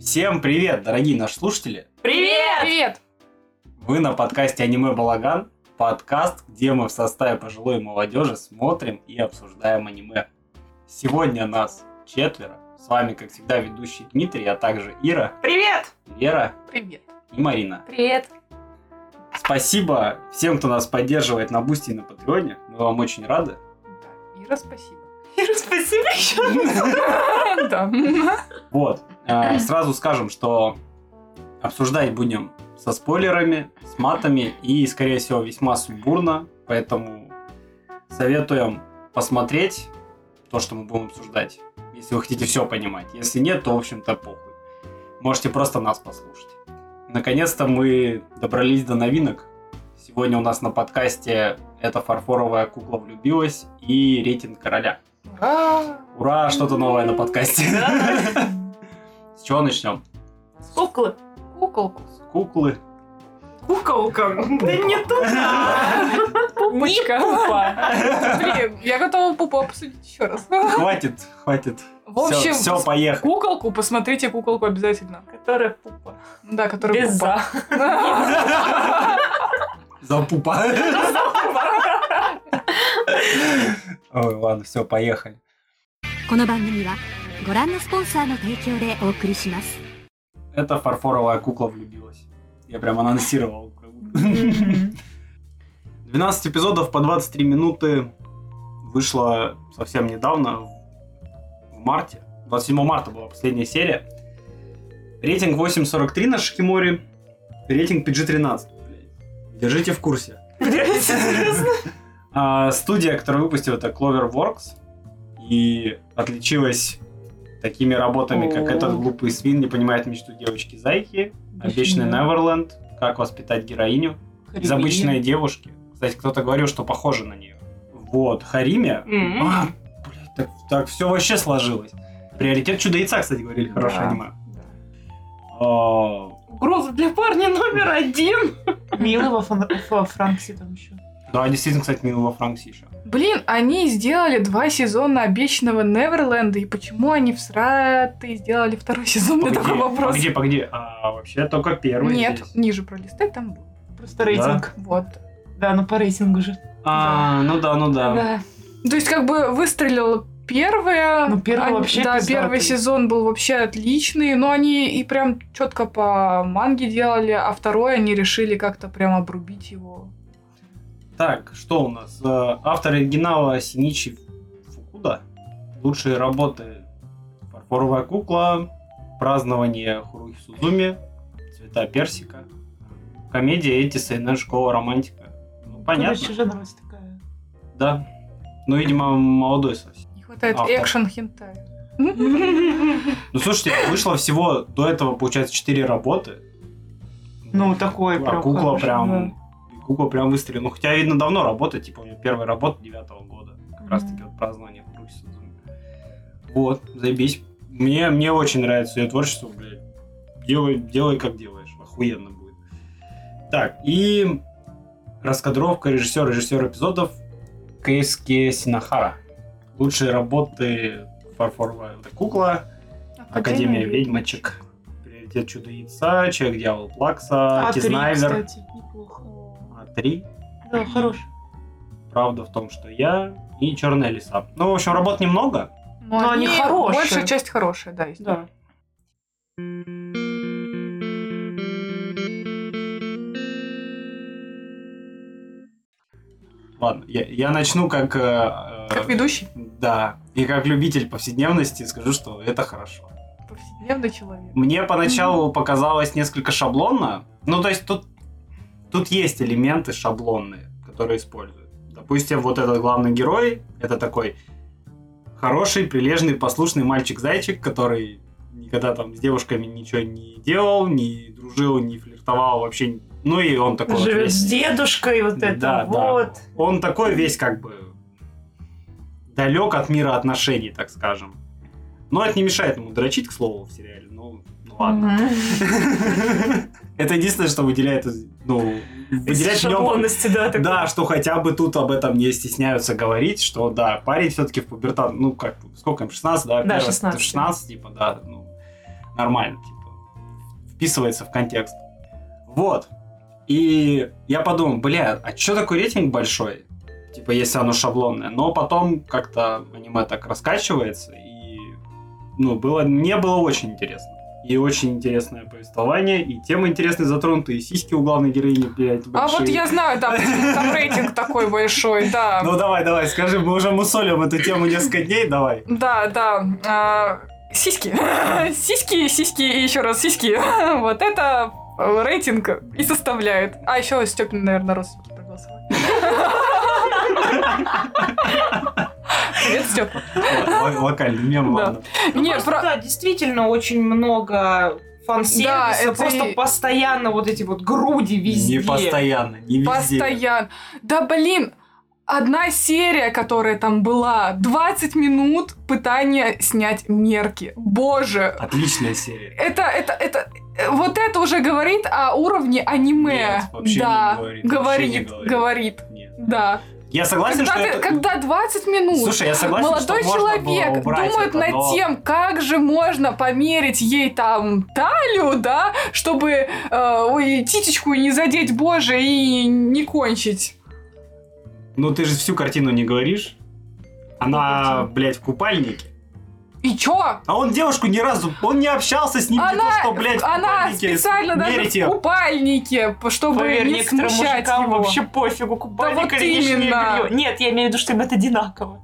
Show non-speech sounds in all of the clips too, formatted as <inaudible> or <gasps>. Всем привет, дорогие наши слушатели! Привет! Привет! Вы на подкасте «Аниме Балаган» подкаст, где мы в составе пожилой молодежи смотрим и обсуждаем аниме. Сегодня нас четверо. С вами, как всегда, ведущий Дмитрий, а также Ира, Привет! Вера Привет! и Марина. Привет! Спасибо всем, кто нас поддерживает на Бусти и на Патреоне. Мы вам очень рады. Да, Ира, <laughs> спасибо. Ира, спасибо еще Да. Вот. Э, Сразу скажем, что обсуждать будем со спойлерами, с матами и, скорее всего, весьма сумбурно. Поэтому советуем посмотреть то, что мы будем обсуждать. Если вы хотите все понимать. Если нет, то, в общем-то, похуй. Можете просто нас послушать. Наконец-то мы добрались до новинок. Сегодня у нас на подкасте «Это фарфоровая кукла влюбилась» и «Рейтинг короля». А, Ура, что-то новое на подкасте. Да. <laughs> С чего начнем? Куклы. Куколку. С куклы. Куколка. Да не туда. Пупочка. Пупа. Блин, я готова пупу обсудить еще раз. Хватит, хватит. В общем, все, с- поехали. куколку, посмотрите куколку обязательно. Которая пупа. Ну Да, которая Без пупа. <laughs> За пупа. Ой, ладно, все, поехали. この番組はご覧のスポンサーの提供でお送りします Это фарфоровая кукла влюбилась. Я прям анонсировал. 12 эпизодов по 23 минуты вышло совсем недавно, в марте. 27 марта была последняя серия. Рейтинг 8.43 на Шикиморе. Рейтинг PG-13. блядь. Держите в курсе. А, студия, которая выпустила, это Cloverworks. И отличилась такими работами, как О. этот глупый свин не понимает мечту девочки-зайки, обещанный Неверленд, как воспитать героиню, из обычной девушки. Кстати, кто-то говорил, что похоже на нее. Вот, Хариме. Мгм. А, блядь, так, все вообще сложилось. Приоритет чудо-яйца, кстати, говорили, хорошее Да. аниме. А, Угроза для парня номер один. Милого Франкси там еще. Да, действительно, кстати, Милова Франкс еще. Блин, они сделали два сезона обещанного Неверленда, и почему они всраты сделали второй <laughs> сезон? У меня Ну, такой вопрос. погоди, погоди. А вообще только первый Нет, здесь. ниже пролистай, там был. Просто рейтинг. Вот. Да, ну по рейтингу же. А, ну да, ну да. То есть, как бы выстрелил первое. Ну, первый Они- вообще Да, пиздатый. первый сезон был вообще отличный, но они и прям четко по манге делали, а второй они решили как-то прям обрубить его. Так, что у нас? Э, Автор оригинала Синичи Фукуда. Лучшие работы «Фарфоровая кукла», «Празднование Хурухи Судзуми», «Цвета персика», комедия Этиса и «Школа романтика». Ну, понятно, Короче, жанровость такая. да. Ну, видимо, молодой совсем. Не хватает Автор. экшен хентай. Ну, слушайте, вышло всего до этого, получается, 4 работы. Ну, такое А прям кукла хорошее, прям... Кукла прям выстрелила. Ну, хотя, видно, давно работа. Типа, у нее первая работа девятого года. Как раз таки вот празднование Руси Судзумии. Вот, заебись. Мне, мне очень нравится ее творчество, блядь. Делай, делай, как делаешь. Охуенно будет. Так, и раскадровка режиссер режиссер эпизодов Кейски Синахара. Лучшие работы фарфоровая вот эта кукла, Академия ведьмочек, Приоритет чудо яйца, Человек дьявол Плакса, А три, Тизнайвер, кстати, неплохо. А3, Да, хорош. Правда в том, что я и Черная лиса. Ну, в общем, работ немного. Но Ну, они хорошие. Большая Ну, часть хорошая, да. есть. Да. Ладно, я, я начну как... э, э, Как ведущий, Да, и как любитель повседневности скажу, что это хорошо. повседневный человек. Мне поначалу показалось несколько шаблонно. Ну, то есть тут, тут есть элементы шаблонные, которые используют. Допустим, вот этот главный герой, это такой хороший, прилежный, послушный мальчик-зайчик, который никогда там с девушками ничего не делал, не дружил, не флиртовал вообще. Ну и он такой вот Живет весь- с дедушкой, вот это Да, да. вот. Он такой весь как бы далек от мира отношений, так скажем. Но это не мешает ему дрочить, к слову, в сериале. Ну, ну ладно. Мгм. <laughs> Это единственное, что выделяет из- ну, выделять в нем- шаблонности, да, такой. Да, что хотя бы тут об этом не стесняются говорить, что да, парень все-таки в пубертат, ну как, сколько им, 16, да? Да, первый- 16. 16, типа, да, ну, нормально, типа, вписывается в контекст. Вот. И я подумал, бля, а что такой рейтинг большой? Типа, если оно шаблонное. Но потом как-то аниме так раскачивается, и, ну, было, мне было очень интересно. И очень интересное повествование, и темы интересные затронуты, и сиськи у главной героини, блядь, А большие. вот я знаю, там, там рейтинг такой большой, да. Ну давай, давай, скажи, мы уже мусолим эту тему несколько дней, давай. Да, да. а, сиськи. <laughs> сиськи, сиськи и еще раз сиськи. <laughs> вот это э, рейтинг и составляет. А еще Степин, наверное, родственники проголосовали. Привет, Степа. Л- л- Локальный мем, Да. ладно. Ну, Не, просто, про- да, действительно очень много фан-сервиса, Да, это просто и- постоянно вот эти вот груди везде. Не постоянно, не везде. Постоянно. Да блин, одна серия, которая там была, 20 минут пытания снять мерки. Боже, Отличная серия. это, это, это, э, вот это уже говорит о уровне аниме. Нет, вообще да, не говорит, вообще говорит, не говорит, говорит. Нет. да. Я согласен, когда, что ты- это... когда 20 минут. Слушай, я согласен, Молодой что можно было человек убрать думает это, над но- тем, как же можно померить ей там талию, да, чтобы э, ой, титечку не задеть, боже, и не кончить. Ну ты же всю картину не говоришь. Она, блядь, в купальнике. И чё? А он девушку ни разу, он не общался с ним, не то, Она, что, блядь, в она купальнике. специально даже мерите. в купальнике, п- чтобы Поверь, не некоторым смущать мужикам его. вообще пофигу, купальник Да вот или нижнее именно. белье. Нет, я имею в виду, что им это одинаково.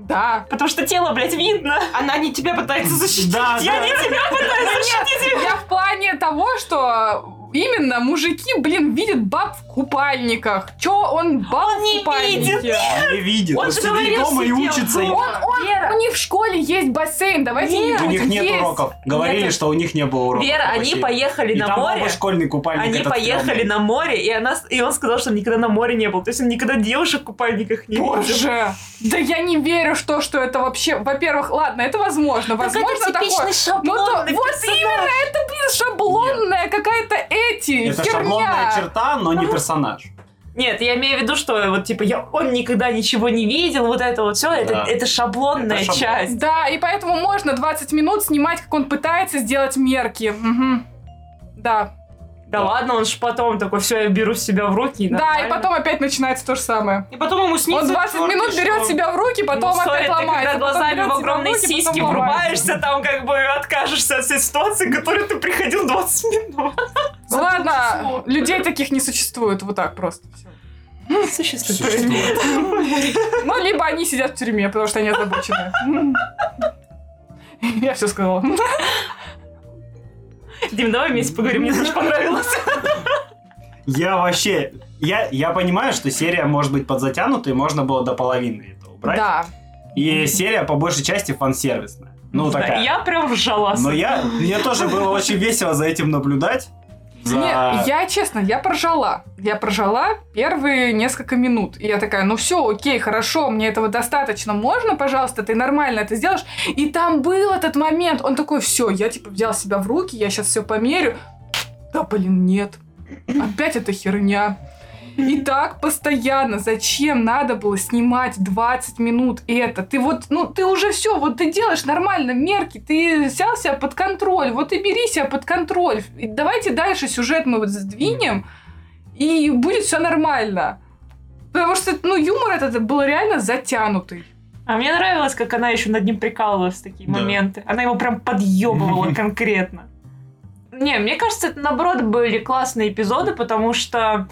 Да. Потому что тело, блядь, видно. Она не тебя <laughs> пытается защитить. Да, я да. не тебя пытаюсь защитить. Я в плане того, что именно мужики, блин, видят баб в купальниках. Чё он баб Он в не купальнике? видит. Не видит. Он Он же сидит говорил, дома и сидел учится. и- дома. Он, он- Вера. у них в школе есть бассейн, давайте Нет. не У них будем нет есть. уроков. Говорили, Нет. что у них не было уроков. Вера, по они бассейну. поехали И на там море. оба школьный купальник. Они этот поехали стрёмный. на море, и, она, с- и он сказал, что он никогда на море не был. То есть он никогда девушек в купальниках не видел. Боже, да я не верю, что, что это вообще... Во-первых, ладно, это возможно. возможно, такое. Ну, то- шаблонный вот персонаж. именно, это, блин, шаблонная какая-то эти Это херня. шаблонная черта, но не персонаж. Нет, я имею в виду, что вот типа я, он никогда ничего не видел, вот это вот все, это, Да. это шаблонная Это шаблон. часть. Да, и поэтому можно 20 минут снимать, как он пытается сделать мерки. Мгм. Да. Да, ладно, он ж потом такой, все, я беру себя в руки. И Да, и потом опять начинается то же самое. И потом ему он 20 минут берет себя в руки, потом опять ломается. Ну, ты когда потом глазами берет себя в огромные руки, потом сиськи ломается. врубаешься, там как бы откажешься от всей ситуации, к которой ты приходил 20 минут. Ну Ладно, людей таких не существует, вот так просто. всё. Существует. Ну, либо они сидят в тюрьме, потому что они озабочены. <laughs> Я все сказала. Дим, давай вместе <laughs> поговорим, мне тоже понравилось. Я вообще... Я, я понимаю, что серия может быть подзатянута, и можно было до половины это убрать. Да. И серия по большей части фан-сервисная. Ну, Да, такая. Я прям ржала. Но я, мне тоже было очень весело за этим наблюдать. За- Не, я честно, я прожала. Я прожала первые несколько минут. И я такая, ну все, окей, хорошо, мне этого достаточно. Можно, пожалуйста, ты нормально это сделаешь? И там был этот момент. Он такой, все, я типа взял себя в руки, я сейчас все померю. Да блин, нет. Опять эта херня. И так постоянно. Зачем надо было снимать 20 минут это? Ты вот, ну, ты уже все, вот ты делаешь нормально мерки, ты взял себя под контроль, вот и бери себя под контроль. И давайте дальше сюжет мы вот сдвинем, и будет все нормально. Потому что, ну, юмор этот был реально затянутый. А мне нравилось, как она еще над ним прикалывалась в такие Да. моменты. Она его прям подъебывала конкретно. Не, мне кажется, это наоборот были классные эпизоды, потому что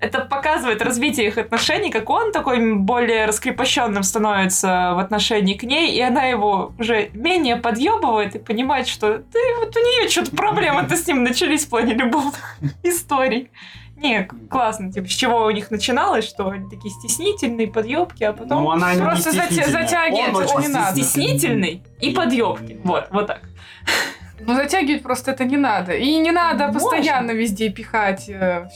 это показывает развитие их отношений, как он такой более раскрепощенным становится в отношении к ней, и она его уже менее подъебывает и понимает, что ты вот у нее что-то проблемы-то с ним начались в <laughs> плане любовных историй. Не, классно, типа, с чего у них начиналось, что они такие стеснительные, подъебки, а потом... Ну, она не просто затя- стеснительная. затягивает, Он это очень не надо. стеснительный и подъебки. Вот, вот так. Но Ну, затягивать просто это не надо. И не надо Можно. постоянно везде пихать все,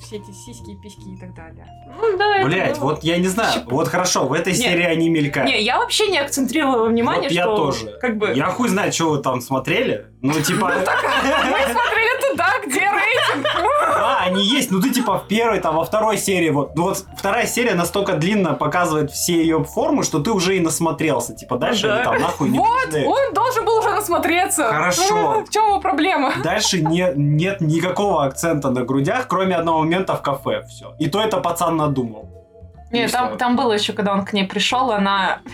все эти сиськи, письки и так далее. Ну, да, это Блять, было. вот я не знаю. Вот хорошо, в этой Не. серии они мелькают. Не, я вообще не акцентрировала внимание, Вот что... я тоже. Как бы... Я хуй знаю, что вы там смотрели. Ну, типа... <laughs> Мы смотрели туда, где рейтинг. Да, да, они есть, но ты типа в первой, там, во второй серии, вот. Ну вот вторая серия настолько длинно показывает все ее формы, что ты уже и насмотрелся. Типа дальше да. они там нахуй не Вот, нужны. он должен был уже насмотреться. Э. Ну, Хорошо. В чем <laughs> его проблема? Дальше не- нет никакого акцента на грудях, кроме одного момента в кафе. Все. И то это пацан надумал. Не, И там, всё. там было еще, когда он к ней пришел, она... <laughs>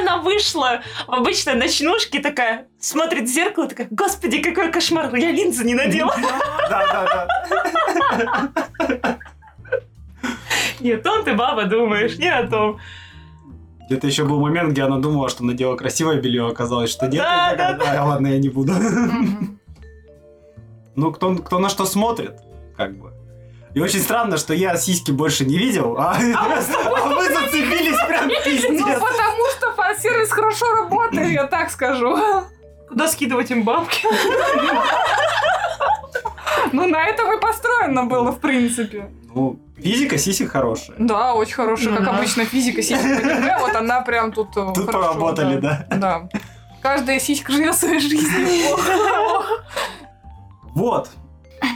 Она вышла в обычной ночнушке такая, смотрит в зеркало, такая, господи, какой кошмар, я линзы не надела. Да, да, да. Не о том ты, баба, думаешь, не о том. Где-то еще был момент, где она думала, что надела красивое белье, оказалось, что нет. Да, И такая, да, «А, Ладно, я не буду. Мгм. Ну, кто, кто на что смотрит, как бы. И очень странно, что я сиськи больше не видел, а, <laughs> а вы зацепились прям Ну, пиздец. потому что фан-сервис хорошо работает, я так скажу. Куда скидывать им бабки? Ну, на этом и построено было, в принципе. Ну, физика сисек хорошая. Да, очень хорошая, Ну как да. обычно, физика сиськи КГБ, вот она прям тут э, Тут хорошо, поработали, да. Да. Каждая сиська живет своей жизнью. Вот.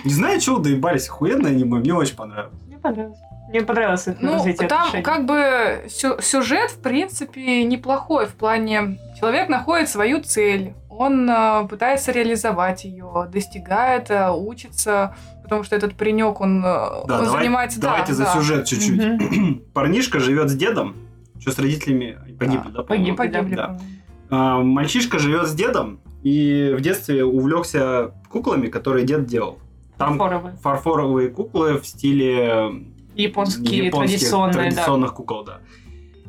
Не знаю, чего доебались, охуенное аниме, мне очень понравилось. Мне понравилось. Мне понравилось это Ну, развитие там отношений. как бы сю- сюжет, в принципе, неплохой в плане человек находит свою цель, он э, пытается реализовать ее, достигает, э, учится, потому что этот паренек, он, э, он давай- занимается... да, давайте за да. сюжет чуть-чуть. <clears throat> Мгм. Парнишка живет с дедом, что с родителями погибли, да? по-моему? погиб. Погибли. Да. по-моему. А, Мальчишка живет с дедом и в детстве увлекся куклами, которые дед делал. Там Фарфоровые. фарфоровые куклы в стиле Японские, японских традиционные, да. традиционных кукол, да.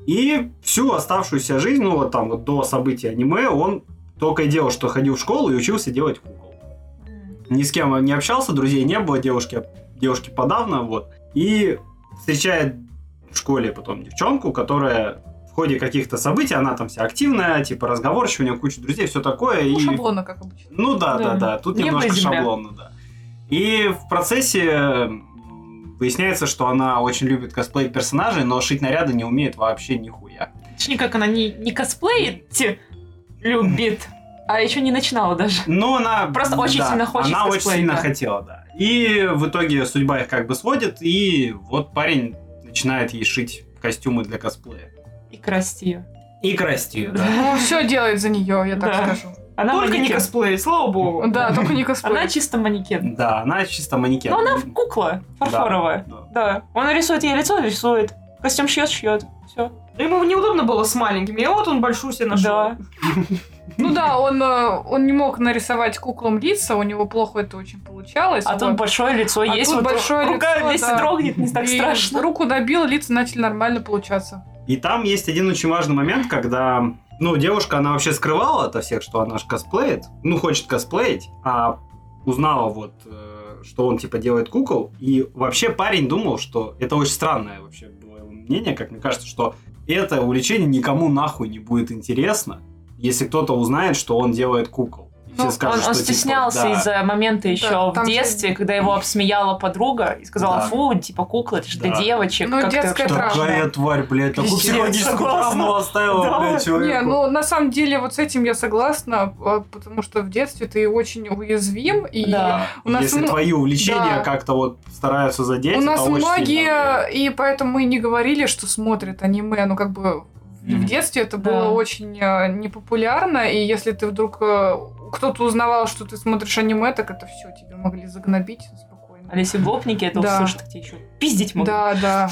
И всю оставшуюся жизнь, ну вот там вот до событий аниме, он только и делал, что ходил в школу и учился делать кукол. Ни с кем не общался, друзей не было, девушки, девушки подавно, вот. И встречает в школе потом девчонку, которая в ходе каких-то событий, она там вся активная, типа разговорчивая, у нее куча друзей, все такое. Ну, и шаблонно, как обычно. ну да, да, Да. да. Тут Небо и немножко земля. шаблонно, да. И в процессе м, выясняется, что она очень любит косплей персонажей, но шить наряды не умеет вообще нихуя. Точнее, как она не, не косплеить любит, а еще не начинала даже. Но она... Просто очень да, сильно хочет Она очень косплей, сильно да. хотела, да. И в итоге судьба их как бы сводит, и вот парень начинает ей шить костюмы для косплея. И красть ее. И красть ее, да. Ну, все делает за нее, я так Да. скажу. Она Только не косплей, слава богу. Да, только не косплей. Она чисто манекен. Да, она чисто манекен. Но она в- кукла фарфоровая. Да. Да. Он рисует ей лицо, рисует. Костюм шьет, шьет. Все. Да Ему неудобно было с маленькими, и вот он большую себе нашел. Да. Ну да, он, э, он не мог нарисовать куклам лица, у него плохо это очень получалось. А тут Вот. большое лицо А есть. тут вот большое рука, лицо, если да. дрогнет, не так И страшно. Руку набил, лица начали нормально получаться. И там есть один очень важный момент, когда, ну, девушка, она вообще скрывала от всех, что она же косплеит, ну, хочет косплеить, а узнала вот, э, что он, типа, делает кукол, и вообще парень думал, что это очень странное вообще было его мнение, как мне кажется, что это увлечение никому нахуй не будет интересно, если кто-то узнает, что он делает кукол. И все Ну, скажут, он, он что, типа, стеснялся да. из-за момента еще в там же- детстве, когда его обсмеяла подруга и сказала, Да. фу, типа кукла, это же для Да. девочек. Ну, как ты детская вообще?» травма. Такая тварь, блядь, такую Пиздец, психологическую согласна. травму оставила, Да. блядь, человеку. Не, ну на самом деле вот с этим я согласна, а, потому что в детстве ты очень уязвим, и Да. у нас Если м- твои увлечения Да. как-то вот стараются задеть, у это нас очень сильно влияет. многие, и поэтому мы и не говорили, что смотрят аниме, ну как бы в- в Мгм. детстве это Да. было очень э, непопулярно, и если ты вдруг э, кто-то узнавал, что ты смотришь аниме, так это все, тебя могли загнобить спокойно. А если гопники это Да. услышат, так тебе еще пиздить могут. Да, да,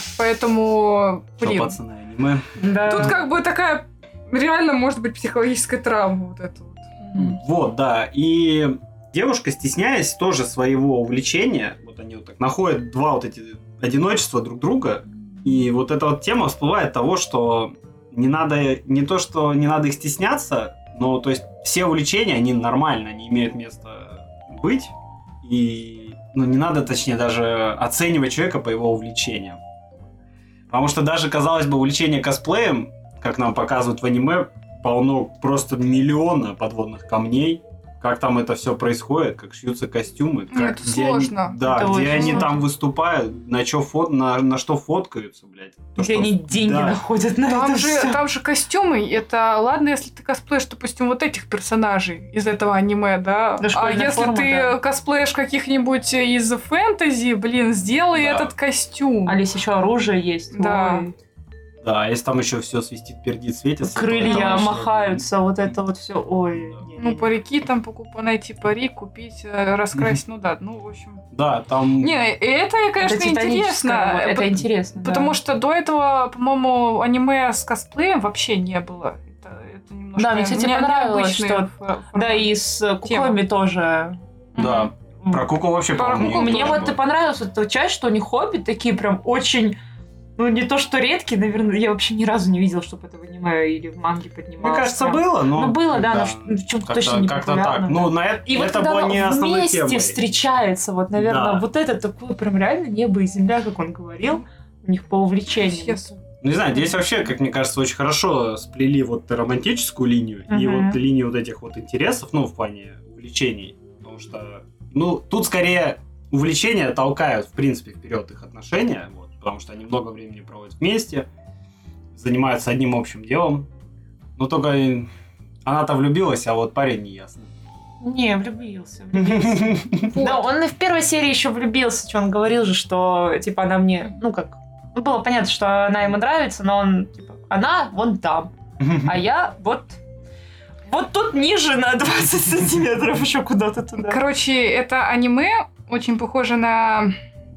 поэтому, Что, блин, пацаны, аниме. Да. тут как бы такая реально может быть психологическая травма вот эта вот. Мгм. Вот, да. И девушка, стесняясь тоже своего увлечения, вот они вот так находят два вот эти одиночества друг друга, и вот эта вот тема всплывает того, что не надо, не то, что не надо их стесняться, но то есть все увлечения, они нормально, они имеют место быть, и ну, не надо, точнее, даже оценивать человека по его увлечениям. Потому что даже, казалось бы, увлечение косплеем, как нам показывают в аниме, полно просто миллиона подводных камней, как там это все происходит, как шьются костюмы, Ну, как, это где они- сложно. да, Это где очень они сложно. там выступают, на, чё фот, на, на что фоткаются, блядь. То, Где что- они деньги да. находят на Там А это же, всё. там же костюмы, это ладно, если ты косплеишь, допустим, вот этих персонажей из этого аниме, да. Да, а школьная если форма, ты да. косплеишь каких-нибудь из фэнтези, блин, сделай Да. этот костюм. Алис, еще А оружие есть. Да. Ой. Да, а если там еще все свистит, пердит, светится. то Крылья это вообще- махаются, вот это вот все. Ой, не, не, Ну, не. парики там покупать, найти парик, купить, э, раскрасить, ну да, ну, в общем. Да, там... Не, и это, конечно, Это интересно. титаническое, вот, Это пот- интересно. Потому да. что до этого, по-моему, аниме с косплеем вообще не было. Это, это немножко... Да, мне, кстати, не- понравилось, необычный что- фо- Да, формат. и с куклами тоже. Да, про куклу вообще, Про по-моему, кукол не Мне было. вот и понравилась вот эта часть, что у них хобби такие прям очень... Ну, не то, что редкие, наверное, я вообще ни разу не видела, чтобы это в аниме или в манге поднималось. Мне кажется, Прям. было, но... Ну, было, да, но ш- ну, в чём-то Как-то- точно не Как-то популярно, так. Ну, да. на это, И вот это когда было оно не основной вместе темой. встречается, вот, наверное, Да. вот это такое прям реально небо и земля, как он говорил, у них по увлечению. Yes. Ну, не знаю, здесь вообще, как мне кажется, очень хорошо сплели вот романтическую линию и Мгм. вот линию вот этих вот интересов, ну, в плане увлечений. Потому что, ну, тут скорее увлечения толкают, в принципе, вперед их отношения, вот, потому что они много времени проводят вместе, занимаются одним общим делом. Но только э, она-то влюбилась, а вот парень не ясно. Не, влюбился. влюбился. <laughs> Да, он и в первой серии еще влюбился, что он говорил же, что типа она мне, ну как, ну, было понятно, что она ему нравится, но он типа, она вон там, а я вот, вот тут ниже на 20 сантиметров еще куда-то туда. Короче, это аниме очень похоже на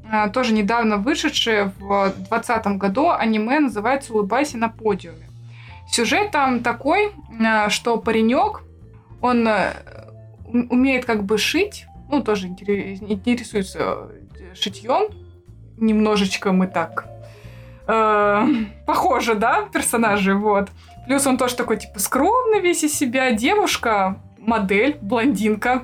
а, тоже недавно вышедшее в 2020 году аниме называется «Улыбайся на подиуме». Сюжет там такой, а, что паренек, он э, ум- умеет как бы шить, ну, тоже интере- интересуется э, шитьем, немножечко мы так э, похожи, да, персонажи, вот. Плюс он тоже такой, типа, скромный весь из себя, девушка, модель, блондинка,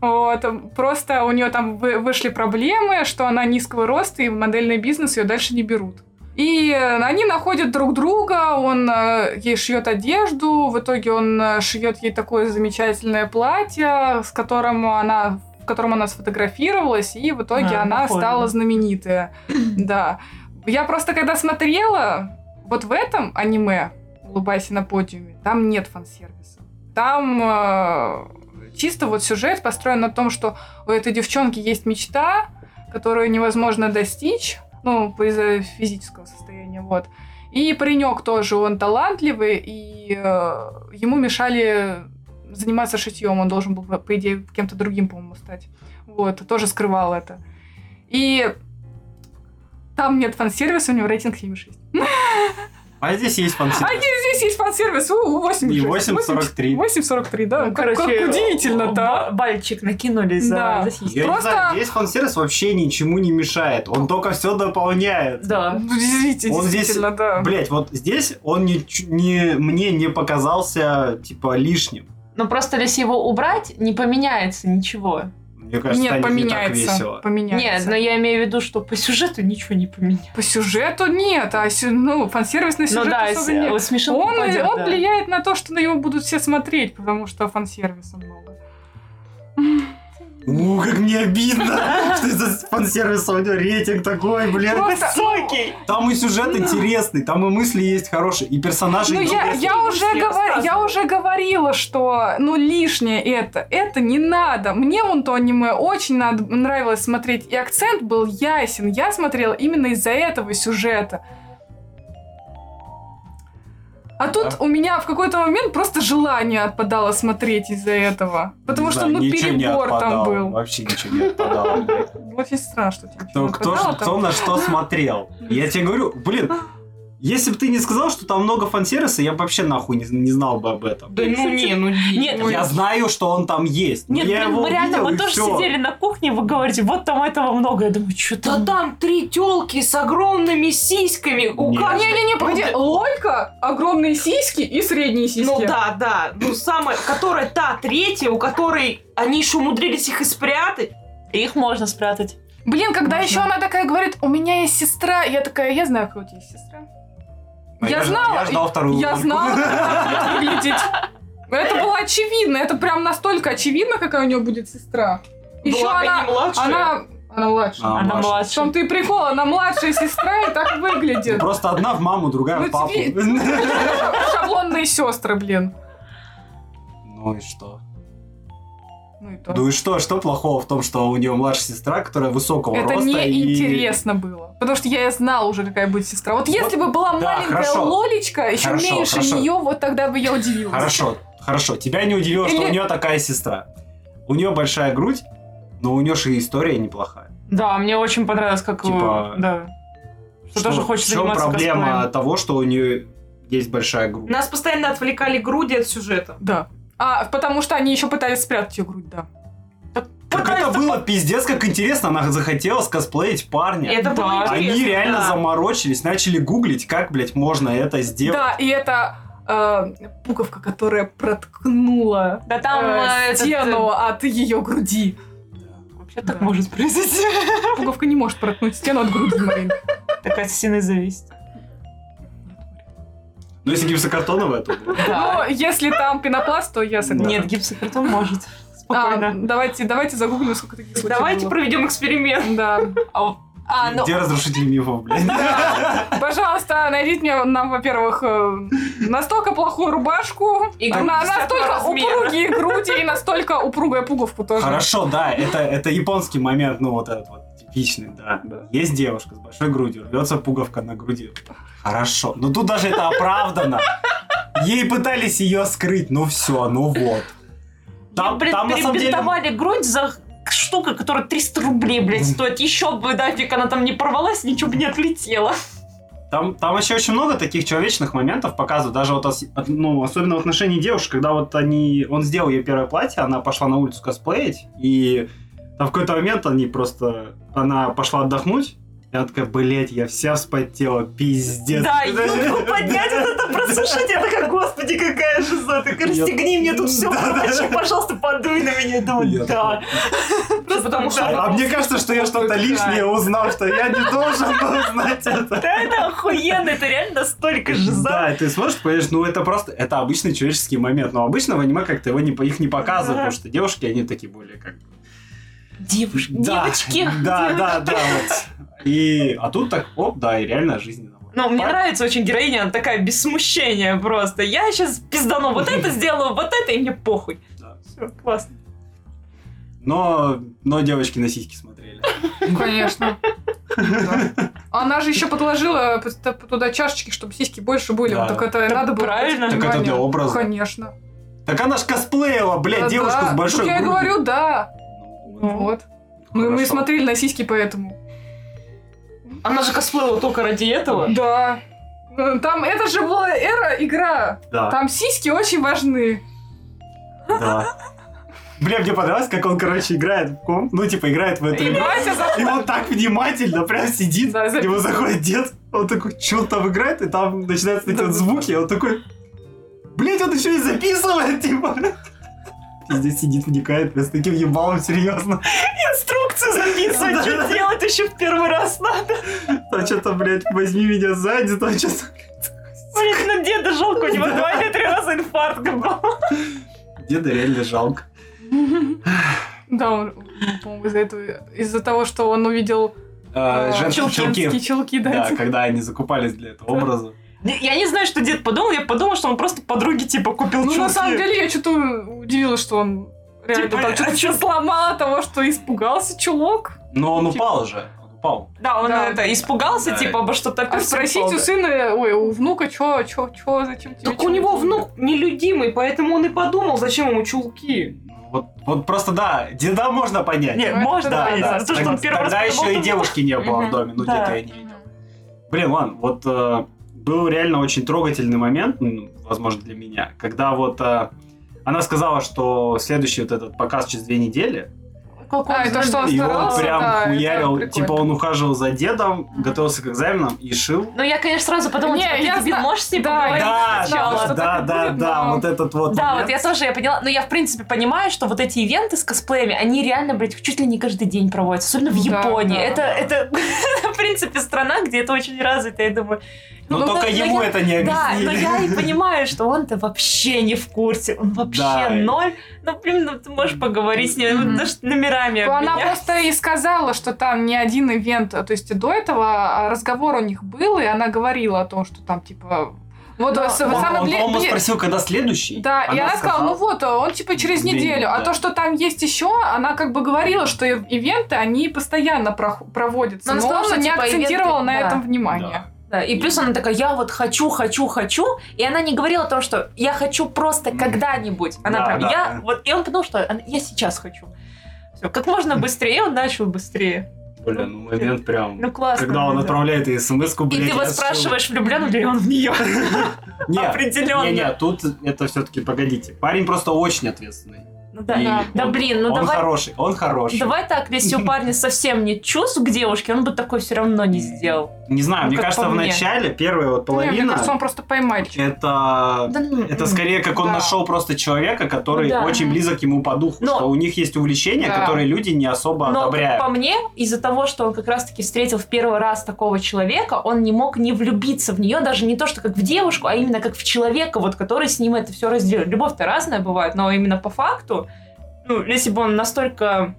вот, просто у нее там вы- вышли проблемы, что она низкого роста, и в модельный бизнес ее дальше не берут. И э, они находят друг друга, он э, ей шьет одежду, в итоге он э, шьет ей такое замечательное платье, с которым она, в котором она сфотографировалась, и в итоге А, она похоже. стала знаменитая. Да. Я просто когда смотрела, вот в этом аниме «Улыбайся на подиуме», там нет фан-сервиса. Там э, чисто вот сюжет построен на том, что у этой девчонки есть мечта, которую невозможно достичь, ну, из-за физического состояния, вот. И паренек тоже, он талантливый, и э, ему мешали заниматься шитьем, он должен был, по идее, кем-то другим, по-моему, стать. Вот, тоже скрывал это. И там нет фан-сервиса, у него рейтинг 7,6. А здесь есть фан-сервис. А здесь есть фан-сервис, у, у 86. И 8,43. 8,43, Ну, да. как, как удивительно-то. ба- Бальчик накинули за, Да. за сиськи. Я не Просто- знаю, здесь фан-сервис вообще ничему не мешает. Он только все дополняет. Да. Ну, Действительно, Он здесь- действительно, да. Блять, вот здесь он не, чу- не- мне не показался типа лишним. Но просто если его убрать, не поменяется ничего. Мне кажется, Нет, станет не так поменяется. весело. Нет, Поменяется. но я имею в виду, что по сюжету ничего не поменяется. По сюжету нет, а сю- ну, фан-сервис на Ну сюжет да, особо если- нет. вот смешинка Он, упадет, он да. влияет на то, что на него будут все смотреть, потому что фан-сервиса много. У, как мне обидно, <laughs> что из-за фан-сервиса у него рейтинг такой, блядь. Просто- высокий. Там и сюжет интересный, там и мысли есть хорошие, и персонажи Ну, я, интересные. я, уже говор- Все я рассказывают. уже говорила, что ну лишнее это, это не надо. Мне вон то аниме очень над- нравилось смотреть, и акцент был ясен. Я смотрела именно из-за этого сюжета. А тут у меня в какой-то момент просто желание отпадало смотреть из-за этого. Потому Не что, знаю, ну, ничего не перебор там отпадало, был. Вообще ничего не отпадало, <laughs> блядь. Очень страшно, что тебе Кто, ничего не Ну, кто, ж- отпадало там. кто на что смотрел? Я тебе говорю, <gasps> блин, если бы ты не сказал, что там много фан-сервиса, я бы вообще нахуй не, не знал бы об этом. Да ну не, ну не. Нет, Ой. Я знаю, что он там есть. но Нет, я блин, его мы реально, увидел, мы и тоже всё. сидели на кухне, вы говорите, вот там этого много. Я думаю, что Да там? там три телки с огромными сиськами. У Нет. каждой- Не-не-не, погоди, Ну, лолька, огромные сиськи и средние сиськи. Ну да, да. Ну самая, которая та третья, у которой они еще умудрились их и спрятать. Их можно спрятать. Блин, когда Можно. еще она такая говорит, у меня есть сестра, я такая, я знаю, какая у тебя есть сестра. А я ж- знала, Я ждал вторую. Я лунку. знала, как она будет выглядеть. Это было очевидно. Это прям настолько очевидно, какая у нее будет сестра. Еще Была бы она, не младшая. она... Она младшая. <laughs> А, Она Маша. В младше. чем-то и прикол, она младшая сестра и так Ну, выглядит. Просто одна в маму, другая Ну, в папу. тебе- <laughs> Шаблонные сестры, блин. <laughs> Ну и что? Ну и то. Ну и что? Что плохого в том, что у нее младшая сестра, которая высокого Это роста и... неинтересно было. Потому что я и знала уже, какая будет сестра. Вот, Вот, если бы была да, маленькая хорошо. Лолечка, еще Хорошо, меньше хорошо. нее, вот тогда бы я удивилась. Хорошо, хорошо. Тебя не удивило, что Или- у нее такая сестра. У нее большая грудь, но у нее же и история неплохая. Да, мне очень понравилось, как... Типа- э, Да. Что тоже хочет в чем заниматься проблема косплеем. того, что у нее есть большая грудь? Нас постоянно отвлекали груди от сюжета. Да. А, потому что они еще пытались спрятать ее грудь, да. Так это было пиздец, как интересно. Она захотела скосплеить парня. Это Да. было Они интересно, реально да. заморочились, начали гуглить, как, блядь, можно это сделать. Да, и это э, пуговка, которая проткнула Да там... э, э, этот, э, стену от ее груди. Вообще так Да. может произойти. Пуговка не может проткнуть стену от <laughs> груди, Марин. Так от стены зависит. Ну, если гипсокартоновая, то... да. Ну, если там пенопласт, то я согласна. Нет, гипсокартон может. А, ну. Спокойно. давайте, давайте загуглим, сколько таких случаев Давайте было. проведем эксперимент. Да. А, а, ну, Где разрушитель мифов, блядь? Пожалуйста, найдите мне нам, во-первых, э, настолько плохую рубашку, И на- грудь настолько 10 размера. упругие груди и настолько упругая пуговку тоже. Хорошо, да, это, это японский момент, ну, вот этот вот типичный, да. Да. Есть девушка с большой грудью, рвется пуговка на груди. Хорошо, но тут даже это оправдано. Ей пытались ее скрыть, ну все, ну вот. Там, Блин, там на самом деле... перебинтовали грудь за штука, которая 300 рублей, блядь, стоит. Еще бы нафиг она там не порвалась, ничего бы не отлетело. Там, там вообще очень много таких человечных моментов показывают, даже вот, ос- от- ну, особенно в отношении девушек, когда вот они, он сделал ей первое платье, она пошла на улицу косплеить, и там в какой-то момент они просто, она пошла отдохнуть, и она такая, блядь, я вся вспотела, пиздец. Да, юбку <laughs> поднять, вот это просушить, я такая, господи, какая же за, ты расстегни мне тут все, Да-да. вообще, пожалуйста, подуй на меня, да, Я вот, да. Просто потому что А она- мне кажется, что я что-то лишнее узнал, что я не должен был знать это. Да, это охуенно, это реально настолько же за. Да, и ты смотришь, понимаешь, ну это просто, это обычный человеческий момент, но обычно в аниме как-то его не, по- их не показывают, Да. потому что девушки, они такие более как бы Девушки, Да, девочки. Да, девочки. да, да, вот. И, а тут так, оп, да, и реально жизнь. Ну, мне Пар- нравится очень героиня, она такая без смущения просто. Я сейчас пиздану вот это сделаю, вот это, и мне похуй. Да. Все, классно. Но, но девочки на сиськи смотрели. Конечно. Да. Она же еще подложила т- туда чашечки, чтобы сиськи больше были. Да. Вот Так это и надо было. правильно. обратить Так это внимание. для образа. Конечно. Так она ж косплеила, блядь, Да, девушку да. с большой Так Я и грудью. говорю, да. Ну, вот. Вот. Мы, мы Хорошо. смотрели на сиськи поэтому. Она же косплеила только ради этого. Да. Ну, Там это же была эра игра. Да, Там сиськи очень важны. да. Бля, мне понравилось, как он, короче, играет в комп, ну, типа, играет в эту И игру. Вася за- И он так внимательно прям сидит, Да, к записывает. нему заходит дед, он такой, что там играет, и там начинаются эти Да, вот да. звуки, и он такой, блять, он еще и записывает, типа. Здесь сидит, вникает, прям с таким ебалом, серьезно. Инструкцию записывать, что делать еще в первый раз надо. Там что-то, блядь, возьми меня сзади, там что-то... Блин, на деда жалко, у него два или три раза инфаркт был. Деда реально жалко. Да, он, по-моему, из-за этого, из-за того, что он увидел э, Женские женские чулки. чулки, да. А, Да, когда они закупались для этого образа. Я не знаю, что дед подумал, я подумала, что он просто подруге типа купил Ну, на чулки. самом деле, я что-то удивилась, что он реально Типа, там а что-то чё- сломал от того, что испугался чулок. Но он упал же, он упал. Да, он Да. это испугался, Да. типа, обо что-то А опять спросить упал. у сына, ой, у внука, чё, чё, чё, зачем тебе Так у него чулки? внук нелюдимый, поэтому он и подумал, зачем ему чулки. Ну, Вот, вот просто да, деда можно понять. Нет, Ну, это можно, да, понять, да. за то, что Тогда- он ну, первый раз тогда подумал, еще и что- девушки не было в Мгм. доме, ну Да. где-то я не видел. Блин, ладно, вот э, был реально очень трогательный момент, ну, возможно, для меня, когда вот э, она сказала, что следующий вот этот показ через две недели, А, это что, он и он старался? прям Да, это хуярил, прикольно. типа он ухаживал за дедом, Мгм. готовился к экзаменам и шил. Ну, я, конечно, сразу подумала, Не, типа, ты А я дебил, зна- можешь с ней Да, поговорить Да, сначала? да, да, что так и да, будет, да, но- вот этот вот. Да, момент. вот я тоже, я поняла. Но я, в принципе, понимаю, что вот эти ивенты с косплеями, они реально, блядь, чуть ли не каждый день проводятся. Особенно в Да, Японии. да, это, <laughs> да. это, в принципе, страна, где это очень развито. Я думаю, Но Ну, только да, ему но я- это не Да, но объяснили. я и понимаю, что он-то вообще не в курсе, он вообще Да. ноль. Ну, блин, ну ты можешь поговорить с ней, ну, Мгм. даже номерами Ну, она обменяться. просто и сказала, что там не один ивент. То есть до этого а, разговор у них был, и она говорила о том, что там типа... Вот Да, с- да. Он, самый он, бли- по-моему, бли- спросил, когда следующий. Да, и она сказала, ну вот, он типа через Блин, неделю. А да. то, что там есть еще, она как бы говорила, что и- ивенты, они постоянно прох- проводятся. Но, Но она сказала, он что, не типа, акцентировал ивенты- на да. этом Да. внимание. Да, и плюс она такая, я вот хочу, хочу, хочу, и она не говорила о том, что я хочу просто Мгм. когда-нибудь. Она Да, прям, да, я да. вот, и он подумал, что она- я сейчас хочу. Все, как можно быстрее, он начал быстрее. Блин, ну момент прям... Ну классно. Когда он да. отправляет ей смс-ку, И блядь, ты его я сшил. спрашиваешь, влюблен ли он в нее. Нет, <laughs> Определенно. Не, не, тут это все-таки погодите. Парень просто очень ответственный. Ну да. И Да. Да, он- блин, ну он давай- хороший, он хороший. Давай так, если у парня совсем нет чувств к девушке, он бы такой все равно не сделал. Не знаю, Ну, мне как кажется, по в мне. начале первая вот Ну, Не, мне половина кажется, он просто поймать. это Да ну, это м. скорее как он Да. нашел просто человека, который Ну да. очень близок ему по духу, Но- что у них есть увлечения, Да. которые люди не особо Но, как одобряют. по мне, из-за того, что он как раз-таки встретил в первый раз такого человека, он не мог не влюбиться в нее, даже не то, что как в девушку, а именно как в человека, вот который с ним это все разделил. Любовь-то разная бывает, но именно по факту, ну, если бы он настолько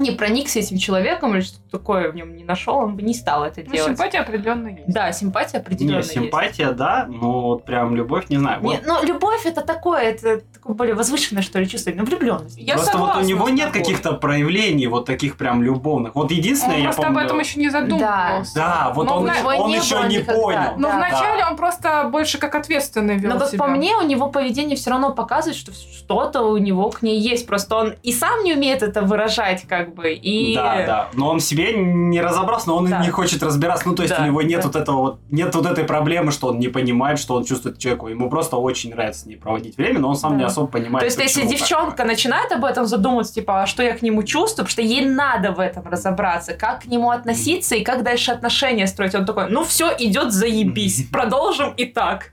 не проникся этим человеком или что-то такое в нем не нашел, он бы не стал это Ну, делать. симпатия определенно есть. Да, симпатия определенно Не, есть. симпатия, да, но вот прям любовь, не знаю. Не, Вот ну, любовь это такое, это такое более возвышенное, что ли, чувство, ну, влюбленность. Я Просто вот у согласна него с нет тобой. каких-то проявлений вот таких прям любовных. Вот единственное, Он я просто помню... об этом еще не задумывался. Да, вот Но он, в на- еще- его он не еще было не никогда. Ну понял. Но да. вначале он просто больше как ответственный вел Но как себя. по мне, у него поведение все равно показывает, что что-то у него к ней есть. Просто он и сам не умеет это выражать, как бы, и... Да, да. Но он в себе не разобрался, но он и Да. не хочет разбираться. Ну, то есть Да, у него нет да. вот этого вот, нет вот этой проблемы, что он не понимает, что он чувствует к человеку. Ему просто очень нравится с ней проводить время, но он сам Да. не особо понимает. То есть, если почему так девчонка начинает об этом задумываться, типа, а что я к нему чувствую, потому что ей надо в этом разобраться, как к нему относиться и как дальше отношения строить. Он такой, ну все, <laughs> идет заебись, продолжим и так.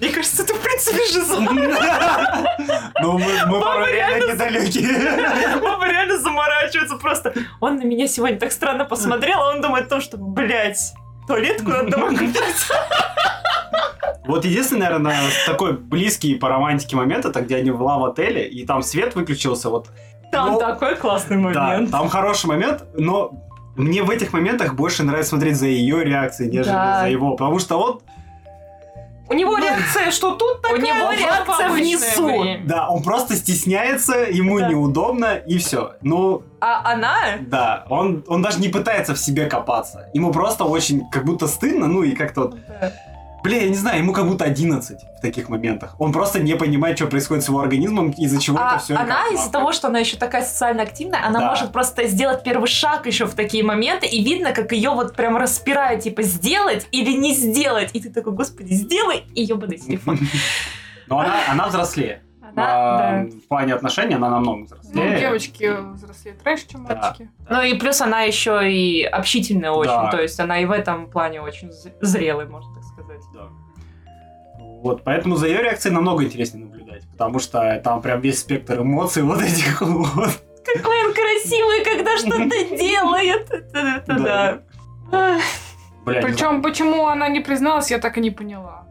Мне кажется, это, в принципе, жизнь. происходит. <laughs> Ну, мы- мы порой реально недалекие. Мама реально заморачивается просто. Он на меня сегодня так странно посмотрел, а он думает то, что, блядь, туалетку надо <laughs> дома купить. <laughs> Вот единственный, наверное, такой близкий по романтике момент, это где они была в отеле, и там свет выключился. Вот Там Ну, такой классный Да, момент. там хороший момент, но мне в этих моментах больше нравится смотреть за ее реакцией, нежели Да. за его. Потому что он, У него реакция, что тут такая, У него реакция внизу. да, он просто стесняется, ему Да. неудобно, и все. Ну, А она... да, он, он даже не пытается в себе копаться. Ему просто очень как будто стыдно, ну и как-то вот... Бля, я не знаю, ему как будто 11 в таких моментах. Он просто не понимает, что происходит с его организмом, из-за чего а Ну, это все. она из-за того, что она еще такая социально активная, она Да. может просто сделать первый шаг еще в такие моменты, и видно, как ее вот прям распирает, типа, сделать или не сделать. И ты такой, господи, сделай, и ебаный телефон. <laughs> Но она, она взрослее. Она, А, В плане отношений она намного Ну, взрослее. девочки взрослеют раньше, чем Э. Да. мальчики. Ну и плюс она еще и общительная очень, Да. то есть она и в этом плане очень з- зрелый, можно так сказать. Да. Вот, поэтому за ее реакцией намного интереснее наблюдать, потому что там прям весь спектр эмоций вот этих вот. Какой он красивый, <laughs> когда что-то делает! Это Да. да. Ах, Бля, не знаю. Причем, почему она не призналась, я так и не поняла.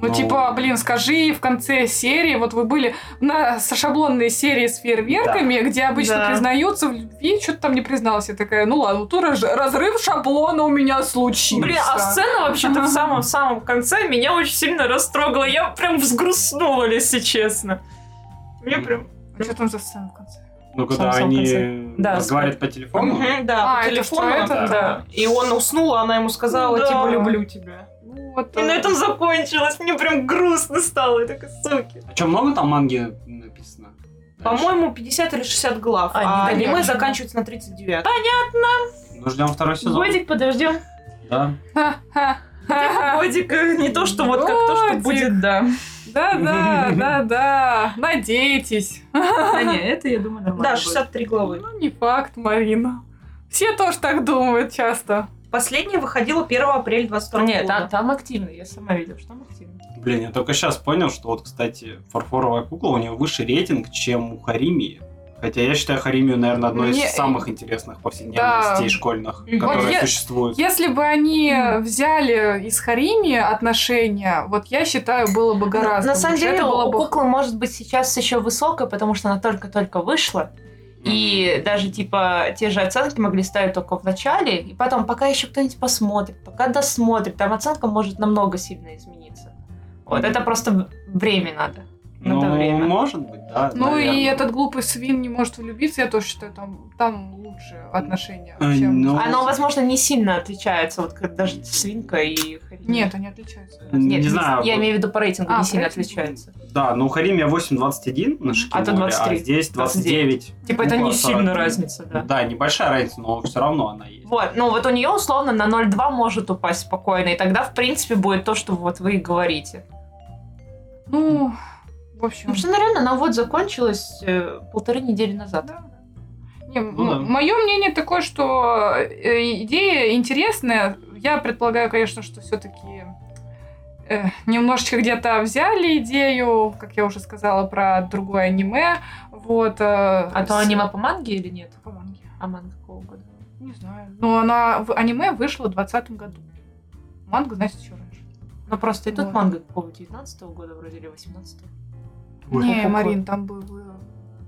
Ну, Ну. типа, блин, скажи в конце серии, вот вы были на с- шаблонной серии с фейерверками, где обычно Да. признаются в любви, что-то там не призналась. Я такая, ну ладно, тут раз- разрыв шаблона у меня случился. Блин, а сцена вообще-то <laughs> в самом-самом конце меня очень сильно растрогала. Я прям взгрустнула, если честно. Мне прям... А что там за сцена в конце? Ну, в когда самом они Да, разговаривают по телефону. Мгм, Да, А, по это телефону. что, это? Да. И он уснул, а она ему сказала, Да. типа, люблю тебя. Ну, вот, И на э, этом закончилось. Мне прям грустно стало. Я такая, суки. А что, много там манги написано? По-моему, 50 или 60 глав, А, а, не А, аниме донёшь. заканчивается на 39. Дальше? Ну, ждем второй сезон. Годик подождем. Да. э, ха-ха. <laughs> Годик, э, не то, что вот как то, что Годик. будет, да. Да-да, да-да, надейтесь. <laughs> Да не, это, я думаю, нормально Да, будет. 63 главы. Ну, не факт, Марина. Все тоже так думают часто. Последняя выходила 1 апреля 22 Нет, а, года. там, там активно, я сама видела, что там активно. Блин, я только сейчас понял, что вот, кстати, фарфоровая кукла, у нее выше рейтинг, чем у Харими. Хотя я считаю Харимию, наверное, одной Не- из самых интересных повседневностей Да. школьных, Мгм. которые Вот я- существуют. Если бы они взяли из Харими отношения, вот я считаю, было бы гораздо На самом лучше. деле, Это было у бы куклы может быть сейчас еще высокая, потому что она только-только вышла. И даже, типа, те же оценки могли ставить только в начале, и потом, пока еще кто-нибудь посмотрит, пока досмотрит, там оценка может намного сильно измениться. Вот, Мгм. это просто в- время надо. Ну, надо время. может быть, да. Ну и наверное. этот глупый свин не может влюбиться, я тоже считаю, там, там лучше отношения, А, чем... ну, Оно, возможно, не сильно отличается, вот как даже свинка и хорек. Нет, они отличаются. Нет, не не- знаю. я имею в виду по рейтингу, А, не по сильно рейтингу. отличаются. Да, ну Харимия 8,21 на Шикиморе, А то 23. здесь 29. Типа, это Ну, не 40. сильно разница, да. Да, небольшая разница, но все равно она есть. Вот, ну вот у нее условно на 0,2 может упасть спокойно, и тогда, в принципе, будет то, что вот вы и говорите. Ну, в общем... Потому что, наверное, она вот закончилась э, полторы недели назад. А Ну да. Мое мнение такое, что э, идея интересная. Я предполагаю, конечно, что все-таки немножечко где-то взяли идею, как я уже сказала, про другое аниме. Вот. э, А то аниме по манге или нет? по манге. А манга какого года? Не знаю. Но она в аниме вышло в 2020 году. Манга, значит, еще раньше. Ну просто и тут Вот. манга какого 19 года вроде или 18 Ой. Не, Ой. Марин, там был. э,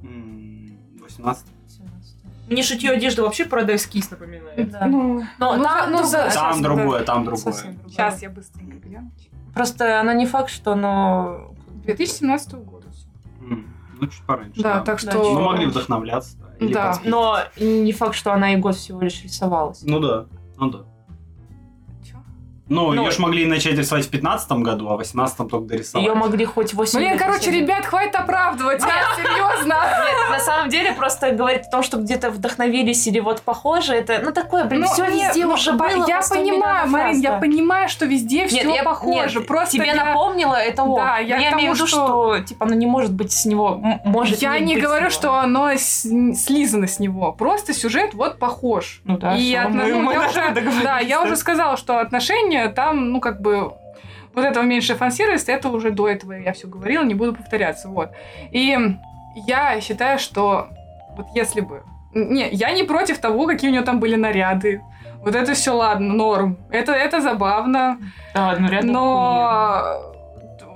М, 18. 17 Мне шитье одежды вообще парадайз кис <laughs> напоминает. Да. Ну, Но ну, там ну, другое. да, Там сейчас, другое, там А Совсем другое. другое. Сейчас я быстренько гляну. Просто она не факт, что оно... 2017 года. всё. М, Ну, чуть пораньше. Да, так Да, что. Ну, могли вдохновляться. Да. или Да. подспи- Но не факт, что она и год всего лишь рисовалась. Ну да, ну да. Чё? Ну, Ну, ее ж могли начать рисовать в 15 году, а в 18 только дорисовать. Ее могли хоть 8 Блин, короче, ребят, хватит оправдывать, а, <laughs> серьезно. Нет, на самом деле просто говорить о том, что где-то вдохновились или вот похоже, это ну такое, блин, Ну, все не, везде ну, уже по- было. Я по 100 понимаю, миллионов Марин, раз, я да. понимаю, что везде Нет, все я- похоже. нет, Просто тебе я- напомнила это он. Да, Но я я, к тому, имею в виду, что- что... типа оно не может быть с него, м- может Я не быть говорю, с него. что оно с- слизано с него. Просто сюжет вот похож. Ну да, И всё, отно- мы- ну, мы я даже уже, договорились, да, я да. уже сказала, что отношения там, ну, как бы, вот этого меньше фан-сервиса, это уже до этого я все говорила, не буду повторяться, вот. И я считаю, что вот если бы... Не, я не против того, какие у нее там были наряды. Вот это все ладно, норм. Это, это забавно. Да, ну реально охуенно.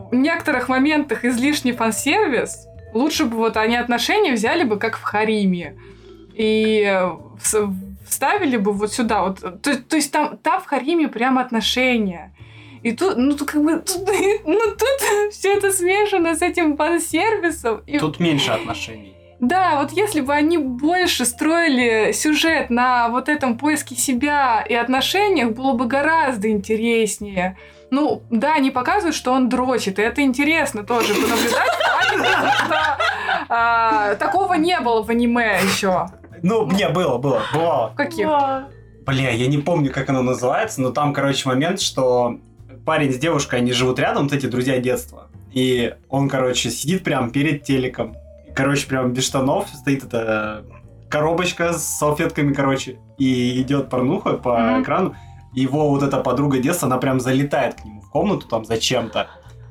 Но в некоторых моментах излишний фан-сервис лучше бы вот они отношения взяли бы как в Хариме. И э, вс- вставили бы вот сюда. Вот. То, то есть там, там в Хариме прям отношения. И тут, ну, тут как бы, тут, <laughs> ну, тут все это смешано с этим фан-сервисом. И Тут меньше отношений. да, вот если бы они больше строили сюжет на вот этом поиске себя и отношениях, было бы гораздо интереснее. Ну, да, они показывают, что он дрочит, и это интересно тоже понаблюдать, <laughs> в плане, потому что а, такого не было в аниме еще. Ну, не, было, было, бывало. В каких? Да. Бля, я не помню, как оно называется, но там, короче, момент, что парень с девушкой, они живут рядом, вот эти друзья детства. И он, короче, сидит прям перед телеком. И, короче, прям без штанов стоит эта коробочка с салфетками, короче. И идет порнуха по Мгм. экрану. И Его вот эта подруга детства, она прям залетает к нему в комнату там зачем-то.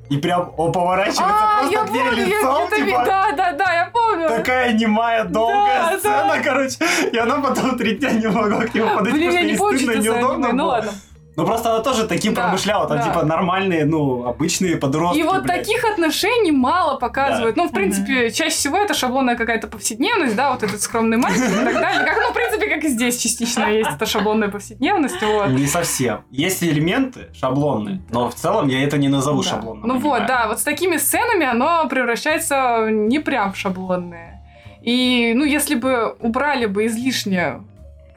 И прям он поворачивается А, просто я к ней помню, я лицом, где-то ви- типа, да, да, да, я помню. Такая немая, долгая Да, сцена, да. короче. И она потом три дня не могла к нему подойти, Блин, я не потому помню, что ей стыдно а, и что это за неудобно аниме, ну было. ладно. Ну просто она тоже таким Да, промышляла, там да. типа нормальные, ну, обычные подростки. И вот блядь. таких отношений мало показывают. Ну, в принципе, чаще всего это шаблонная какая-то повседневность, да, вот этот скромный мальчик и так далее. Как, ну, в принципе, как и здесь частично есть эта шаблонная повседневность. Вот. Не совсем. Есть элементы шаблонные, но в целом я это не назову Да. шаблонным. Ну вот, аниме. да, вот с такими сценами оно превращается не прям в шаблонное. И, ну, если бы убрали бы излишне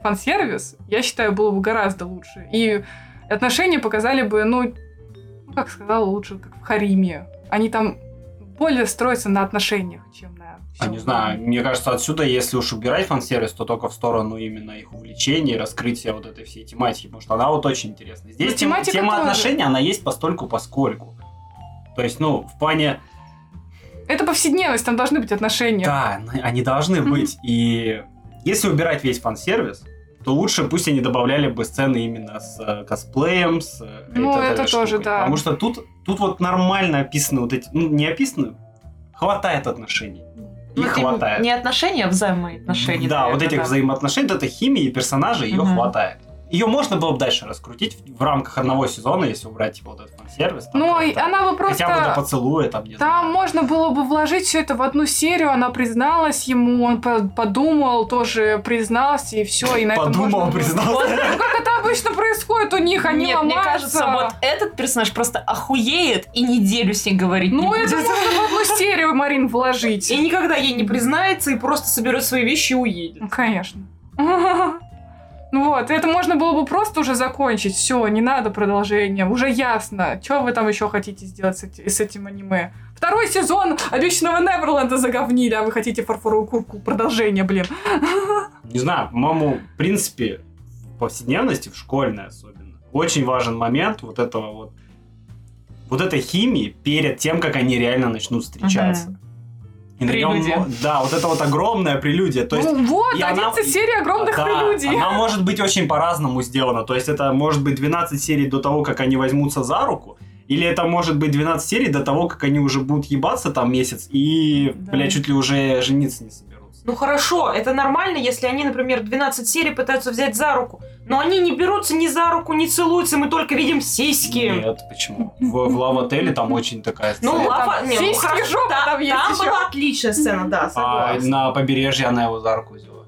фан-сервис, я считаю, было бы гораздо лучше. И отношения показали бы, ну, ну, как сказала, лучше, как в Хариме. Они там более строятся на отношениях, чем на... А всём. не знаю, мне кажется, отсюда, если уж убирать фан-сервис, то только в сторону именно их увлечений, раскрытия вот этой всей тематики, потому что она вот очень интересная. Здесь Ну, тем- тема, тематика тоже. отношений, она есть постольку поскольку. То есть, ну, в плане... Это повседневность, там должны быть отношения. Да, н- они должны быть. И если убирать весь фан-сервис, то лучше пусть они добавляли бы сцены именно с э, косплеем, с э, Ну, этой- это этой тоже, штукой. да. Потому что тут, тут вот нормально описаны вот эти... Ну, не описаны, хватает отношений. И Ну, типа, ты хватает. Не отношения, а взаимоотношения. Да, наверное, вот этих да. взаимоотношений, вот этой химии и персонажей ее Мгм. хватает. Ее можно было бы дальше раскрутить в- в рамках одного сезона, если убрать типа вот этот фан-сервис. там, Ну, там, и там. она бы Хотя бы до просто... поцелуя там, не Там знаю. можно было бы вложить все это в одну серию, она призналась ему, он по- подумал, тоже признался, и все, и на этом можно Подумал, было- признался. Ну, как это обычно происходит у них, они Нет, мне ломаются. кажется, вот этот персонаж просто охуеет и неделю с ней говорить не Ну, будет. это можно в одну серию, Марин, вложить. И никогда ей не признается и просто соберет свои вещи и уедет. Ну, конечно. <laughs> Ну вот, это можно было бы просто уже закончить. Все, не надо продолжения. Уже ясно. Что вы там еще хотите сделать с, эти- с этим аниме? Второй сезон обещанного Неверленда заговнили, а вы хотите фарфоровую курку. Продолжение, блин. Не знаю, по-моему, в принципе, в повседневности, в школьной особенно, очень важен момент вот этого вот вот этой химии перед тем, как они реально начнут встречаться. И на нём Прелюдия. мо- да, вот это вот огромная прелюдия. То есть ну вот, и 11 она- серий огромных Да, прелюдий. Она может быть очень по-разному сделана. То есть это может быть 12 серий до того, как они возьмутся за руку, или это может быть 12 серий до того, как они уже будут ебаться там месяц и, Да. бля, чуть ли уже жениться не соберутся. Ну хорошо, это нормально, если они, например, 12 серий пытаются взять за руку. Но они не берутся ни за руку, не целуются, мы только видим сиськи. Нет, почему? В, в лав-отеле там очень такая Ну, сцена. лава- Там не, ну, сиськи, хорошо, жопа та- там есть там ещё. была отличная сцена, да, а согласна. на побережье она его за руку взяла.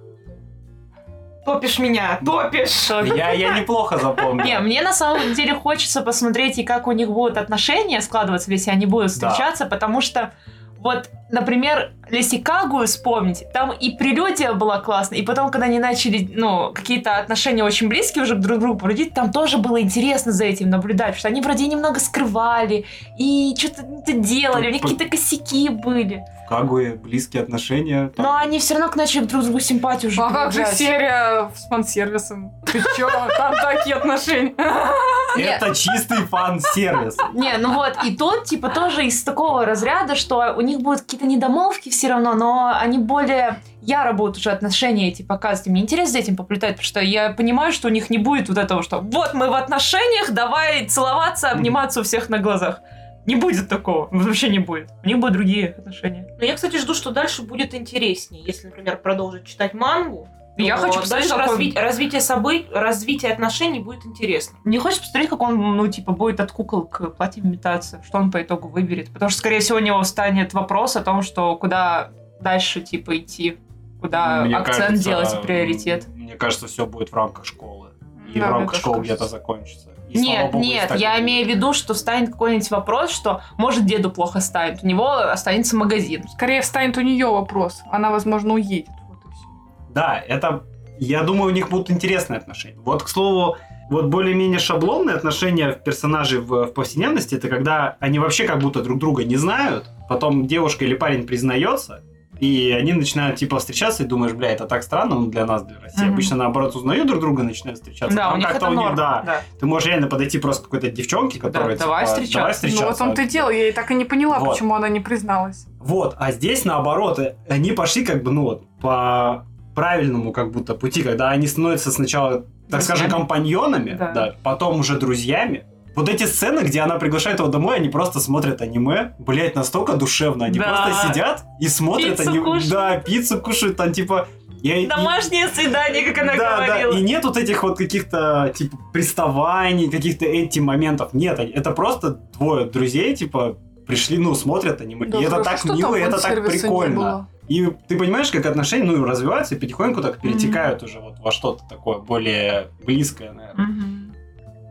Топишь меня, топишь. Я, я неплохо запомнил. Ну, Не, мне на самом деле хочется посмотреть, и как у них будут отношения складываться, если они будут Да. встречаться, потому что вот, например, Лесикагу вспомнить, там и прелюдия была классная, и потом, когда они начали, ну, какие-то отношения очень близкие уже к друг другу проводить, там тоже было интересно за этим наблюдать, потому что они вроде немного скрывали, и что-то это делали, у них По- какие-то косяки были. В Кагуе близкие отношения. там. Но они все равно начали друг другу симпатию уже А как же проявлять. серия с фан-сервисом? Ты чё, там такие отношения. а Это чистый фан-сервис. Не, ну вот, и тот, типа, тоже из такого разряда, что у них будут какие-то недомолвки все равно, но они более яро будут уже отношения эти показывать. И Мне интересно за этим поплетать, потому что я понимаю, что у них не будет вот этого, что вот мы в отношениях, давай целоваться, обниматься у всех на глазах. Не будет такого, вообще не будет. У них будут другие отношения. Но Ну, я, кстати, жду, что дальше будет интереснее, если, например, продолжить читать мангу. Я Ну, то хочу посмотреть, дальше как он- разви- развитие событий, развитие отношений будет интересно. Мне хочется посмотреть, как он, ну, типа, будет от кукол к платьям имитация, что он по итогу выберет. Потому что, скорее всего, у него встанет вопрос о том, что куда дальше, типа, идти, куда Мне акцент кажется, а, делать и приоритет. м, Мне кажется, все будет в рамках школы. И Да, в мне рамках тоже школы кажется. где-то закончится. И, слава Нет, богу, если нет, так я и будет. имею в виду, что встанет какой-нибудь вопрос, что, может, деду плохо станет, у него останется магазин. Скорее встанет у нее вопрос. Она, возможно, уедет. Вот и всё. Ну, Да, это... Я думаю, у них будут интересные отношения. Вот, к слову, вот более-менее шаблонные отношения в персонажей в, в повседневности, это когда они вообще как будто друг друга не знают, потом девушка или парень признается, и они начинают типа встречаться, и думаешь, бля, это так странно, ну для нас, для России. Мгм. Обычно наоборот узнают друг друга, начинают встречаться. Да, Там у них как-то это норма. да, да. Ты можешь реально подойти просто к какой-то девчонке, которая... давай типа, встречаться. Давай Ну, встречаться. вот он ты дело, я и так и не поняла, Вот. почему она не призналась. Вот, а здесь наоборот, э, они пошли как бы, ну вот, по правильному как будто пути, когда они становятся сначала, так скажем, компаньонами, Да. да. потом уже друзьями. Вот эти сцены, где она приглашает его домой, они просто смотрят аниме, блять, настолько душевно, они Да. просто сидят и смотрят, Пиццу они, кушают. да, пиццу кушают, там типа, я, и- Домашнее свидание, как она да, да, говорила. и нет вот этих вот каких-то, типа, приставаний, каких-то эти моментов. Нет, они- это просто двое друзей, типа, пришли, ну, смотрят аниме. Да, и это хорошо, так что там мило, и это так фан-сервиса не прикольно. было. И ты понимаешь, как отношения, ну, развиваются и потихоньку так перетекают уже вот во что-то такое более близкое, наверное. Мгм.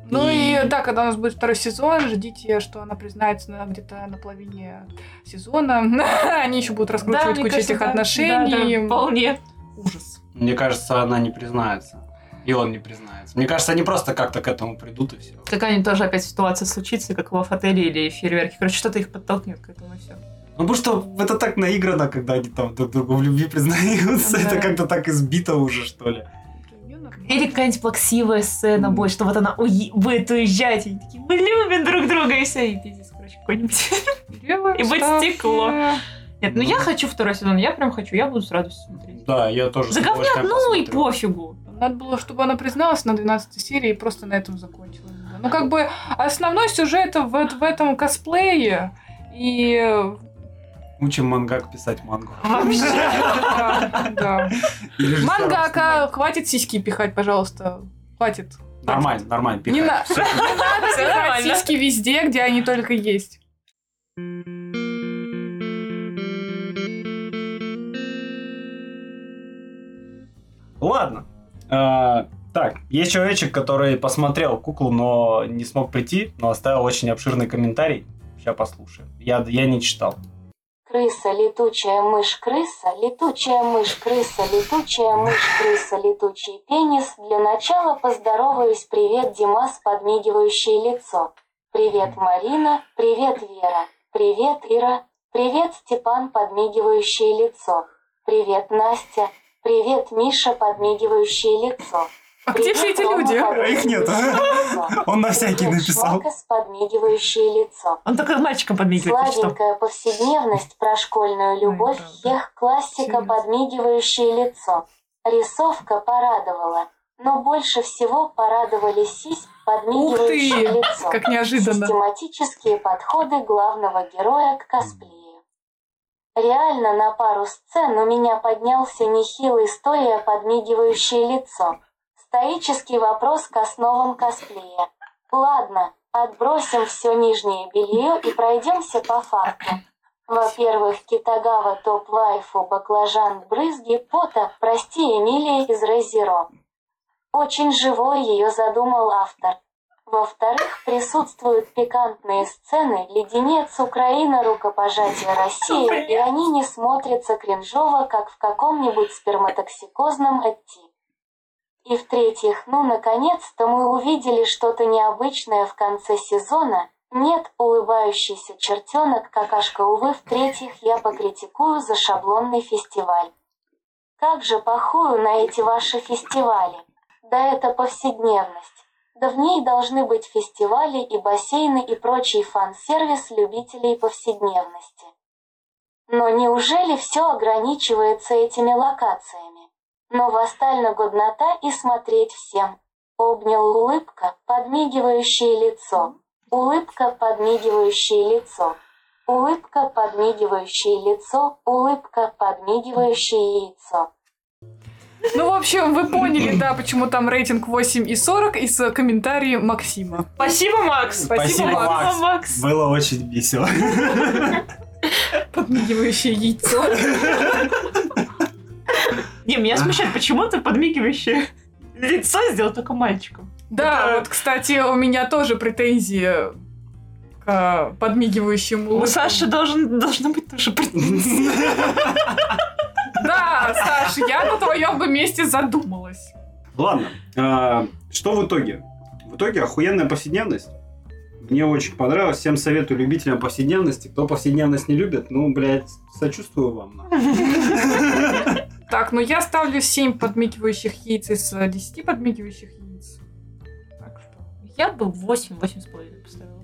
Ну и... И- да, когда у нас будет второй сезон, ждите, что она признается на- где-то на половине сезона. <laughs> Они еще будут Да, раскручивать мне кучу кажется, этих да. Да, да, отношений. вполне. Ужас. Мне кажется, она не признается. И он не признается. Мне кажется, они просто как-то к этому придут и все. Какая-нибудь тоже опять ситуация случится, как в отеле или фейерверки. Короче, что-то их подтолкнет к этому и все. Ну, потому что это так наиграно, когда они там друг другу в любви признаются. <laughs> Да. Это как-то так избито уже, что ли. Или какая-нибудь плаксивая сцена Мгм. будет, что вот она уе- будет уезжать, и они такие, мы любим друг друга, и все, и пиздец, короче, какой-нибудь. <laughs> И быть стекло. Нет, ну я хочу второй сезон, я прям хочу, я буду с радостью смотреть. Да, я тоже. с Заговнят, удовольствием ну и посмотрю. пофигу. Надо было, чтобы она призналась на 12 серии и просто на этом закончила. Ну, как бы основной сюжет вот в этом косплее. И Учим мангак писать мангу. <laughs> Да, да. И режиссером Мангака, снимать. хватит сиськи пихать, пожалуйста. Хватит. Нормально, нормально, Не пихай. на- Всё. не надо Всё пихать нормально. сиськи везде, где они только есть. Ладно. А, Так, есть человечек, который посмотрел куклу, но не смог прийти, но оставил очень обширный комментарий. Сейчас послушаем. Я, я не читал. Крыса, летучая мышь, крыса, летучая мышь, крыса, летучая мышь, крыса, летучий пенис. Для начала поздороваюсь. Привет, Димас, подмигивающее лицо. Привет, Марина. Привет, Вера. Привет, Ира. Привет, Степан, подмигивающее лицо. Привет, Настя. Привет, Миша, подмигивающее лицо. А где все эти люди? А Их нет. Он на всякий написал. подмигивающее лицо. Он только мальчиком подмигивает, ты что? Сладенькая повседневность про школьную любовь, Ой, да, да. ех, классика, Серьезно. подмигивающее лицо. Рисовка порадовала. Но больше всего порадовали сись, подмигивающее Ух ты! лицо. Как неожиданно. Систематические подходы главного героя к косплею. Реально на пару сцен у меня поднялся нехилый стоя подмигивающее лицо. Стоический вопрос к основам косплея. Ладно, отбросим все нижнее белье и пройдемся по факту. Во-первых, Китагава топ лайфу баклажан брызги пота, прости, Эмилия из Резеро. Очень живой ее задумал автор. Во-вторых, присутствуют пикантные сцены «Леденец Украина, рукопожатие России», и они не смотрятся кринжово, как в каком-нибудь сперматоксикозном эти. И в-третьих, ну наконец-то мы увидели что-то необычное в конце сезона. Нет, улыбающийся чертенок, какашка, увы, в-третьих, я покритикую за шаблонный фестиваль. Как же похую на эти ваши фестивали. Да это повседневность. Да в ней должны быть фестивали и бассейны и прочий фан-сервис любителей повседневности. Но неужели все ограничивается этими локациями? Но восстально годнота и смотреть всем. Обнял улыбка, подмигивающее лицо. Улыбка, подмигивающее лицо. Улыбка, подмигивающее лицо. Улыбка, подмигивающее яйцо. Ну, в общем, вы поняли, да, почему там рейтинг 8 и 40 из э, комментарий Максима. Спасибо, Макс. Спасибо, Макс. Макс. Было очень весело. Подмигивающее яйцо. Не, меня смущает, почему ты <laughs> подмигивающее лицо сделал только мальчиком? Да, Это- вот, кстати, у меня тоже претензии к э, подмигивающему У улыбкам. Саши должен, должно быть тоже претензии. Да, Саша, я на твоем бы месте задумалась. Ладно. а, Что в итоге? В итоге охуенная повседневность. Мне очень понравилось. Всем советую любителям повседневности. Кто повседневность не любит, ну, блядь, сочувствую вам. нахуй. Так, ну я ставлю 7 подмигивающих яиц из э, 10 подмигивающих яиц. Так что. Я бы 8, 8,5 поставила.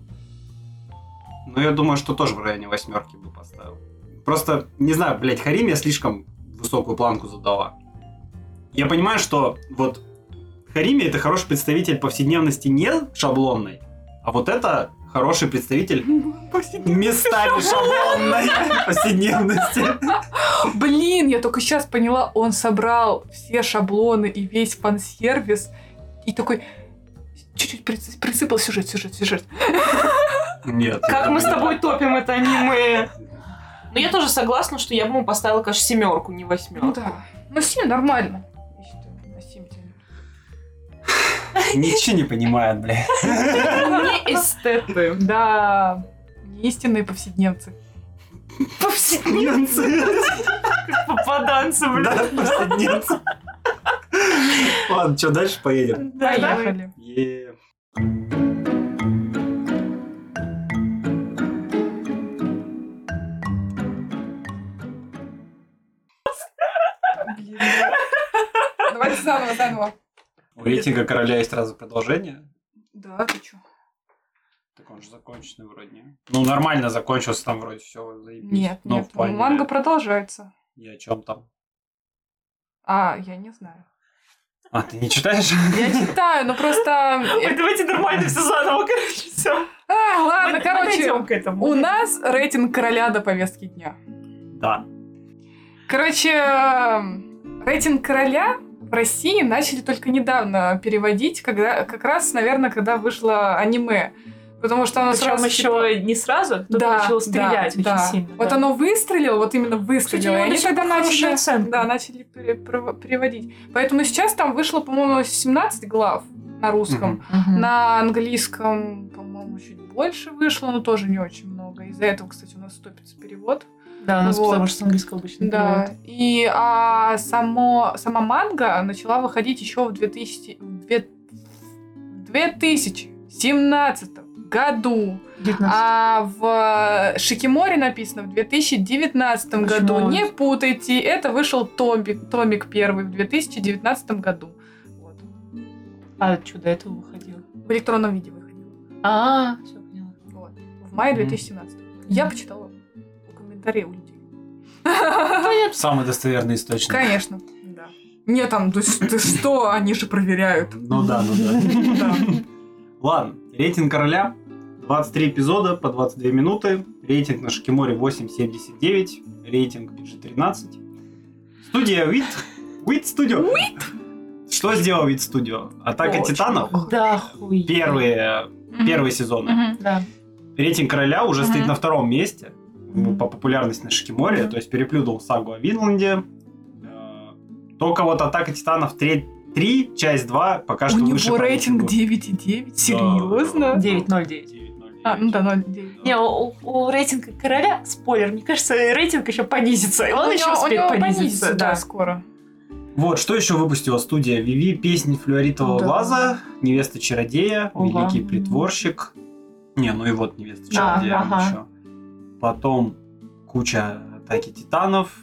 Но я думаю, что тоже в районе восьмерки бы поставил. Просто, не знаю, блядь, Хариме слишком высокую планку задала. Я понимаю, что вот Хариме это хороший представитель повседневности не шаблонной, а вот это хороший представитель местами шаблонной повседневности. Блин, я только сейчас поняла, он собрал все шаблоны и весь фан-сервис и такой чуть-чуть прици- присыпал сюжет, сюжет, сюжет. Нет. Как это мы с не тобой так. топим это аниме. Но Ну, я тоже согласна, что я бы ему поставила, конечно, семерку, не Ну восьмерку. да. Ну 7 нормально. Я считаю, на 7 тянет. Ничего не понимает, блядь. Не эстеты. Да, не истинные повседневцы. Повседневцы. Попаданцы, блин. Да, повседневцы. Ладно, что, дальше поедем? Да, да. Поехали. Е. Блин. Давайте заново, заново. У рейтинга короля есть сразу продолжение. Да, ты чё? Так он же законченный вроде. не? Ну, нормально закончился там вроде все. Нет, Ну, нет. Манга продолжается. И о чем там? А, я не знаю. А, ты не читаешь? <laughs> Я читаю, но просто... э, Ой, давайте нормально все заново, короче, все. А, ладно, короче. к этому. У нас рейтинг короля до повестки дня. Да. Короче, эм, рейтинг короля в России начали только недавно переводить, когда, как раз, наверное, когда вышло аниме. Потому что оно Причем сразу... типа, еще не сразу, кто да, да, начал стрелять очень да. сильно. Вот да. оно выстрелило, вот именно выстрелило. у и него они очень тогда хорошие начали, оценки. да, начали пере- пров- переводить. Поэтому сейчас там вышло, по-моему, 17 глав на русском. Мгм. На английском, по-моему, чуть больше вышло, но тоже не очень много. Из-за этого, кстати, у нас стопится перевод. Да, у нас Вот. потому что с английского обычно Да. переводят. И а, само, сама манга начала выходить еще в 2000, в две- в 2017 году. 19. А в Шикиморе написано в 2019 году. Почему? Не путайте, это вышел томик, томик первый в 2019 году. Вот. А, чудо, до этого выходило. В электронном виде выходил. А, все поняла. Вот. В мае Мгм. 2017. Я почитала комментарии у людей. Самый достоверный источник. Конечно. Да. Не там, ты, с- ты что, они же проверяют. Ну да, ну <laughs> да. Ладно, рейтинг короля. 23 эпизода по 22 минуты. Рейтинг на Шикиморе 8,79. Рейтинг PG-13. Студия Wit. Wit Studio. Что сделал Wit Studio? Атака Очень Титанов. Да, хуй. Первые, первые сезоны. Мгм. Да. Рейтинг короля уже стоит Мгм. на втором месте ну, по популярности на Шикиморе. То есть переплюнул сагу о Винланде. Э, Только вот Атака Титанов 3, часть 2 пока У что выше. него по рейтинг рейтингу. 9,9. Серьезно? 9.09. 9.09. А, ну да, 0,9. Не, у, у рейтинга короля, спойлер, мне кажется, рейтинг еще понизится. И он У еще него- у успеет него понизиться. понизится, да, скоро. Вот, что еще выпустила студия Виви? Песни флюоритового Да. глаза, Невеста чародея, Ого. Великий притворщик. Не, ну и вот Невеста чародея А, ага. еще. Потом куча атаки титанов.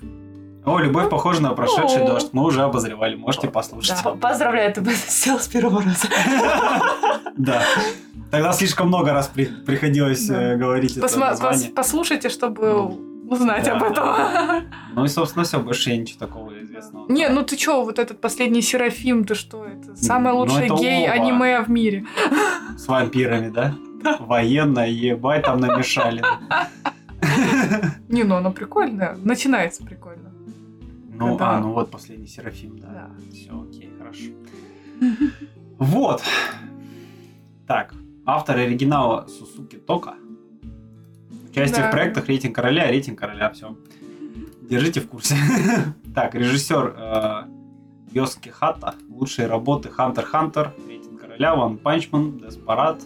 О, любовь похожа на прошедший Ну. дождь. Мы уже обозревали, можете послушать. <laughs> П- Поздравляю, ты бы сел с первого раза. Да. Тогда слишком много раз при- приходилось Да. э, говорить это Посма- название. пос- Послушайте, чтобы узнать Да, об этом. Ну и, собственно, все, больше <laughs> я ничего такого известного. Не, ну ты чё, вот этот последний Серафим, ты что, это самое Ну, лучшее это гей-аниме в мире. С вампирами, да? Военная, ебать, там намешали. Не, ну оно прикольное, начинается прикольно. Ну, Да. а, ну вот последний Серафим, да. Да. Все, окей, <laughs> хорошо. Вот. Так, автор оригинала Сусуки Тока. Участие Да. в проектах «Рейтинг короля», «Рейтинг короля», все. Держите в курсе. <laughs> Так, режиссер Йоски Хата. Лучшие работы «Хантер Хантер», «Рейтинг короля», «Ван Панчман», «Деспарат»,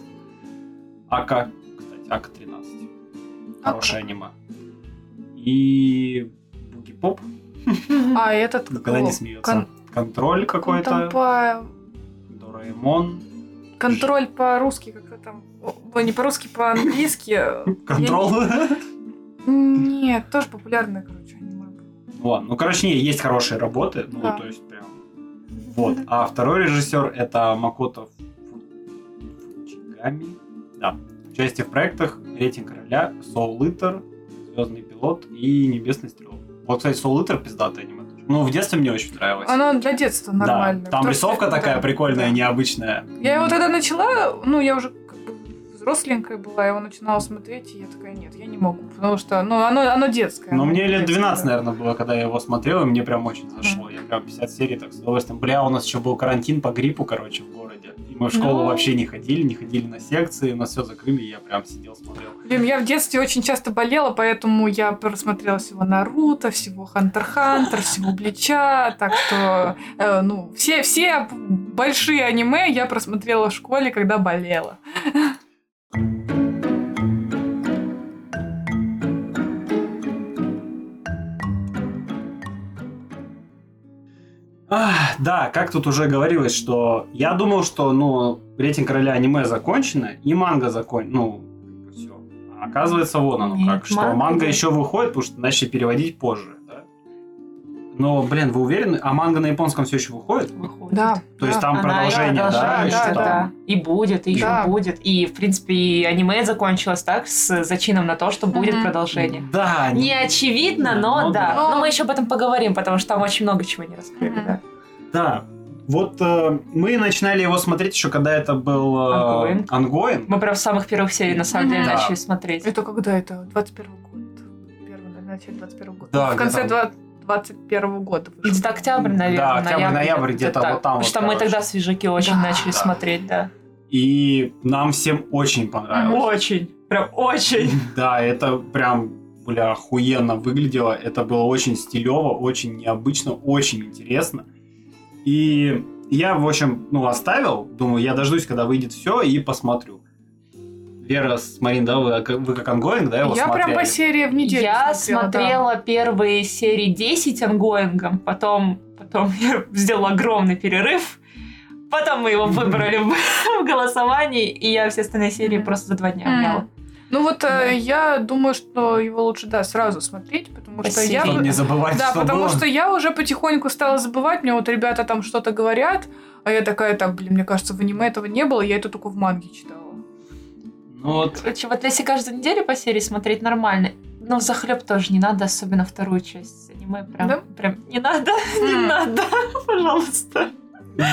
«Ака», кстати, «Ака-13». Хорошее аниме. И Буги Поп, А этот... Никогда Ну, не о, смеется. кон- Контроль он там какой-то. по... Дораэмон. Контроль по-русски как-то там... О, ой, не по-русски, <laughs> по-английски. Контрол. <laughs> Нет, тоже популярное, короче, аниме. было. Ладно, ну короче, не, есть хорошие работы. Ну, Да. то есть прям... Вот. А второй режиссер это Макото Фу- Фучигами. Да. Участие в проектах Рейтинг короля, Соул Литер, Звездный пилот и Небесный стрелок. Вот, кстати, Соул Литер пиздатый аниме. Ну, в детстве мне очень нравилось. Оно для детства Да, нормально. Там Потому что- рисовка такая да, прикольная, да. необычная. Я его тогда начала, ну, я уже как бы взросленькая была, я его начинала смотреть, и я такая, нет, я не могу, потому что, ну, оно, оно детское. Ну, оно мне лет детское. 12, наверное, было, когда я его смотрел, и мне прям очень зашло. Я прям 50 серий так с удовольствием. Бля, у нас еще был карантин по гриппу, короче, в городе. И мы в школу Ну. вообще не ходили, не ходили на секции, нас все закрыли, и я прям сидел, смотрел. Блин, я в детстве очень часто болела, поэтому я просмотрела всего Наруто, всего Хантер Хантер, всего Блича, так что, э, ну, все, все большие аниме я просмотрела в школе, когда болела. Ах, да, как тут уже говорилось, что я думал, что, ну, рейтинг короля аниме закончено, и манга закон... Ну, все. Оказывается, вон оно Нет, как, что манга, манга да. еще выходит, потому что начали переводить позже, да? Но, блин, вы уверены? А манга на японском все еще выходит? Выходит. Да. То есть там Она продолжение, да? продолжает, ещё да, там? да. И будет, и еще Да. будет. И, в принципе, и аниме закончилось так, с зачином на то, что будет Мгм. продолжение. Да, Не очевидно, но Ну да. да. Но мы еще об этом поговорим, потому что там очень много чего не раскрыли. Мгм. Да. Да. Вот э, мы начинали его смотреть еще, когда это был э, Ongoing. ангоин. Мы прям с самых первых серий, на самом деле, Да. начали смотреть. Это когда это? 21 год. Первый, наверное, начале 21 года. Да, в конце где-то- 21 года вышел. Где-то октябрь, наверное. Да, октябрь, ноябрь, ноябрь, где-то так. вот там Потому вот, что мы короче. тогда свежаки очень Да. начали Да. смотреть, да. И нам всем очень понравилось. Очень. Прям очень. Да, это прям, бля, охуенно выглядело. Это было очень стилево, очень необычно, очень интересно. И я, в общем, ну, оставил. Думаю, я дождусь, когда выйдет все, и посмотрю. Вера с Марин, да, вы, вы как ангоинг, да, его Я прям смотрели? по серии в неделю я смотрела, да. смотрела первые серии 10 ангоингом, потом, потом я сделала огромный перерыв, потом мы его выбрали в, в голосовании, и я все остальные серии просто за два дня Мгм. умяла. Ну вот э, Да. я думаю, что его лучше, да, сразу смотреть, потому что Спасибо. я... Чтобы бы- не забывать, Да, что потому было. что я уже потихоньку стала забывать, мне вот ребята там что-то говорят, а я такая, так, блин, мне кажется, в аниме этого не было, я это только в манге читала. Ну вот, Короче, вот если каждую неделю по серии смотреть нормально, но в захлеб тоже не надо, особенно вторую часть аниме. Прям, Да? прям не надо, <laughs> не М. надо, пожалуйста.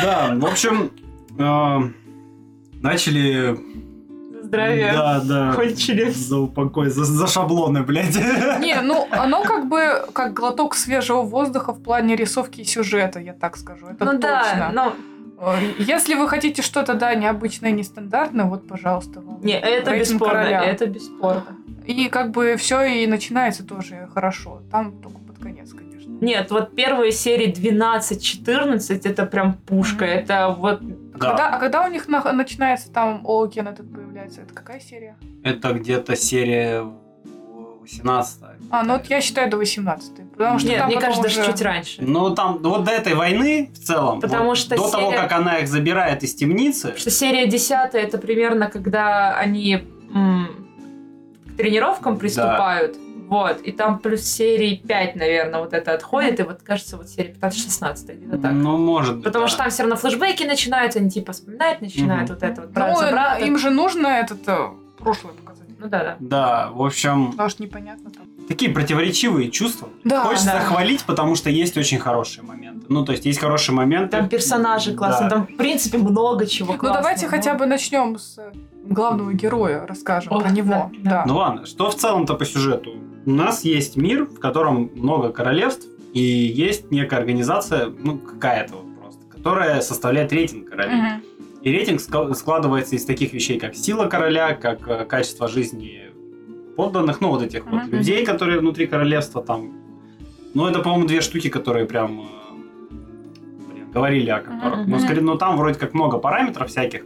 да, в общем, э, начали... Здравия. Да, да. кончились. За упокой, за, за шаблоны, блядь. Не, ну оно как бы как глоток свежего воздуха в плане рисовки и сюжета, я так скажу. Это Ну точно. да, но Э, Если вы хотите что-то, да, необычное, нестандартное, вот, пожалуйста, вам. Не, это Рейтинг бесспорно, короля. это бесспорно. И как бы все и начинается тоже хорошо. Там только под конец, конечно. Нет, вот первые серии 12-14 это прям пушка, Мгм. это вот Когда, а когда у них на- начинается там Оукен этот появляется? Это какая серия? Это где-то серия 18 А, ну вот я считаю до 18 Потому что Нет, там мне потом кажется, уже- даже чуть раньше. Ну, там, ну, вот до этой войны в целом, Потому вот что до того, серия- как она их забирает из темницы, Потому что серия 10 это примерно, когда они м, к тренировкам приступают. Вот. И там плюс серии 5, наверное, вот это отходит. И вот, кажется, вот серия 15-16, где-то так. ну, может быть, Потому да. что там все равно флешбеки начинаются, они типа вспоминают, начинают Мгм. вот это вот Ну, брат за брата. э, им же нужно этот э, прошлое показать. Ну да, да. Да, в общем, Потому что непонятно там. Ну, такие противоречивые чувства. Да, Хочется да. хвалить, потому что есть очень хорошие моменты. Ну, то есть есть хорошие моменты. Там персонажи классные, Да. там в принципе много чего Ну классного. давайте но- хотя бы начнем с главного героя, расскажем Ох, про него. да, Да. Ну ладно, что в целом-то по сюжету? У нас есть мир, в котором много королевств, и есть некая организация, ну, какая-то вот просто, которая составляет рейтинг королей. Мгм. И рейтинг ска- складывается из таких вещей, как сила короля, как э, качество жизни подданных, ну, вот этих вот Мгм. людей, которые внутри королевства там. Ну, это, по-моему, две штуки, которые прям э, блин, говорили о которых. Но, Мгм. скорее, ну, там вроде как много параметров всяких.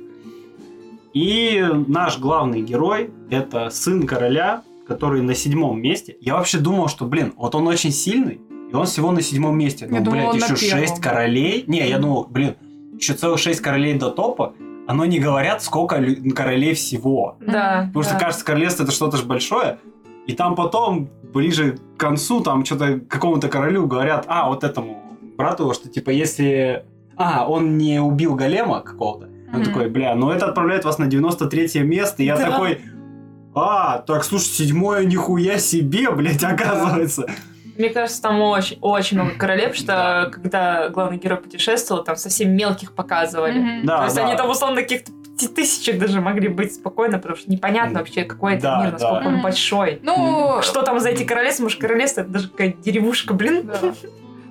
И наш главный герой — это сын короля, который на седьмом месте. Я вообще думал, что, блин, вот он очень сильный, и он всего на седьмом месте. Я Ну, думала, блядь, он на еще первом. шесть королей. Не, я думал, блин, еще целых шесть королей до топа, оно не говорят, сколько лю- ну, королей всего. Да. Потому что, да. кажется, королевство это что-то ж большое. И там потом, ближе к концу, там что-то какому-то королю говорят, а, вот этому брату, что типа если... А, он не убил голема какого-то. Он Мгм. такой, бля, ну это отправляет вас на 93 место. И я Да. такой, а, так слушай, седьмое нихуя себе, блядь, оказывается. Мне кажется, там очень, очень много королев, что когда главный герой путешествовал, там совсем мелких показывали. Мгм. Да, То есть да. они там условно каких-то пяти тысячек даже могли быть спокойно, потому что непонятно вообще, какой это Да, мир, насколько да. он Мгм. большой. Ну, Что там за эти королевства? Может, королевство это даже какая-то деревушка, блин. да.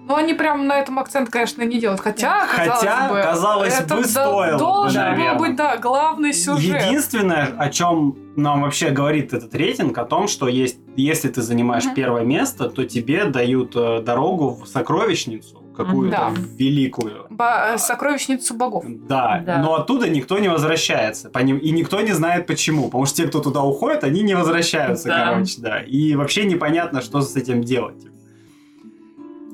Ну, они прям на этом акцент, конечно, не делают. Хотя, А казалось Хотя, бы, казалось это бы, до- стоило бы, должен наверное. был быть, да, главный сюжет. Единственное, о чем нам вообще говорит этот рейтинг, о том, что есть, если ты занимаешь Мгм. первое место, то тебе дают э, дорогу в сокровищницу какую-то Мгм. Да. великую. Ба- э, Сокровищницу богов. Да, Да. но оттуда никто не возвращается, по ним, и никто не знает почему, потому что те, кто туда уходит, они не возвращаются, Да. короче, да, и вообще непонятно, что с этим делать.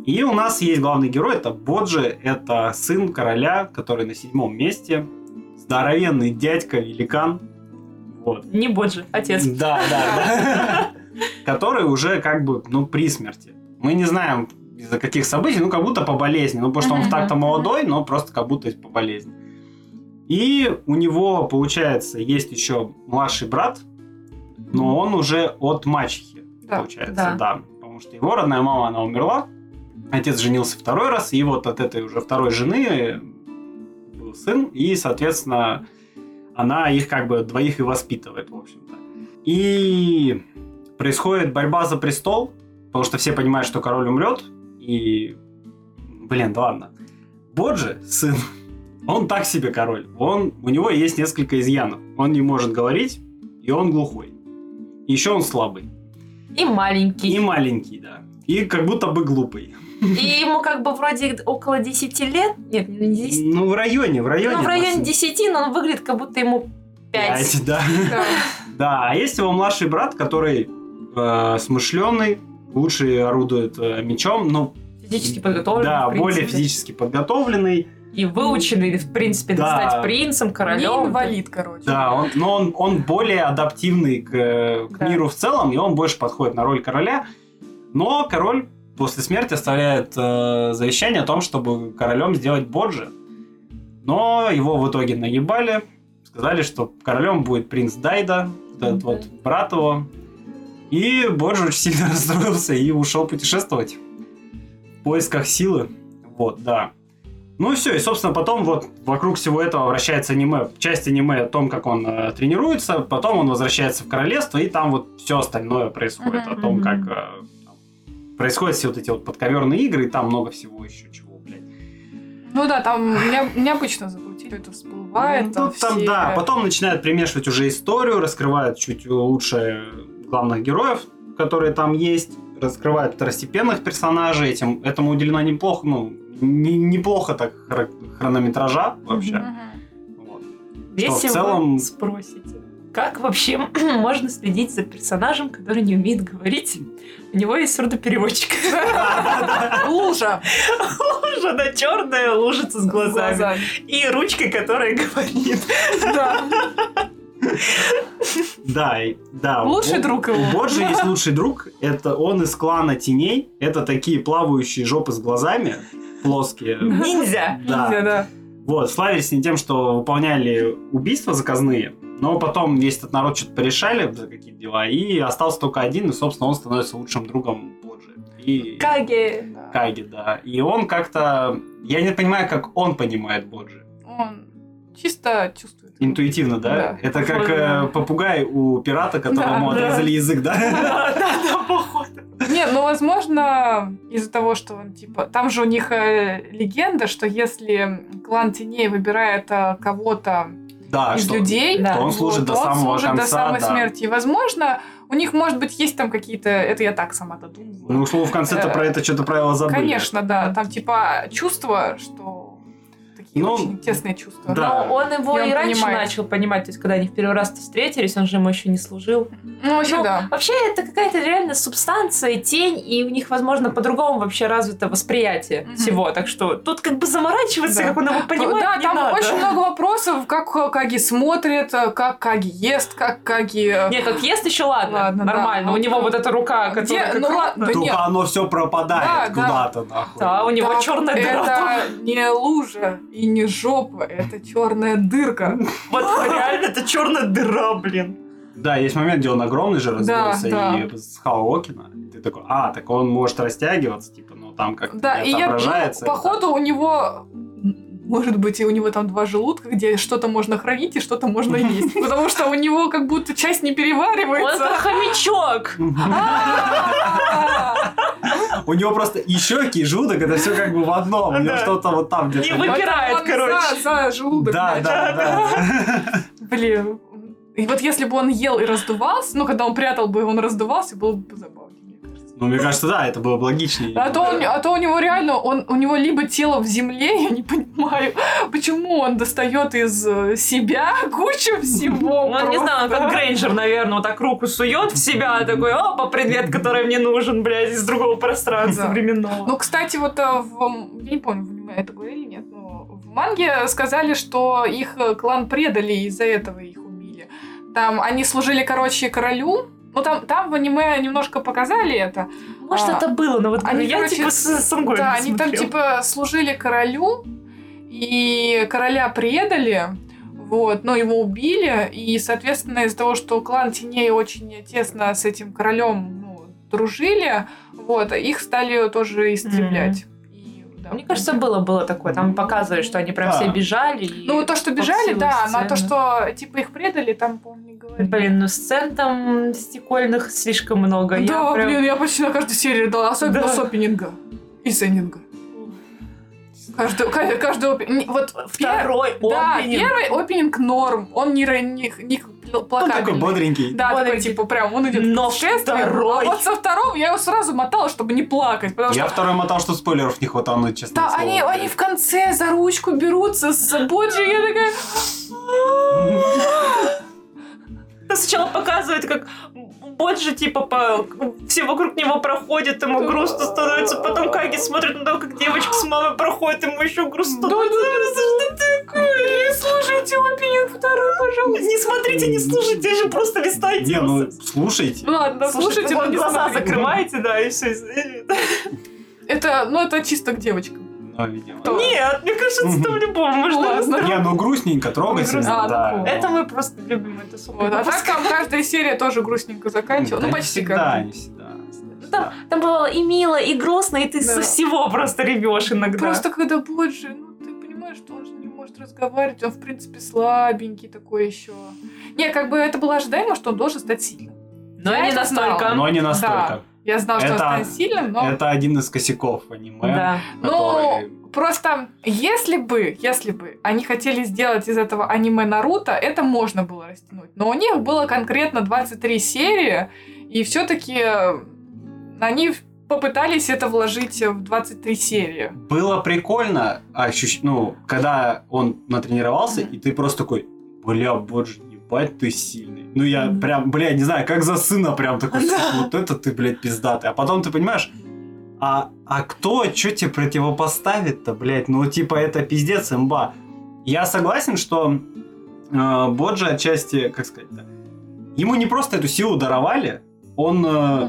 И у нас есть главный герой, это Боджи, это сын короля, который на седьмом месте, здоровенный дядька, великан, вот. Не Боджи, отец. Да, да, да. Который уже как бы, ну, при смерти. Мы не знаем из-за каких событий, ну, как будто по болезни. Ну, потому что он Мгм. в так-то молодой, но просто как будто по болезни. И у него, получается, есть еще младший брат, но он уже от мачехи, Да, получается, да. да. Потому что его родная мама, она умерла, отец женился второй раз, и вот от этой уже второй жены был сын, и, соответственно, она их как бы двоих и воспитывает, в общем-то. И происходит борьба за престол, по- Потому что все понимают, что король умрет, и... Блин, да ладно. Боджи, сын, он так себе король. Он, у него есть несколько изъянов. Он не может говорить, и он глухой. Еще он слабый. И И маленький. маленький, да. И как будто бы глупый. И ему как бы вроде около 10 лет. Нет, не 10. Ну, в районе, в районе. Ну, в районе на самом- 10, но он выглядит как будто ему 5. Пять, да. Да. Да, а есть его младший брат, который э, смышленый, лучше орудует э, мечом, но Физически подготовлен. да, в принципе. более физически подготовленный. И выученный, в принципе, Да. стать принцем, Не королем. инвалид, короче. Да, он, но он, он более адаптивный к, э, к Да. миру в целом, и он больше подходит на роль короля. Но король после смерти оставляет э, завещание о том, чтобы королем сделать Боджи. Но его в итоге наебали. Сказали, что королем будет принц Дайда, вот этот Да. вот брат его. И Боджи очень сильно <laughs> расстроился и ушел путешествовать в поисках силы. Вот, да. Ну и все, и, собственно, потом вот вокруг всего этого вращается аниме. Часть аниме о том, как он э, тренируется, потом он возвращается в королевство, и там вот все остальное происходит. Мгм, о том, мгм. как э, там происходят все вот эти вот подковерные игры, и там много всего еще чего, блядь. Ну да, там меня- необычно заплатили, это всплывает. Ну, там там, все- да, потом начинают примешивать уже историю, раскрывают чуть лучше главных героев, которые там есть, раскрывают второстепенных персонажей, этим, этому уделено неплохо, ну, не- неплохо так хро- хронометража вообще. Мгм. Вот. Если в целом- вы спросите, как вообще <clears throat> можно следить за персонажем, который не умеет говорить? У него есть <laughs> сурдопереводчик. Лужа Лужа, да, черная лужица с с глазами. глазами. И ручка, которая говорит. Да. Да, и- да. у Лучший Бо- друг его. У Боджи есть лучший друг. Это он из клана теней. Это такие плавающие жопы с глазами плоские. Ниндзя. Да. Да-да. Вот, славились не тем, что выполняли убийства заказные, но потом весь этот народ что-то порешали за какие-то дела, и остался только один, и, собственно, он становится лучшим другом Боджи. И... Каги. Каги, да. И он как-то... Я не понимаю, как он понимает Боджи. Он чисто чувствует. Интуитивно, да? Да. Это как Понял. э, попугай у пирата, которому Да, да. отрезали язык, <laughs> да? Да-да, походу. Нет, ну, возможно, из-за того, что он, типа... Там же у них э, легенда, что если клан теней выбирает э, кого-то Да, из А что- людей, Да. то он вот, служит до он самого служит конца, до самой да. смерти. И, возможно, у них, может быть, есть там какие-то... Это я так сама додумала. Ну, к слову, в конце-то Э, про это что-то правило забыли. Конечно, да. Там, типа, чувства, что... Такие Ну, очень тесные чувства. да. Но он его И он и раньше понимает. начал понимать, то есть когда они в первый раз встретились, он же ему еще не служил. Ну, вообще, Ну, да. Вообще, это какая-то реально субстанция, тень, и у них, возможно, по-другому вообще развито восприятие Мгм. всего. Так что тут как бы заморачиваться, Да. как он его понимает, да, не там надо. очень много вопросов, как э, Каги смотрит, э, как Каги ест, как Каги... э, Не, как ест еще ладно, Ладно, да. Ну, нормально. У него вот эта рука, Где- которая... как ну, рот- ладно, да Только нет. оно все пропадает Да, да. куда-то, нахуй. Да, у него Так, черная дыра. Это не лужа и не жопа, это черная дырка. <laughs> Вот <laughs> реально, это черная дыра, блин. Да, есть момент, где он огромный же Да, раздулся да. и с Хаокина. И Ты такой, а, так он может растягиваться, типа, ну там как-то Да, и я отображается. ну, походу у него может быть, и у него там два желудка, где что-то можно хранить и что-то можно <laughs> есть. Потому что у него как будто часть не Он как переваривается. хомячок. <laughs> А, <laughs> У него просто и щеки, и желудок, это все как бы в одном. У него Да. что-то вот там Не где-то. вы- Выпирает, он короче. За, за желудок. Да, да, значит. да. Блин. И вот если бы он ел и раздувался, ну, когда он прятал бы, он раздувался, было бы забавнее, мне кажется. Ну, мне кажется, да, это было бы логичнее. А то, он- а то у него реально, он, у него либо тело в земле, <laughs> я не понимаю, почему он достает из э, себя кучу всего. Ну, Он, не просто. знаю, он как Грейнджер, наверное, вот так руку сует в себя, а такой, опа, предмет, который мне нужен, блядь, из другого пространства Да. временного. Ну, кстати, вот э, в... м, Я не помню, в аниме это было или нет, но в манге сказали, что их э, клан предали, и из-за этого их убили. Там они служили, короче, королю, ну, там, там в аниме немножко показали это, Может, а, это было, но вот они, я короче, типа с Сунгой Да, не они там смотрела. типа служили королю, и короля предали, вот, но его убили, и, соответственно, из-за того, что клан теней очень тесно с этим королем ну, дружили, вот, их стали тоже истреблять. И, да, да. Мне кажется, было было такое. Там показывали, что они прям Да. все бежали. и Ну, то, что бежали, всю да, но то, сцену. что, типа, их предали, там, помню, говорили. Блин, ну сцен там стекольных слишком много. Я Да, прям- блин, я почти на каждой серии дала, особенно Да. с опенинга и с эндинга. Каждый, ка- каждый опе- не, Вот пер- Второй Да, опенинг. первый опенинг норм, он не, ра- не, не пл- Он такой плакатный. бодренький. Да, такой, Бодренький. типа, прям, он идет Но в путешествие, второй. А вот со второго я его сразу мотала, чтобы не плакать, потому что Я второй мотал, что спойлеров не хватало, ну, честно Да, они, они в конце за ручку берутся с Боджи, я такая... Сначала показывает, как Боджи, типа, по... все вокруг него проходят, ему грустно становится, потом Каги смотрит на то, как девочка с мамой проходит, ему еще грустно становится. Что такое? Не слушайте опенинг второй, пожалуйста. Не смотрите, не слушайте, же просто листайте. Не, ну, слушайте. Ну ладно, слушайте, но вот не глаза смотрите. закрываете, да, и все. Это, ну это чисто к девочкам. Ну, видимо. Кто? Нет, мне кажется, там любому Ну, можно. ладно. Не, ну грустненько, трогательно, Грустно. да. А, ну, Это мы просто любим эту супер. Вот, а так там каждая серия тоже грустненько заканчивала. Ну Да, почти не всегда, каждая. не всегда. там- Там бывало и мило, и грустно, и ты Да. со всего просто ревешь иногда. Просто когда Боджи, ну ты понимаешь, что он же не может разговаривать, он в принципе слабенький такой еще. Не, как бы это было ожидаемо, что он должен стать сильным. Но Я не это знала. настолько. Но не настолько. Я знала, что он Это- станет сильным, но... Это один из косяков аниме, Да. который... Ну, просто, если бы, если бы они хотели сделать из этого аниме Наруто, это можно было растянуть. Но у них было конкретно 23 серии, и все-таки они в- попытались это вложить в 23 серии. Было прикольно, ощущ- ну, когда он натренировался, и ты просто такой, бля, боже, ебать, ты сильный. Ну, я прям, бля, не знаю, как за сына прям такой, «Сука, вот это ты, блядь, пиздатый. А потом ты понимаешь, а, а кто, что тебе противопоставит-то, блядь? Ну, типа, это пиздец, имба. Я согласен, что э, Боджи отчасти, как сказать-то, ему не просто эту силу даровали, он э,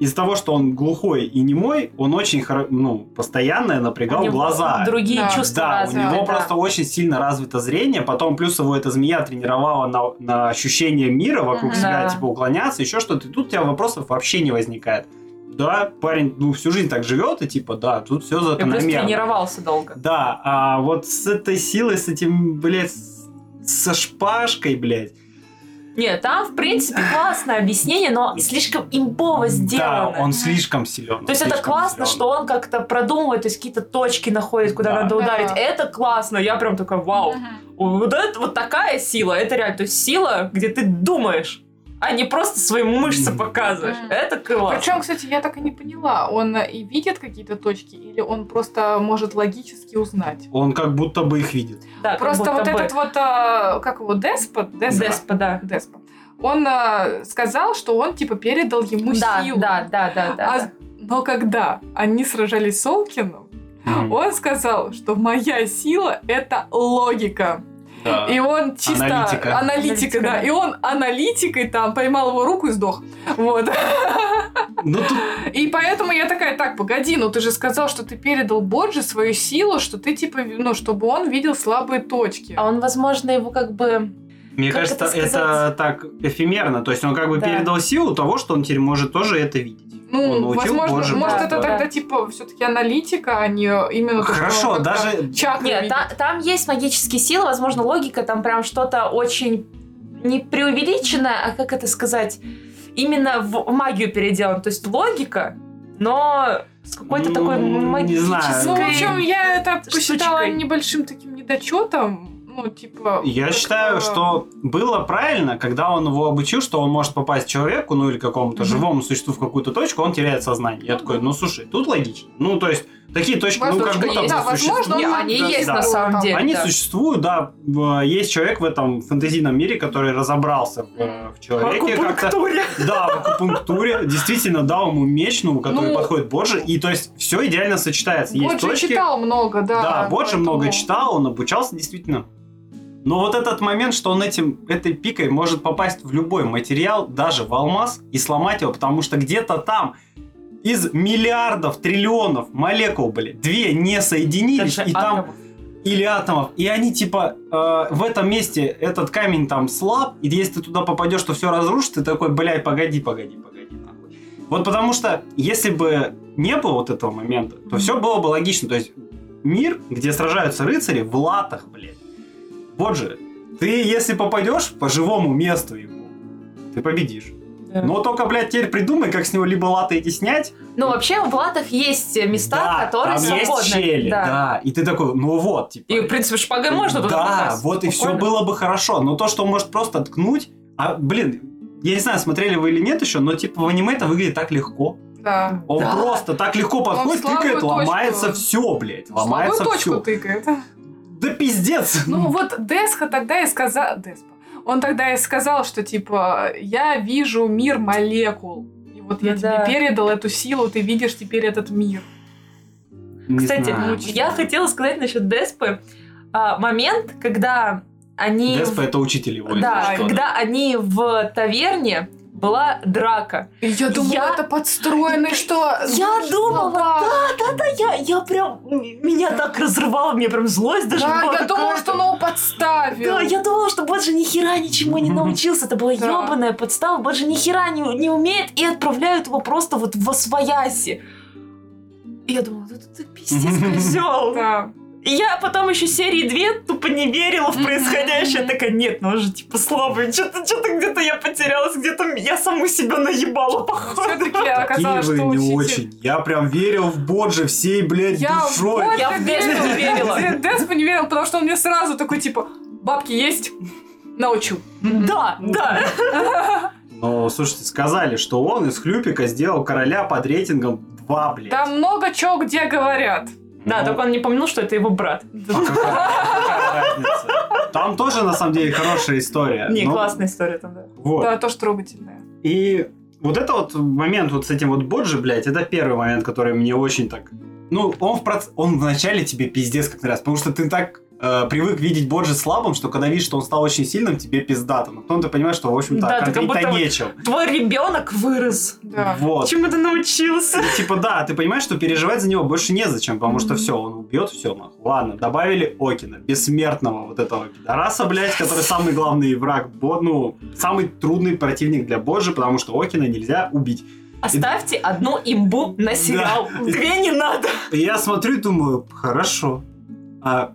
из-за того, что он глухой и немой, он очень хоро- ну, постоянно напрягал У него глаза. Другие Да. чувства Да, у развиты, него да. просто очень сильно развито зрение. Потом плюс его эта змея тренировала на, на ощущение мира вокруг Мгм. себя, Да. типа уклоняться, еще что-то. И тут у тебя вопросов вообще не возникает. Да, парень, ну, всю жизнь так живет, и типа, да, тут все И плюс закономерно. тренировался долго. Да, а вот с этой силой, с этим, блядь, с- со шпажкой, блядь. Нет, там, в принципе, классное объяснение, но слишком имбово сделано. Да, он слишком силен. То есть это классно, что он как-то продумывает, то есть какие-то точки находит, куда Да. надо ударить. Да. Это классно, я прям такая, вау. Вот это вот такая сила, это реально, то есть сила, где ты думаешь, а не просто свои мышцы Мгм. показываешь. Мгм. Это классно. Причем, кстати, я так и не поняла, он и видит какие-то точки, или он просто может логически узнать. Он как будто бы их видит. Да, как Просто будто вот бы. этот вот, а, как его, деспот? Деспот. Деспа, да. Деспа. Он а, сказал, что он типа передал ему Да, силу. да, да, да, да. А- но когда они сражались с Олкином, он сказал, что моя сила это логика. Да. И он чисто Аналитика. аналитика, Аналитика, да. да. И он аналитикой там поймал его руку и сдох. Вот. Ну, тут И поэтому я такая, так, погоди, ну ты же сказал, что ты передал Боджи свою силу, что ты типа, ну, чтобы он видел слабые точки. А он, возможно, его как бы... Мне Как кажется, это это, сказать? так эфемерно. То есть он как бы Да. передал силу того, что он теперь может тоже это видеть. он Ну, научил возможно, Боже может, да, это да. тогда типа все-таки аналитика, а не именно... то, что Хорошо, он как-то даже... чакры Нет, видит. та- там есть магические силы, возможно, логика, там прям что-то очень не преувеличенное, а как это сказать, именно в магию переделано. То есть логика, но с какой-то Ну, такой не магической... знаю. Ну, в общем, я это штучкой. посчитала небольшим таким недочетом. Ну, типа... Я как-то- считаю, что было правильно, когда он его обучил, что он может попасть человеку, ну или какому-то Мгм. живому существу в какую-то точку, он теряет сознание. Я такой, ну слушай, тут логично. Ну, то есть, такие точки, ну, как Возможно, будто бы есть. Да, возможно, существуют. Не, он- они да, есть да. на самом деле. Они да. существуют, да. В- Есть человек в этом фэнтезийном мире, который разобрался в, э, в человеке как-то. <laughs> Да, в акупунктуре. Действительно, дал ему меч, ну, который Ну, подходит Боджи. И то есть все идеально сочетается. Есть Боджи точки. читал много, да. Да, Боджи поэтому- много читал, он обучался действительно. Но вот этот момент, что он этим, этой пикой может попасть в любой материал, даже в алмаз, и сломать его, потому что где-то там из миллиардов, триллионов молекул, блин, две не соединились, Даже и там атомов. или атомов, и они типа э, в этом месте этот камень там слаб, и если ты туда попадешь, то все разрушит, ты такой, блядь, погоди, погоди, погоди. нахуй». Вот потому что, если бы не было вот этого момента, то все было бы логично. То есть мир, где сражаются рыцари в латах, блядь. Вот же, ты если попадешь по живому месту его, ты победишь. Но только, блядь, теперь придумай, как с него либо латы эти снять. Ну, вообще, в латах есть места, да, которые там свободны. есть щели, да. И ты такой, ну вот, типа. И, в принципе, шпагой можно туда Да, попасть. вот и все Спокойно. было бы хорошо. Но то, что он может просто ткнуть, а, блин, я не знаю, смотрели вы или нет еще, но типа в аниме это выглядит так легко. Да. Он Да. просто так легко подходит, слабую тыкает, точку. ломается все, блядь. Ломается Слабую все. точку тыкает. Да пиздец! <laughs> Ну вот Десха тогда и сказал... Деспа. Он тогда и сказал, что типа я вижу мир молекул. И вот я Ну да. тебе передал эту силу, ты видишь теперь этот мир. Не Кстати, знаю. я хотела сказать насчет Деспы. а, момент, когда они... Деспа это учитель его. если Да, что, когда они в таверне была драка. И я думала, Я- это подстроено, что... Я думала, да, Я, я прям... Меня так разрывало, мне прям злость даже да, была я такая. думала, что он его подставил. Да, я думала, что Боджи ни хера ничему не научился. Это была Да. ебаная подстава. Боджи ни хера не, не умеет и отправляют его просто вот во свояси. И я думала, да ты, ты пиздец козел. Да. И я потом еще серии две тупо не верила в Мгм, происходящее. мгм. Такая, нет, ну он же типа слабый. Что-то, что-то где-то я потерялась, где-то я саму себя наебала, походу. Все-таки Такие оказалось, вы что не учитель... очень. Я прям верил в Боджи всей, блядь, Я в душой. Бога Я в Деспу не верила. Я в Деспу не верила, потому что он мне сразу такой, типа, бабки есть? Научу. Да, да. Но, слушайте, сказали, что он из Хлюпика сделал короля под рейтингом 2, блядь. Там много чего где говорят. Да, Ну, только он не помнил, что это его брат. а какая- какая разница? Там тоже, на самом деле, хорошая история. Не, но- классная история там, да. Вот. Да, тоже трогательное. И вот это вот момент вот с этим вот Боджи, блядь, это первый момент, который мне очень так... Ну, он в, проц... он в начале тебе пиздец как нравится, потому что ты так э, привык видеть Боджи слабым, что когда видишь, что он стал очень сильным, тебе пиздатым. А потом ты понимаешь, что, в общем-то, Да, ты как конкретно будто вот- нечем. Твой ребенок вырос. Да. Вот. Чему ты научился? И, типа, да, ты понимаешь, что переживать за него больше незачем, потому что все, он убьет, все, нахуй. Ладно, добавили Окина, бессмертного вот этого пидораса, блядь, который самый главный враг, Бо- ну, самый трудный противник для Боджи, потому что Окина нельзя убить. Оставьте одну имбу на сериал. Две не надо. И я смотрю и думаю, хорошо. А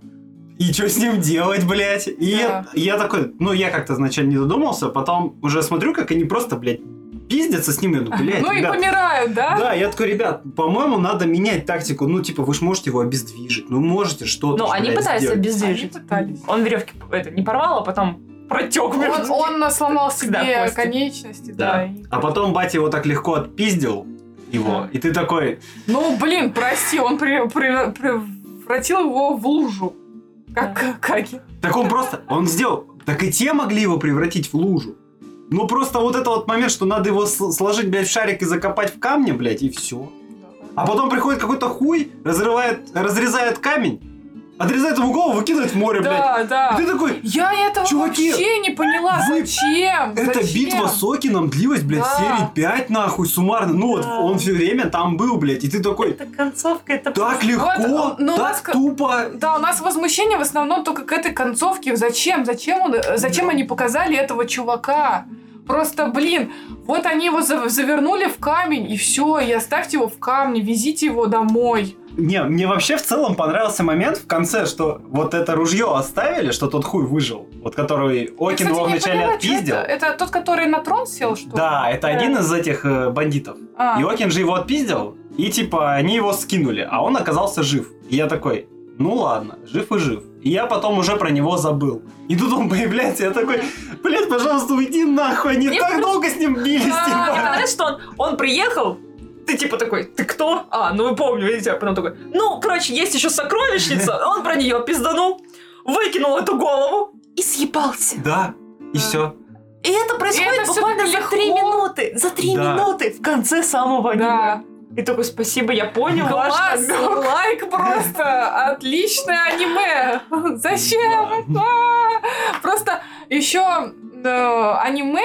и что с ним делать, блядь? И я, я такой, ну, я как-то вначале не задумался, потом уже смотрю, как они просто, блядь, пиздятся с ним, я <laughs> думаю, блядь, Ну и ребят, помирают, да? Да, я такой, ребят, по-моему, надо менять тактику. Ну, типа, вы же можете его обездвижить. Ну, можете что-то. Ну, ж, они блядь, пытаются сделать. Они обездвижить. пытались. Он веревки это, не порвал, а потом протек Он, <laughs> между он сломал Всегда себе кости. конечности, Да. да. и- А потом батя его так легко отпиздил, его. Да. И ты такой, Ну, блин, прости, он при- при- превратил его в лужу. Как Каки. так он просто, он сделал, так и те могли его превратить в лужу. Ну, просто вот это вот момент, что надо его с- сложить, блядь, в шарик и закопать в камне, блядь, и все. А потом приходит какой-то хуй, разрывает, разрезает камень, отрезает ему голову, выкидывает в море, блядь. Да, да. И ты такой, Я этого Чуваки, вообще не поняла, вы- зачем? Эта Зачем? битва с Окином длилась, блядь, Да. серии 5, нахуй, суммарно. Ну Да. вот, он все время там был, блядь, и ты такой, Это концовка, это... так легко, Вот, ну, у нас так ка- тупо. Да, у нас возмущение в основном только к этой концовке. Зачем? Зачем, он, э, зачем они показали этого чувака? Просто, блин, вот они его за- завернули в камень, и все, и оставьте его в камне, везите его домой. Не, мне вообще в целом понравился момент в конце, что вот это ружье оставили, что тот хуй выжил, вот который Я, Окин кстати, его не вначале поняла, чё отпиздил. Это? Это тот, который на трон сел, что ли? Да, это один из этих э, бандитов. А, И Окин же его отпиздил, и типа они его скинули, а он оказался жив. И я такой, ну ладно, жив и жив. И я потом уже про него забыл. И тут он появляется, я такой, блядь, пожалуйста, уйди нахуй, они Мне так просто- долго с ним бились, Да, Мне типа. понравилось, что он, он приехал, ты типа такой, ты кто? А, ну помню, и тебя потом такой, ну, короче, есть еще сокровищница, он про нее пизданул, выкинул эту голову и съебался. Да, и все. И это происходит всё буквально так за легко. три минуты, за три Да. минуты в конце самого аниме. да. И такой, спасибо, я понял ваш Класс, намёк». лайк просто, отличное аниме. Зачем? А, Просто еще аниме,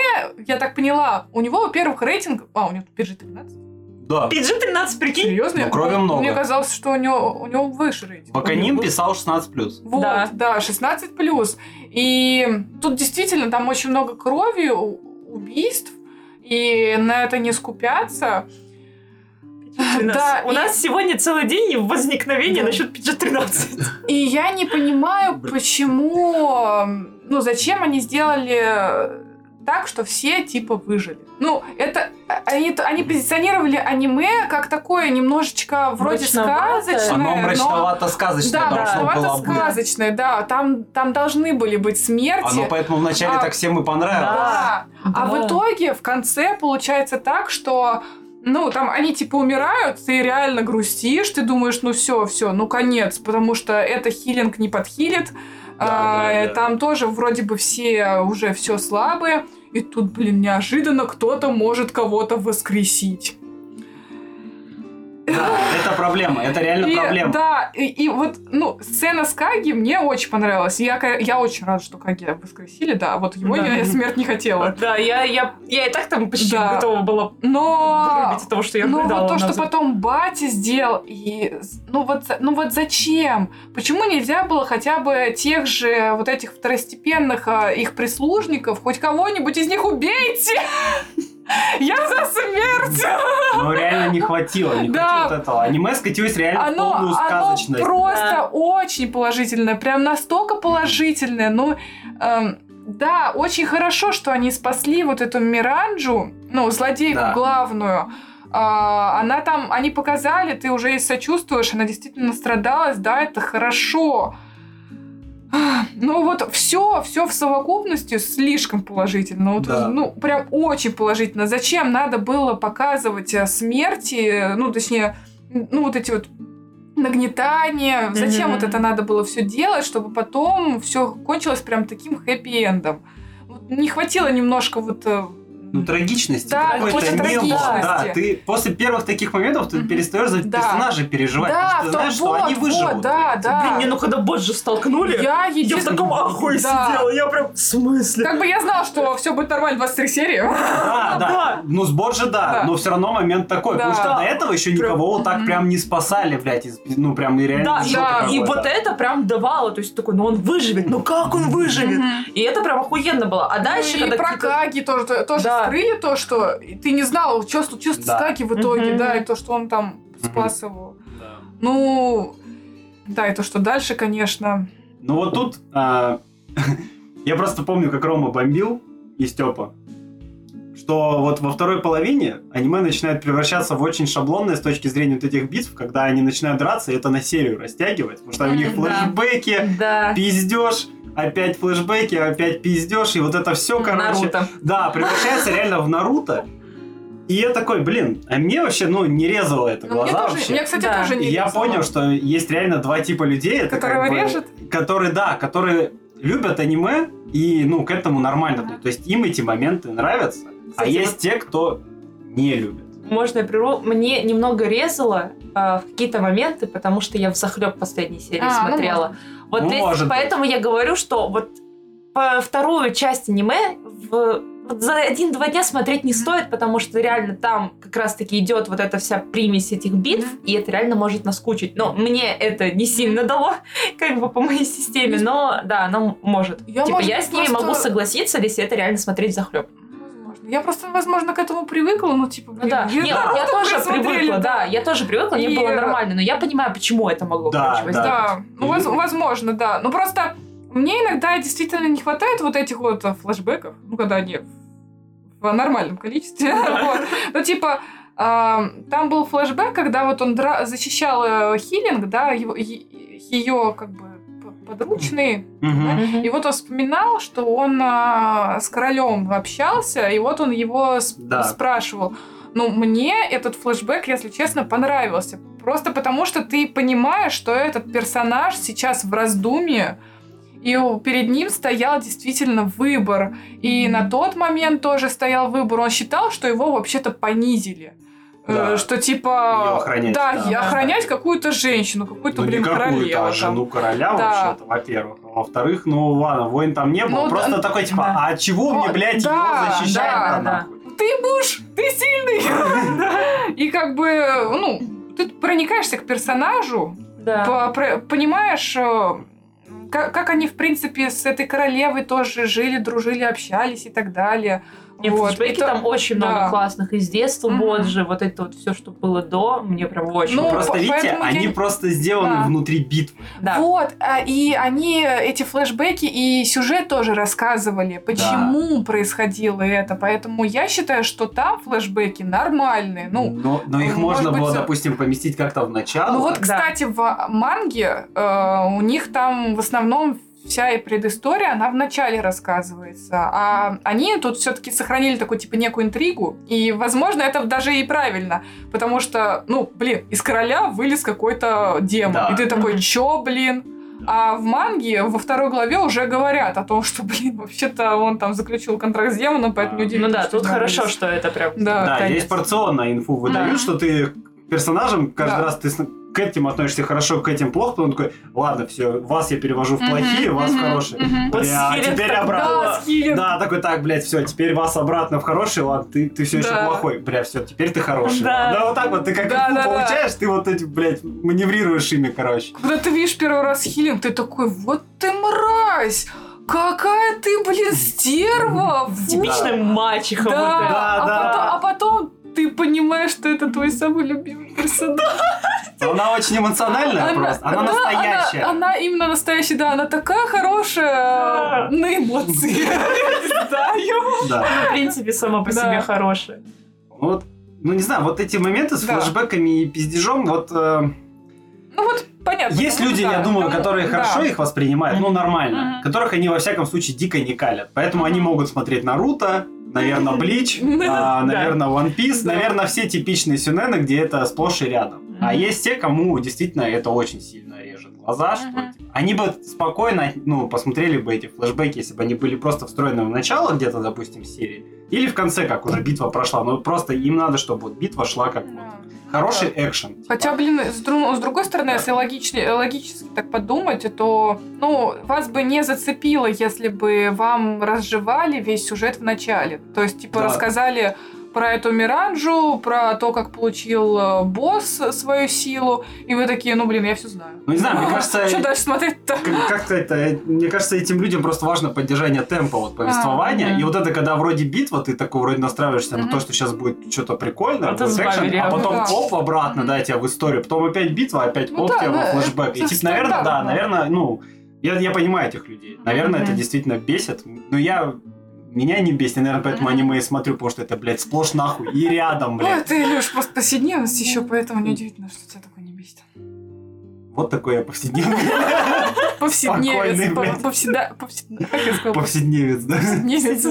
я так поняла, у него, во-первых, рейтинг... А, у него тут PG-13. Да. PG-13, прикинь, Серьезно? Ну, крови много. Мне казалось, что у него, у него выше рейтинг. Баканин писал 16+. Вот, Да. да. 16 плюс. И тут действительно там очень много крови, у- убийств, и на это не скупятся. PG-13. Да, У и- нас сегодня целый день возникновение насчет PG-13. И я не понимаю, Блин. почему, эм, ну, зачем они сделали э, так, что все типа выжили. Ну, это а- они, т- они позиционировали аниме как такое немножечко вроде Мрачноватое. Оно сказочное, Э, но мрачновато сказочное да, должно мрачновато было быть. сказочное, да, там там должны были быть смерти. Оно поэтому вначале А, так всем и понравилось. Да. А в итоге в конце получается так, что ну, там они типа умирают, ты реально грустишь, ты думаешь, ну все, все, ну конец, потому что это хилинг не подхилит. Да, А, да, да. Там тоже вроде бы все уже все слабые. И тут, блин, неожиданно кто-то может кого-то воскресить. Да, это проблема, это реально И- проблема. Да, и, и вот, ну, сцена с Каги мне очень понравилась. Я, ка- я очень рада, что Каги воскресили, да, вот его Да. я, я смерть <laughs> не хотела. Да, я, я, я и так там почти Да. готова была Но вырубить от того, что я Ну рыдала вот то, что назад. потом Бати сделал, и з- ну вот, за- ну вот зачем? Почему нельзя было хотя бы тех же вот этих второстепенных а, их прислужников, хоть кого-нибудь из них убейте? <laughs> Я за смерть! Но реально не хватило, не Да. хватило вот этого. Аниме скатилось реально в полную Оно, оно сказочность. просто очень положительное, прям настолько положительное. Ну, эм, да, очень хорошо, что они спасли вот эту Миранджу, ну, злодейку Да. главную. А, она там, они показали, ты уже и сочувствуешь, она действительно страдалась, да, это хорошо. Ах, Ну вот все, все в совокупности слишком положительно. Вот, Да. Ну, прям очень положительно. Зачем надо было показывать э, смерти, э, ну, точнее, н- ну, вот эти вот нагнетания. Зачем Мгм. вот это надо было все делать, чтобы потом все кончилось прям таким хэппи-эндом. Вот не хватило немножко вот... э, Ну, трагичности Да, какой-то какой-то не было. трагичности. Да, ты после первых таких моментов ты Мгм. перестаешь за Да. персонажей переживать. да, потому что ты в том- знаешь, что вот, они вот, выживут. да, да. Блин, не, ну когда Боджи столкнули, я, я, в единственное- таком ахуе Да. сидела. Я прям, в смысле? Как бы я знала, что все будет нормально 23 серии. Да, да. Да. Ну, сбор же да, Да. но все равно момент такой. Да. Потому что до этого еще никого вот так Мгм. прям не спасали, блядь. из- Ну, прям и реально Да, жопа да, какой-то. И вот это прям давало, то есть такой, ну он выживет, ну как он выживет? И это прям охуенно было. А дальше, Ну и когда про какие-то- Каги тоже, то- тоже Да. вскрыли то, что ты не знал, что случилось Да. с Каги в итоге, Мгм. да, и то, что он там Мгм. спас его. Да. Ну, да, и то, что дальше, конечно. Ну вот тут а, <laughs> я просто помню, как Рома бомбил и Степа, что вот во второй половине аниме начинает превращаться в очень шаблонное с точки зрения вот этих битв, когда они начинают драться, и это на серию растягивать, потому что у них М, да. флешбеки, Да. пиздеж, опять флешбеки, опять пиздеж, и вот это все, короче, Наруто. да, <laughs> превращается реально в Наруто. И я такой, блин, а мне вообще, ну, не резало это Ну, мне, глаза тоже, вообще. мне, кстати, Да. тоже И не я рисовало. понял, что есть реально два типа людей. Это Которого как бы- режет? Которые, да, которые любят аниме и, ну, к этому нормально. идут. То есть им эти моменты нравятся. а Кстати, есть те, кто не любит. Можно я прерву? Мне немного резало а, в какие-то моменты, потому что я в захлеб последней серии А, ну смотрела. вот Ну, здесь- может поэтому я говорю, что вот по- вторую часть аниме в- вот за один-два дня смотреть не стоит, потому что реально там как раз-таки идет вот эта вся примесь этих битв, и это реально может наскучить. Но мне это не сильно дало, <laughs> как бы по моей системе, но да, оно может. Я, типа А может, я с ними просто- могу согласиться, если это реально смотреть захлеб. Возможно. Я просто, возможно, к этому привыкла, ну, типа, Ну блин, да, я- <laughs> Нет, я тоже смотрели, привыкла, да. да, я тоже привыкла, мне И- было нормально, но я понимаю, почему это могло Да, короче, возникнуть. Да, ну, воз- возможно, да. Ну, просто мне иногда действительно не хватает вот этих вот а, флешбеков, ну, когда они в нормальном количестве. <laughs> Вот. Ну, типа, а, там был флешбэк, когда вот он дра- защищал э, Хиллинг, да, его- е- ее, как бы, п- подручные, Мгм. Мгм. и вот он вспоминал, что он а, с королем общался, и вот он его сп- Да. спрашивал. Ну, мне этот флешбэк, если честно, понравился. Просто потому, что ты понимаешь, что этот персонаж сейчас в раздумье, и у- перед ним стоял действительно выбор. И на тот момент тоже стоял выбор. Он считал, что его вообще-то понизили. Э, Да. Что Её типа... охранять, да, да, и да, охранять какую-то женщину, какую-то, Ну, не блин, какую-то, королеву. а там. жену короля Да. вообще-то, во-первых. А Во-вторых, ну ладно, воин там не был. Ну, Просто да. такой, типа, Да. а от чего мне, О, блядь, да, его защищать да, надо, да. нахуй? ты муж, ты <laughs> сильный. И как бы, ну, ты проникаешься к персонажу, Да. по- про- понимаешь, э, как, как они, в принципе, с этой королевой тоже жили, дружили, общались и так далее. Мне Вот, флешбеки это- там очень много да. классных из детства, Мгм. вот же, вот это вот все, что было до, мне прям очень Ну, Просто нравится. по- видите, поэтому я они не- просто сделаны Да. внутри битвы. Да. Вот, а, и они, э, эти флешбеки и сюжет тоже рассказывали, почему происходило это. Поэтому я считаю, что там флешбеки нормальные. Ну, но, но их может можно быть, было, всё- допустим, поместить как-то в начало. ну вот, А, да. кстати, в манге э, у них там в основном вся и предыстория, она в начале рассказывается. А они тут все-таки сохранили такую, типа, некую интригу. И, возможно, это даже и правильно. Потому что, ну, блин, из короля вылез какой-то демон. Да. И ты такой, Мгм. чё, блин? А в манге во второй главе уже говорят о том, что, блин, вообще-то он там заключил контракт с демоном, поэтому Да. Ну удивительно. да, что тут он хорошо, вылез. что это прям... типа Да, да, наконец. здесь порционно инфу выдают, Да. что ты персонажем каждый Да. раз ты с- к этим относишься хорошо, к этим плохо, потом такой, ладно, все, вас я перевожу в плохие, вас в Мгм, хорошие. мгм. Вот Бля, а Сирен теперь так обратно. Да, Правда. Скиллер. Да, такой, так, блядь, все, теперь вас обратно в хороший, ладно, ты, ты все еще Да. плохой, бля, все, теперь ты хороший. Да. Да, вот так вот, ты как Да, инфу да, да. получаешь, ты вот эти, блядь, маневрируешь ими, короче. Когда ты видишь первый раз хилинг, ты такой, вот ты мразь! Какая ты, блин, стерва! Фу!» Типичная мачеха. Да, вот эта. Да, а, да. Потом, а потом ты понимаешь, что это твой самый любимый персонаж. Она очень эмоциональная просто, она да, настоящая. Она, она именно настоящая, да, она такая хорошая э, на эмоции. Да, ё- <laughs> Да. в принципе, сама по Да. себе хорошая. Вот, ну не знаю, вот эти моменты с Да. флешбеками и пиздежом, вот... э, Ну вот, понятно. Есть кому люди, да, я думаю, кому- которые да. хорошо их воспринимают, ну нормально, Мгм. которых они во всяком случае дико не калят. Поэтому они могут смотреть Наруто, <laughs> наверное, Блич, Да. наверное, One Piece, Да. наверное, все типичные сюнены, где это сплошь и рядом. А есть те, кому действительно это очень сильно режет глаза, что Мгм. типа, они бы спокойно, ну, посмотрели бы эти флешбеки, если бы они были просто встроены в начало где-то, допустим, серии, или в конце, как уже битва прошла, но просто им надо, чтобы вот битва шла как вот Да. хороший экшен. типа. Хотя, блин, с, дру- с другой стороны, если логичнее- логически так подумать, то, ну, вас бы не зацепило, если бы вам разжевали весь сюжет в начале. То есть, типа, Да. рассказали про эту Миранжу, про то, как получил э, босс свою силу, и вы такие, ну, блин, я все знаю. Ну, не знаю, мне кажется, Что <laughs> дальше смотреть-то? Как- Как-то это, э, мне кажется, этим людям просто важно поддержание темпа вот повествования. мгм. И вот это, когда вроде битва, ты такой вроде настраиваешься на А, Мгм. то, что сейчас будет что-то прикольное, А то будет сбавили, экшен, а а потом да. оп, обратно, Мгм. да, тебя в историю. Потом опять битва, опять Ну оп, да, тебя во да, флешбэк. это И типа, наверное, да, стандартно. наверное, ну, я, я понимаю этих людей. Наверное, это Мгм. действительно бесит. Но я... Меня не бесит, я, наверное, поэтому Мгм. аниме и смотрю, потому что это, блядь, сплошь нахуй и рядом, Ну, блядь. это, Илюш, просто повседневность еще, поэтому неудивительно, что тебя такое не бесит. Вот такой я <laughs> повседневный. Спокойный, Повседневец. блядь. по- повседа- повсед- <laughs> Как я сказала? Повседневец, да. Повседневец.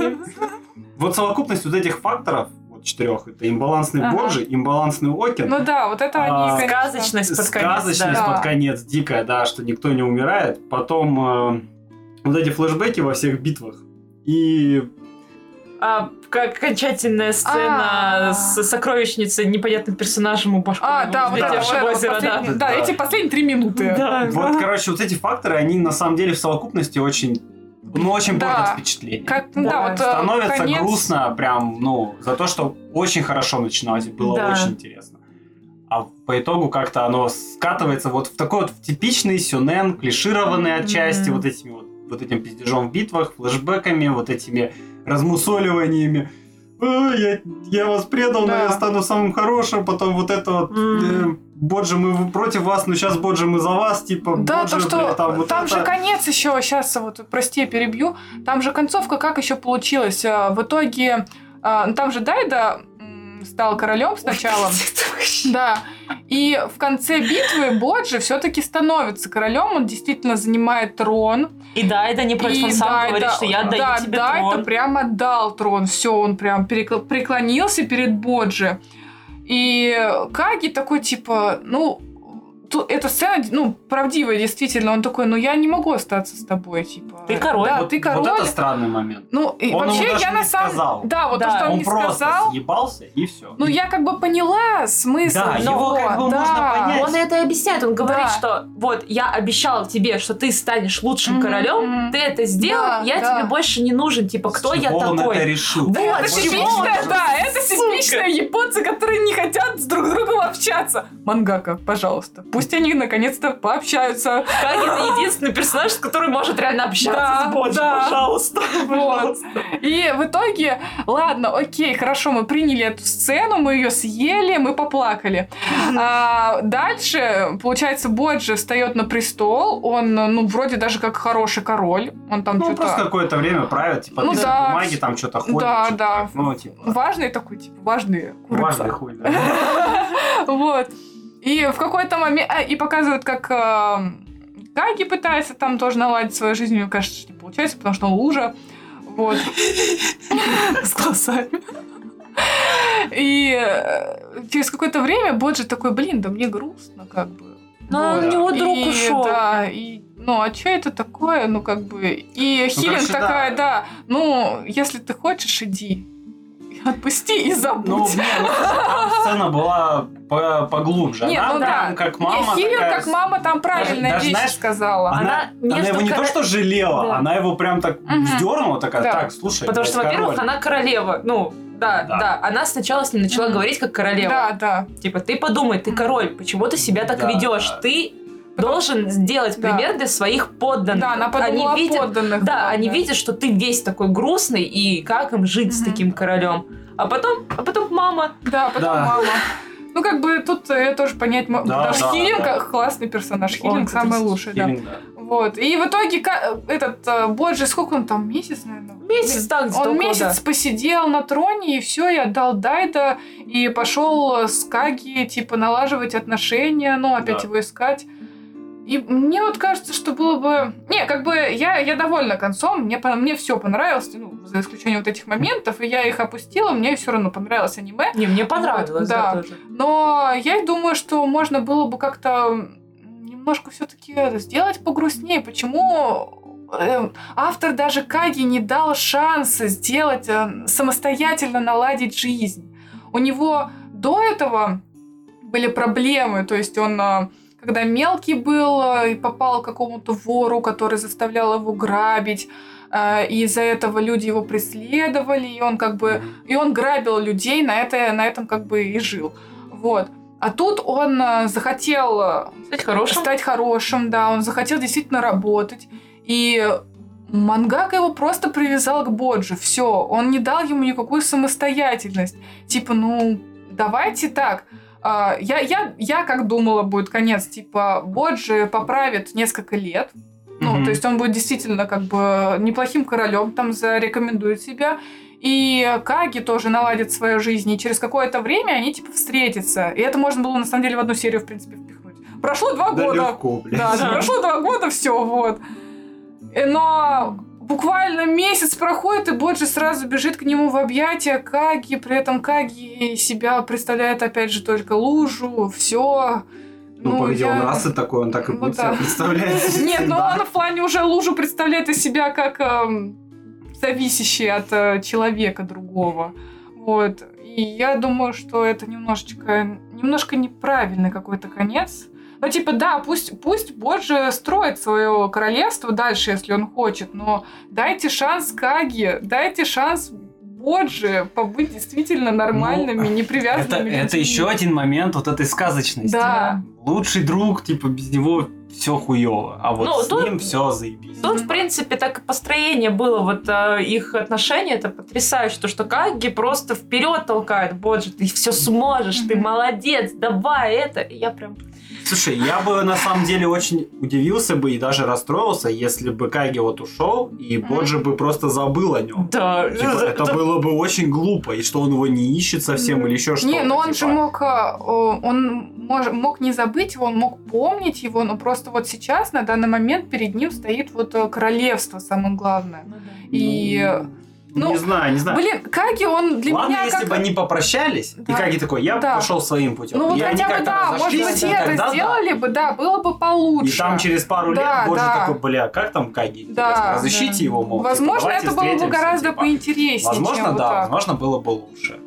Вот совокупность вот этих факторов, вот четырех, это имбалансный Ага. Борджи, имбалансный Окин, Ну да, вот это А, они, конечно. Сказочность под конец. сказочность да. под Да. конец дикая, да, что никто не умирает. Потом э, вот эти флешбеки во всех битвах. И А как окончательная сцена А. с сокровищницей, непонятным персонажем у башку. А, да, вот это, вот взлетевшего это вот озера, да. последние- Да. Да, эти последние три минуты. Да. вот, короче, вот эти факторы, они на самом деле в совокупности очень, ну, очень Да. портят впечатление. Как, да, Да, вот э, <laughs> Становится конец. грустно прям, ну, за то, что очень хорошо начиналось, и было Да. очень интересно. А по итогу как-то оно скатывается вот в такой вот в типичный сюнен, клишированный отчасти Мгм. вот этими вот, вот этим пиздежом в битвах, флешбэками, вот этими размусоливаниями. «А, я, я вас предал, но Да. я стану самым хорошим, потом вот это вот Мгм. э, Боджи, мы против вас, но сейчас Боджи, мы за вас, типа, Да, Боджи, то, что бля, там, вот это». же конец еще, сейчас вот, прости, я перебью, там же концовка как еще получилась? Э, В итоге, э, ну, там же Дайда м, стал <laughs> королем сначала. Да. И в конце битвы Боджи все-таки становится королем, он действительно занимает трон. И да, это не И против, он сам да, говорит, это- что я даю да, тебе да, это трон. прям отдал трон. Все, он прям перекл- преклонился перед Боджи. И Каги такой, типа, ну, ту- эта сцена, ну, правдивая, действительно. Он такой, ну, я не могу остаться с тобой, типа. Ты король. Да, Вот- ты король. Вот это странный момент. Ну, и Он вообще, ему даже я на не самом... сказал. Да, вот Да. то, что он, Он не просто сказал. съебался и все. Ну, я как бы поняла смысл Да, его как бы да. можно понять. Он это и объясняет, он говорит, Да. что вот я обещал тебе, что ты станешь лучшим Мгм, королем, мгм. ты это сделал, Да, я да. тебе больше не нужен, типа кто я Он это такой? решил. Вот, Это чего типичная, он- да, это типичные японцы, которые не хотят с друг другом общаться. Мангака, пожалуйста. Пусть они наконец-то пообщаются. Каги это единственный персонаж, с которым может реально общаться Да, с Боджи, да. пожалуйста. Вот. И в итоге, ладно, окей, хорошо, мы приняли эту сцену, мы ее съели, мы поплакали. А дальше, получается, Боджи встает на престол, он, ну, вроде даже как хороший король, он там Ну, что-то... просто какое-то время правит, типа, Ну писать да. бумаги, там что-то ходит. Да, чё-то да. так. Ну, типа, Важный такой, типа, важный курица. важный хуй, да. <laughs> Вот. И в какой-то момент... а, И показывают, как а, Гаги пытается там тоже наладить свою жизнь. У него, конечно, не получается, потому что он лужа. Вот. <laughs> С глазами. И э, через какое-то время Боджи такой, блин, да мне грустно, как бы. Но Вот. у Ну, него друг И, ушел. Да, и ну, а что это такое? Ну, как бы... И Ну, Хилин короче, да. такая, да. ну, если ты хочешь, иди. Отпусти и <laughs> забудь. Ну, не, ну, там сцена была по- поглубже. Не, Она ну там да. как Не, мама Хиллер, такая как мама, там правильные даже, вещи знаешь, сказала. Она Она, она между его не кора- то что жалела, Да. она его прям так Мгм. вздернула, такая, Да. так, слушай, Потому что, блядь, во-первых, король». она королева. Ну, да, да, Да. Она сначала с ним начала Мгм. говорить как королева. Да, да. Типа, ты подумай, ты король, почему ты себя так Да, ведешь? да. Ты должен сделать Да. пример для своих подданных. Да, она подумала они о видят, подданных. Да, они да. видят, что ты весь такой грустный, и как им жить с Мгм. таким королем. А потом, а потом мама. Да, потом Да. мама. Ну, как бы тут э, я тоже понять могу. Да, Потому что да, Хиллинг да. классный персонаж. Он Хиллинг самый потрясающий. лучший, да. Хиллинг, да. Вот. И в итоге ка- этот э, Боджи, сколько он там, месяц, наверное? Месяц, да, где-то Он около, да. месяц посидел на троне, и все, и отдал Дайда, и пошел с Каги, типа, налаживать отношения, ну, опять Да. его искать. И мне вот кажется, что было бы... Не, как бы я, я довольна концом, мне, по- мне все понравилось, ну, за исключением вот этих моментов, и я их опустила, мне все равно понравилось аниме. Не, мне понравилось, да, Да. тоже. Но я думаю, что можно было бы как-то немножко все-таки сделать погрустнее. Почему э, автор даже Каги не дал шанса сделать э, самостоятельно наладить жизнь? У него до этого были проблемы, то есть он э, когда мелкий был э, и попал к какому-то вору, который заставлял его грабить, э, и из-за этого люди его преследовали, и он как бы и он грабил людей, на, это, на этом как бы и жил. Вот. А тут он э, захотел э, Кстати, хороший. стать хорошим, да, он захотел действительно работать. И Мангака его просто привязал к Боджи. Все, он не дал ему никакую самостоятельность. Типа, ну, давайте так. А, Я, я, я как думала, будет конец. Типа, Боджи поправит несколько лет. Ну, Мгм. то есть он будет действительно как бы неплохим королем, там зарекомендует себя. И Каги тоже наладит свою жизнь, и через какое-то время они типа встретятся. И это можно было на самом деле в одну серию, в принципе, впихнуть. Прошло два Да года. легко, блядь. Да, да, Да. прошло два года, все, вот. Э, Но буквально месяц проходит, и Боджи сразу бежит к нему в объятия Каги, при этом Каги себя представляет, опять же, только лужу, все. <laughs> Ну, погоди, он расы такой, он так и Ну будет да. себя представлять. <laughs> Нет, ну Да. он в плане уже лужу представляет из себя как эм, зависящий от э, человека другого. Вот. И я думаю, что это немножечко, немножко неправильный какой-то конец. Ну, типа, да, пусть, пусть Боджи строит свое королевство дальше, если он хочет, но дайте шанс Каге, дайте шанс Боджи побыть действительно нормальными, Ну, Это, непривязанными это людьми. еще один момент вот этой сказочности. Да. Лучший друг, типа, без него все хуево, а вот Ну, с тут- ним все заебись. Ну, Тут, в принципе, так и построение было, вот э, а, их отношения, это потрясающе, то, что Каги просто вперед толкает, боже, ты все сможешь, ты Мгм. молодец, давай это. И я прям... Слушай, я бы на самом деле очень удивился бы и даже расстроился, если бы Каги вот ушел, и Мгм. Ну, Боджи бы просто забыл о нем. Да, Типа, Э, это было бы очень глупо, и что он его не ищет совсем или еще что-то. Не, но он типа. же мог, а, о, он мож- мог не забыть его, он мог помнить его, но просто вот сейчас, на данный момент, перед ним стоит вот э, королевство, самое главное. И, э, Ну, ну, не знаю, не знаю. блин, Каги, он для Ладно, меня если как... бы они попрощались, Да. и Каги такой, я Да. пошел своим путем. Ну вот И они хотя как-то бы, да, может разошлись, быть, и это тогда да. сделали бы, да, было бы получше. И там через пару Да, лет Боже да. такой, бля, как там Каги? Да, Интересно, Разыщите да. его, мол. типа, Возможно, давайте это было бы встретимся, гораздо типа. поинтереснее, Возможно, чем вот да, так. возможно, было бы лучше.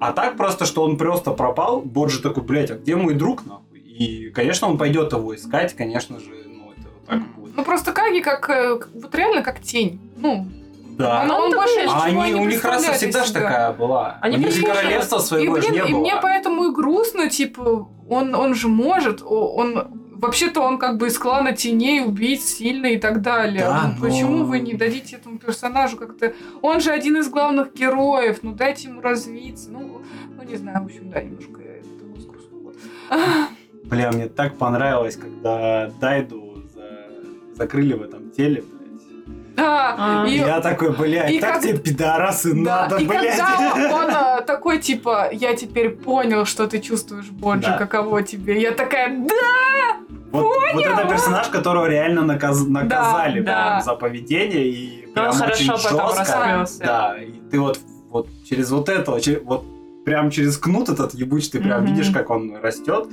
А так просто, что он просто пропал, Боджи такой, блядь, а где мой друг, нахуй? И, конечно, он пойдет его искать, конечно же, ну, это вот так и будет. Ну просто Каги как, э, вот реально как тень. Ну, Да. Но он больше А ничего они, не у них раса представляет всегда из ж себя. такая была. Они у них же почему же- королевства И, своего же блин, не и было. мне поэтому и грустно, типа, он, он же может, о- он вообще-то он как бы из клана теней, убийц сильный и так далее. Да, Ну, но- Почему вы не дадите этому персонажу как-то... Он же один из главных героев, ну дайте ему развиться. Ну, ну не знаю, в общем, да, немножко я этому сгрустнула. Бля, мне так понравилось, когда Дайду за- закрыли в этом теле, блядь. Да, А. и Я такой, блядь, и так как- тебе пидорасы Да, надо, и блядь. когда он а, такой, типа, я теперь понял, что ты чувствуешь, Боджи, Да. каково тебе. Я такая, да! Вот, вот это персонаж, которого реально наказ- наказали Да, прям Ну, да. за поведение и прям он очень хорошо потом жестко. раскрылся. Да, и ты вот, вот через вот это, че- вот прям через кнут этот ебучий, ты прям Мгм. видишь, как он растет.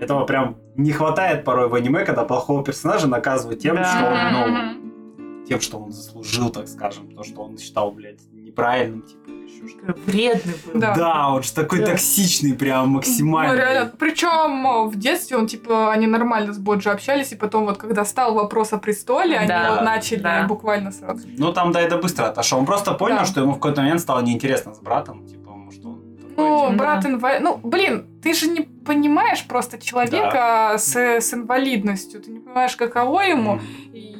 Этого прям не хватает порой в аниме, когда плохого персонажа наказывают тем, Да. что он, ну, Мгм. тем, что он заслужил, так скажем, то, что он считал, блядь, неправильным, типа, или еще что-то. Вредный был. Да. он же такой токсичный, прям максимально. Ну, реально. Причем в детстве он, типа, они нормально с Боджи общались, и потом вот, когда стал вопрос о престоле, они Да, вот начали да. буквально сразу. Ну, там да, это быстро отошел. Он просто понял, Да. что ему в какой-то момент стало неинтересно с братом, типа, потому что он такой, Ну, типа, брат инвалид... Ну, блин, ты же не понимаешь просто человека с, с инвалидностью. Ты не понимаешь, каково ему. И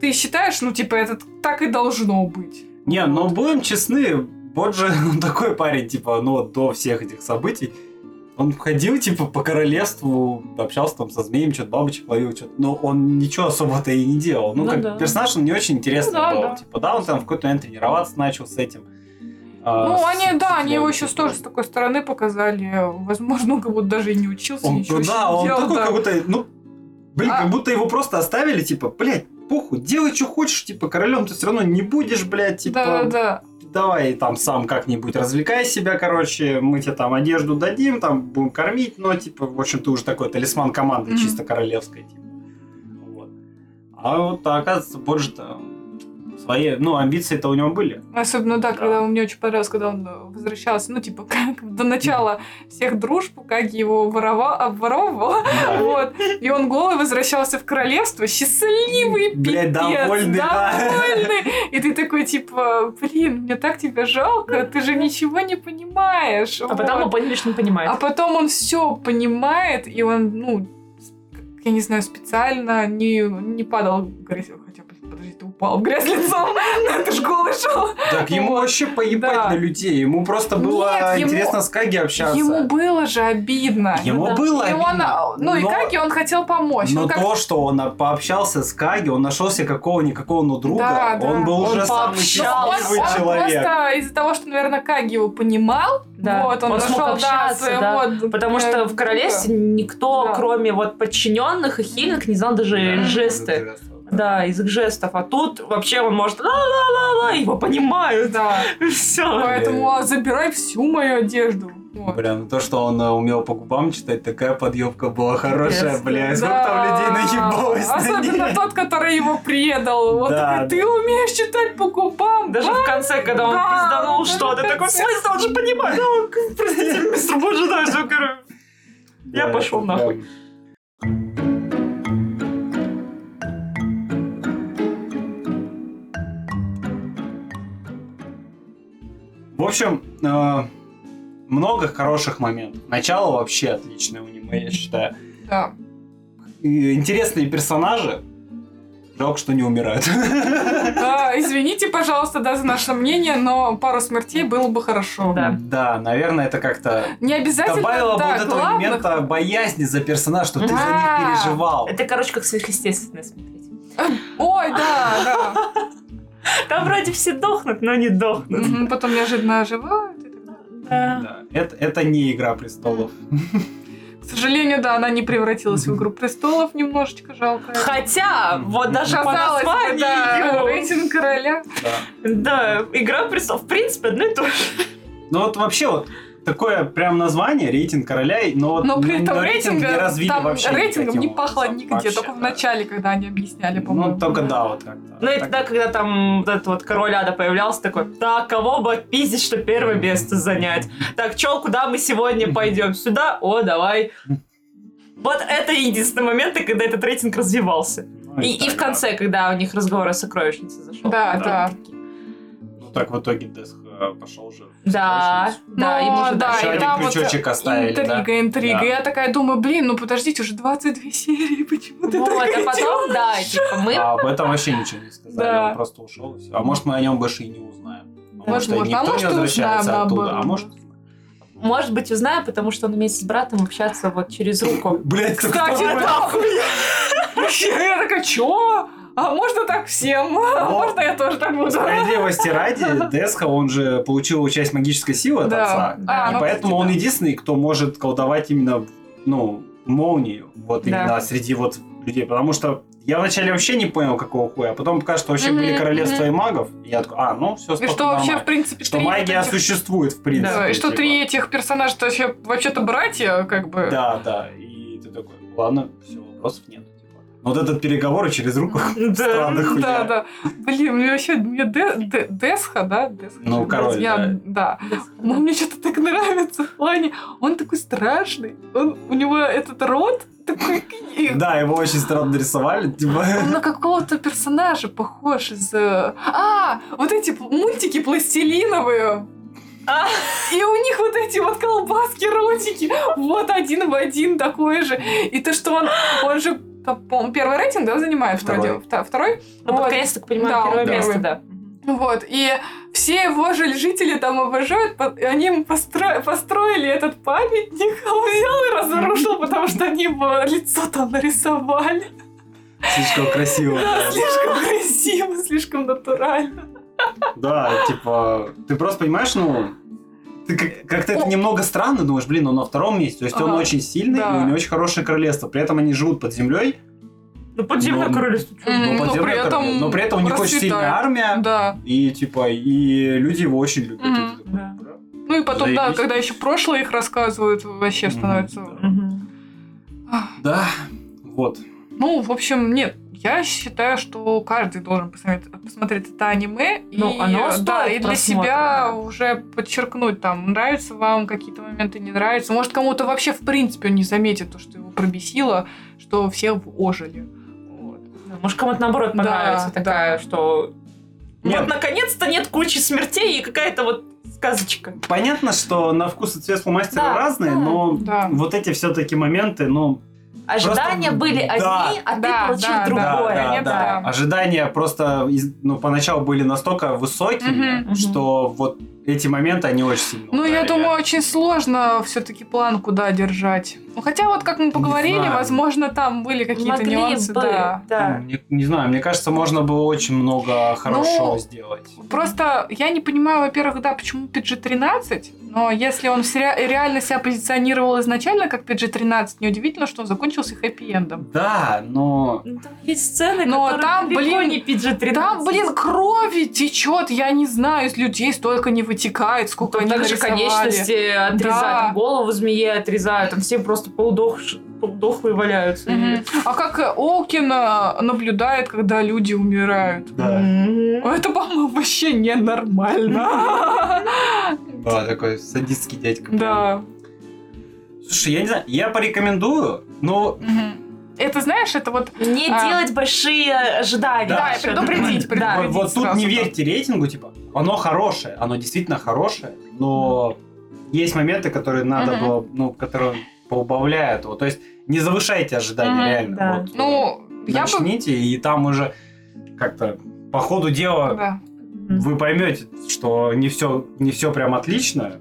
ты считаешь, ну, типа, это так и должно быть. Не, Вот. ну будем честны, Боджи, он такой парень, типа, ну вот до всех этих событий, он ходил, типа, по королевству, общался там со змеем, что-то бабочек ловил, что-то, но он ничего особо-то и не делал. Ну, Ну как да. персонаж он не очень интересный Ну да, был. да. Типа, да, он там в какой-то момент тренироваться начал с этим. а, Ну, они, да, они его типа, сейчас тоже с такой стороны показали. Возможно, он как будто даже и не учился, Он, ничего ну, да, не он делал, такой, да. как будто, ну, блин, А- как будто его просто оставили, типа, блядь, похуй, делай, что хочешь, типа, королем ты все равно не будешь, блядь, типа, Да, да, да. давай там сам как-нибудь развлекай себя, короче, мы тебе там одежду дадим, там будем кормить, но, типа, в общем, ты уже такой талисман команды Мгм. чисто королевской, типа. Вот. А вот, а оказывается, больше-то свои, ну, амбиции-то у него <laughs> были. Особенно, да, Да. когда мне очень понравилось, когда он э, возвращался, ну, типа, <laughs> как до начала всех дружб, как его ворова, обворовывала, Да. <laughs> вот. И он голый возвращался в королевство, счастливый, Блядь, пипец, довольный, да. довольный. И ты такой, типа, блин, мне так тебя жалко, ты же ничего не понимаешь. А потом мы поняли, что не понимает. А потом он все понимает, и он, ну, с- как я не знаю, специально не, не падал в грязь. Хотя, блин, подожди, ты упал в грязь лицом. <laughs> Это ж голый шел. Так ему Вот. вообще поебать Да. на людей. Ему просто Нет, было ему- интересно с Каги общаться. Ему было же обидно. Ему было И он, обидно, ну и но- Каги он хотел помочь. Но Ну, как то, что он а, пообщался с Каги, он нашел себе какого-никакого ну друга, Да, да. он был Он уже самый пообщался. счастливый ну, он, он человек. просто из-за того, что, наверное, Каги его понимал, Да. вот, он, Он нашел смог общаться, да, своего, Потому э, что в друга. королевстве никто, Да. кроме вот подчиненных и хилинг, не знал даже Да, жесты. да. Да, из их жестов. А тут вообще он может ла-ла-ла-ла, его понимают. <laughs> <laughs> Да, Все. поэтому а, забирай всю мою одежду. Вот. Бля, ну то, что он э, умел по губам читать, такая подъебка была хорошая, Пипец. бля. И Сколько Да. там людей наебалось на ней. Особенно тот, который его <laughs> предал. Вот Да, такой, ты умеешь читать по губам. Даже в конце, когда он Да, пизданул да, что-то, да, такой, в да. смысле, он же понимает. Ну, простите, мистер Боже, да, что, короче. Я Да, пошел это нахуй. прям- В общем, э, много хороших моментов. Начало вообще отличное у аниме, я считаю. Да. И интересные персонажи. Жалко, что не умирают. А, извините, пожалуйста, да, за наше мнение, но пару смертей было бы хорошо. Да. Да, наверное, это как-то Не обязательно, добавило да, вот этого главных. элемента боязни за персонажа, что ты за них Да. переживал. Это, короче, как сверхъестественное смотреть. Ой, <laughs> да, да. Там вроде все дохнут, но не дохнут. Мгм, Потом неожиданно оживают. и так далее. Да. Да, это, это не Игра Престолов. К сожалению, да, она не превратилась в «Игру престолов», немножечко жалко. Хотя, вот ну, даже по Казалось бы, да, названию, рейтинг короля. Да. да, игра престолов, в принципе, одно и то же. Ну вот вообще вот такое прям название, рейтинг короля, но, вот Но при н- этом но рейтинг не рейтинга, развили там вообще рейтингом никаким не пахло образом. нигде, Вообще, только в да. начале, когда они объясняли, по-моему. Ну только да, вот как-то. Ну и Так. тогда, когда там вот этот вот король ада появлялся, такой, так, а кого бы отпиздить, что первое место занять? Так, чё, куда мы сегодня пойдем? Сюда? О, давай. Вот это единственный момент, когда этот рейтинг развивался. Ну И, и так, в конце, когда у них разговор о сокровищнице зашел. Да, да. Ну, так в итоге Деск э, пошел же. в Да, срочницу. да, ему же да, Еще и дали. один там вот э, крючочек оставили, да. Интрига, интрига. Да. Я такая думаю, блин, ну подождите, уже 22 серии, почему ты Вот, так а идёшь? потом, да, типа, мы... А об этом вообще ничего не сказали, Да. он просто ушел. и всё. А может, мы о нем больше и не узнаем. А может, и Возможно. А никто может, и не возвращается узнаем, оттуда. А наоборот. может... Может быть, узнаю, потому что он вместе с братом общаться вот через руку. Блять, Кстати, да. Я такая, чё? А можно так всем? А можно я тоже так буду? Справедливости ради, Десха, он же получил часть магической силы от Да. отца. А, и ну, поэтому кстати, он да. единственный, кто может колдовать именно, ну, молнию. Вот Да. именно среди вот людей. Потому что я вначале вообще не понял, какого хуя. а Потом пока что вообще Мгм, были королевства и магов. И я такой, а, ну, все И что вообще, в принципе, Что три вот магия этих- существует, в принципе. Да, и что типа. три этих персонажа вообще, вообще-то братья, как бы. Да, да. И ты такой, ладно, все, вопросов нет. типа. Вот этот переговоры через руку. <laughs> Странно хуя. Ну Да, да. Блин, мне вообще мне Де- Де- Десха, да? Десха, Ну, блядь, король, я- да. да. Но мне что-то так нравится в плане. Он такой страшный. Он, у него этот рот такой... и- Да, его очень странно рисовали. типа. <laughs> Он на какого-то персонажа похож из... э, А, вот эти пл- мультики пластилиновые. И у них вот эти вот колбаски, ротики. Вот один в один такой же. И то, что он... Он же, по-моему, первый рейтинг, да, занимает? Второй. вроде? Вта- Второй? Ну, Вот. под конец, так понимаю, Да, первое да. место, да. Вот, и все его же жители там обожают, по- и они ему постро- построили этот памятник, а он взял и разрушил, потому что они его лицо там нарисовали. Слишком красиво. Да, слишком красиво, слишком натурально. Да, типа, ты просто понимаешь, ну, ты как- как-то это немного странно, думаешь, блин, он на втором месте, то есть он Ага. очень сильный, Да. и у него очень хорошее королевство, при этом они живут под землей, Ну, подземное Ну, королевство. чё? М, но, но подземное при королевство. этом но при этом у них очень расцветает. сильная армия, Да. и типа, и люди его очень любят. И ты Мгм, такой, да. «Бля, Ну и потом, да, Заебись. когда еще прошлое их рассказывают, вообще Мгм, становится... да. Мгм. Да, вот. Ну, в общем, нет. Я считаю, что каждый должен посмотреть, посмотреть это аниме. и, э, Ну, оно стоит да, и для просмотра, себя да. уже подчеркнуть, там, нравятся вам какие-то моменты, не нравятся. Может, кому-то вообще, в принципе, он не заметит то, что его пробесило, что все ожили. Вот. Да, Может, кому-то наоборот Да, понравится да. такая, что... Нет. Вот, наконец-то нет кучи смертей и какая-то вот сказочка. Понятно, что на вкус и цвет фломастера Да, разные, да. но Да. вот эти все-таки моменты, ну, Ожидания Просто- были Да. одни, а ты Да, получил да, другое. Да, да, нет, да. да. Ожидания просто из- ну, поначалу были настолько высокими, Мгм, мгм. что вот эти моменты они очень сильно. Ну, я ударили. думаю, очень сложно все-таки планку, да, держать. Ну, хотя вот, как мы поговорили, знаю. возможно, там были какие-то Могли нюансы, бы, да. Ну, да. Ну, Мне- не знаю, мне кажется, можно было очень много хорошего сделать. Просто я не понимаю, во-первых, да, почему PG-13, но если он в сери- реально себя позиционировал изначально как PG-13, неудивительно, что он закончился хэппи-эндом. Да, но Ну, Там есть сцены, Но которые там, далеко блин, не PG-13. Там, блин, крови течет, я не знаю, из людей столько не вытекает, сколько Там они также нарисовали. конечности отрезают, Да. там голову змеи отрезают, там все просто полудох, полудохлые валяются. Мгм. А как Окина наблюдает, когда люди умирают? да, Мгм. Это, по-моему, вообще ненормально. да, такой садистский дядька. прям. <laughs> Да. Слушай, я не знаю, я порекомендую, но Мгм. Это, знаешь, это вот... Не А. делать большие ожидания. Да, насчет и предупредить, этого. Да. вот, Приходить Типа, вот тут сразу, не да. верьте рейтингу, типа, оно хорошее, оно действительно хорошее, но есть моменты, которые надо Мгм. было, ну, которые поубавляют его. То есть не завышайте ожидания Мгм, реально. да. Вот, Ну, я бы... начните, и там уже как-то по ходу дела Да. вы поймете, что не все, не все прям отлично.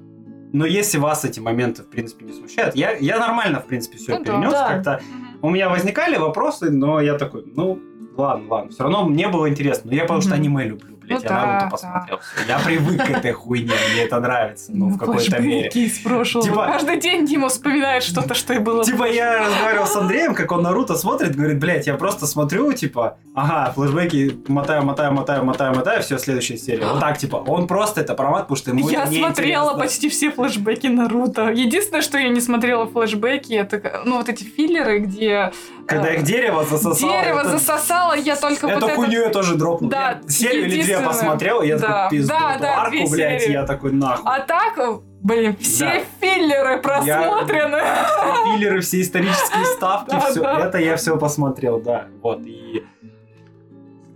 Но если вас эти моменты, в принципе, не смущают, я, я нормально, в принципе, все Ну да. перенес Да. как-то. Мгм. У меня возникали вопросы, но я такой, ну, ладно, ладно. Все равно мне было интересно. Но я потому что Мгм. аниме люблю, блядь. Ну я да, Наруто да. посмотрел. всё. Я привык к этой хуйне, мне это нравится, ну, в какой-то флешбеки мере. из прошлого. Типа- Каждый день Дима вспоминает что-то, что и было. Типа я разговаривал с Андреем, как он Наруто смотрит, говорит, блядь, я просто смотрю, типа, ага, флешбеки мотаю, мотаю, мотаю, мотаю, мотаю, все, следующая серия. Вот так, типа, он просто это промат, потому что ему я это смотрела неинтересно. почти все флешбеки Наруто. Единственное, что я не смотрела флешбеки, это ну вот эти филлеры, где Когда их дерево засосало. дерево это- засосало, я только Эту вот это. хуйню я тоже дропнул. Да, я серию или две единственное. посмотрел, и я Да. такой, пизду, Да, эту да, арку, две блядь, серии. я такой, нахуй. А так, э, блин, все филлеры просмотрены. Все Филлеры, все исторические <laughs> ставки, Да, все да. это я все посмотрел, да. Вот, и...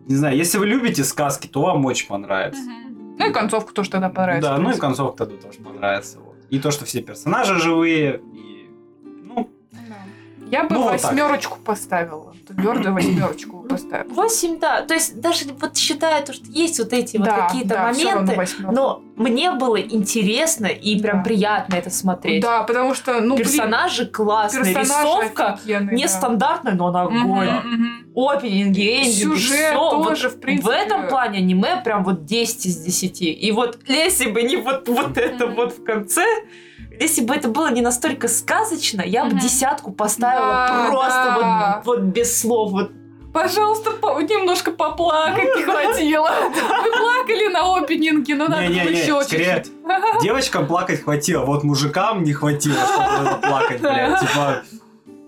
Не знаю, если вы любите сказки, то вам очень понравится. Мгм. Ну и концовку тоже тогда понравится. Да, в ну и принципе. концовка тогда тоже понравится. вот. И то, что все персонажи живые, и... Ну, Я бы Ну, вот так. восьмерочку поставила. Твердую восьмерочку поставила. 8, да. То есть даже вот считая, то, что есть вот эти вот Да, какие-то да, всё равно моменты, Ну, восьмерка. но мне было интересно и прям Да. приятно это смотреть. Да, потому что, ну, блин, Персонажи классные, персонажи рисовка офигенные, да. нестандартная, но она Мгм, огонь. мгм. Опенинги, эндинги, Сюжет всё. Вот тоже, в принципе. В этом плане аниме прям вот 10 из 10. И вот если бы не вот, вот это Мгм. вот в конце, если бы это было не настолько сказочно, я бы Мгм. десятку поставила Да, просто да. Вот, вот без слов. Вот. Пожалуйста, по- немножко поплакать не хватило. Мы плакали на опенинге, но надо было еще не-не-не, скорее, Ну чуть-чуть. <laughs> девочкам плакать хватило, вот мужикам не хватило, чтобы <laughs> плакать, блядь, типа...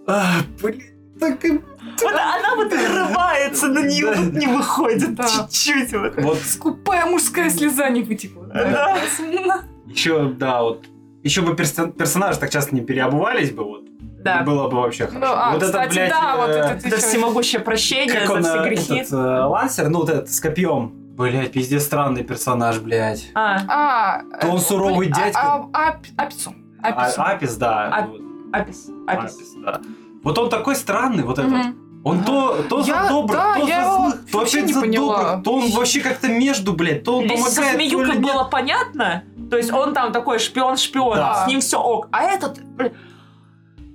«А, блин, так и- Вот она вот врывается, на нее вот не выходит Да. чуть-чуть. Вот. Вот Скупая мужская слеза не вытекла. Да. Да. еще, да, вот... Еще бы перс- персонажи так часто не переобувались бы, вот. Да. и Было бы вообще Ну, хорошо. а, вот кстати, это, блядь, да, э, вот это ты За чё- всемогущее прощение, Как за он, все э, грехи. этот, э, лансер, ну вот этот, с копьем. Блять, пиздец, странный персонаж, блядь. А, А, То он э, суровый блин, а- дядька. а- ап- Апицу. А- Апицу. Апис, да. А- вот, Апис. Апис. Апис, да. Вот он такой странный, а, вот этот. Мгм. Он то, то Я- за добрых, да, то я за его злых, то вообще опять не за поняла. добрых, то он вообще как-то между, блядь, то он Если со помогает, то Змеюкой ли нет. было понятно, то есть он там такой шпион-шпион, Да. с ним все ок. А этот... блин,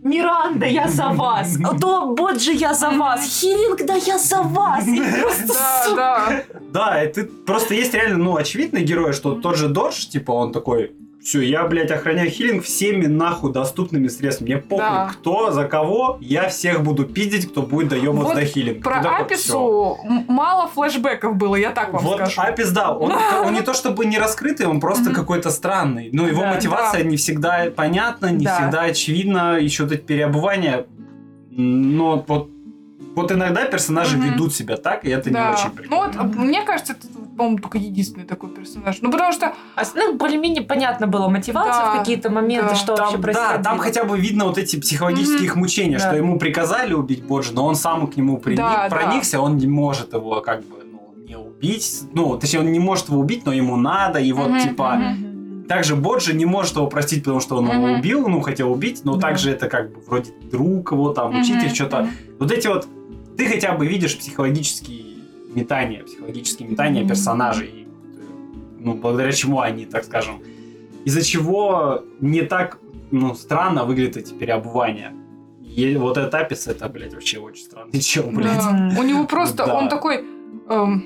Миранда, я за вас. То Боджи, я за вас. Хиринг, да я за <laughs> вас. И просто, Да, сука, да. Да, и ты просто есть реально, ну, очевидный герой, что тот же Дорж, типа, он такой, все, я, блядь, охраняю хилинг всеми нахуй доступными средствами. Мне похуй, Да. кто, за кого, я всех буду пиздить, кто будет доебываться Вот до хилинга. Про Ты такой, «Всё». Апису м- мало флешбеков было, я так вам Вот скажу. Апис, да, <laughs> он, он не то чтобы не раскрытый, он просто Мгм. какой-то странный. Но его Да, мотивация не всегда понятна, не Да. всегда очевидна, еще вот эти переобувания. Но вот, вот иногда персонажи Мгм. ведут себя так, и это Да. не очень Ну прикольно. вот, мне кажется, это, по-моему, только единственный такой персонаж. Ну потому что, Остальных более-менее понятно было мотивация Да, в какие-то моменты, да. что вообще Там, происходило. да, там хотя бы видно вот эти психологические их мучения, Да. что ему приказали убить Боджи, но он сам к нему приник, Да, да. проникся, он не может его как бы ну, не убить. Ну, точнее, он не может его убить, но ему надо, и вот Мгм, типа... Также Боджи не может его простить, потому что он его Мгм. убил, ну, хотел убить, но Да. также это как бы вроде друг его, там, учитель, Мгм, что-то. мгм. Вот эти вот... Ты хотя бы видишь психологические метания, психологические метания Мгм. персонажей, и, э, ну, благодаря чему они, так скажем, из-за чего не так, ну, странно выглядят эти переобувания. И вот этот Апис, это, блядь, вообще очень странный чел, блядь. да, у него просто, Да. он такой, эм,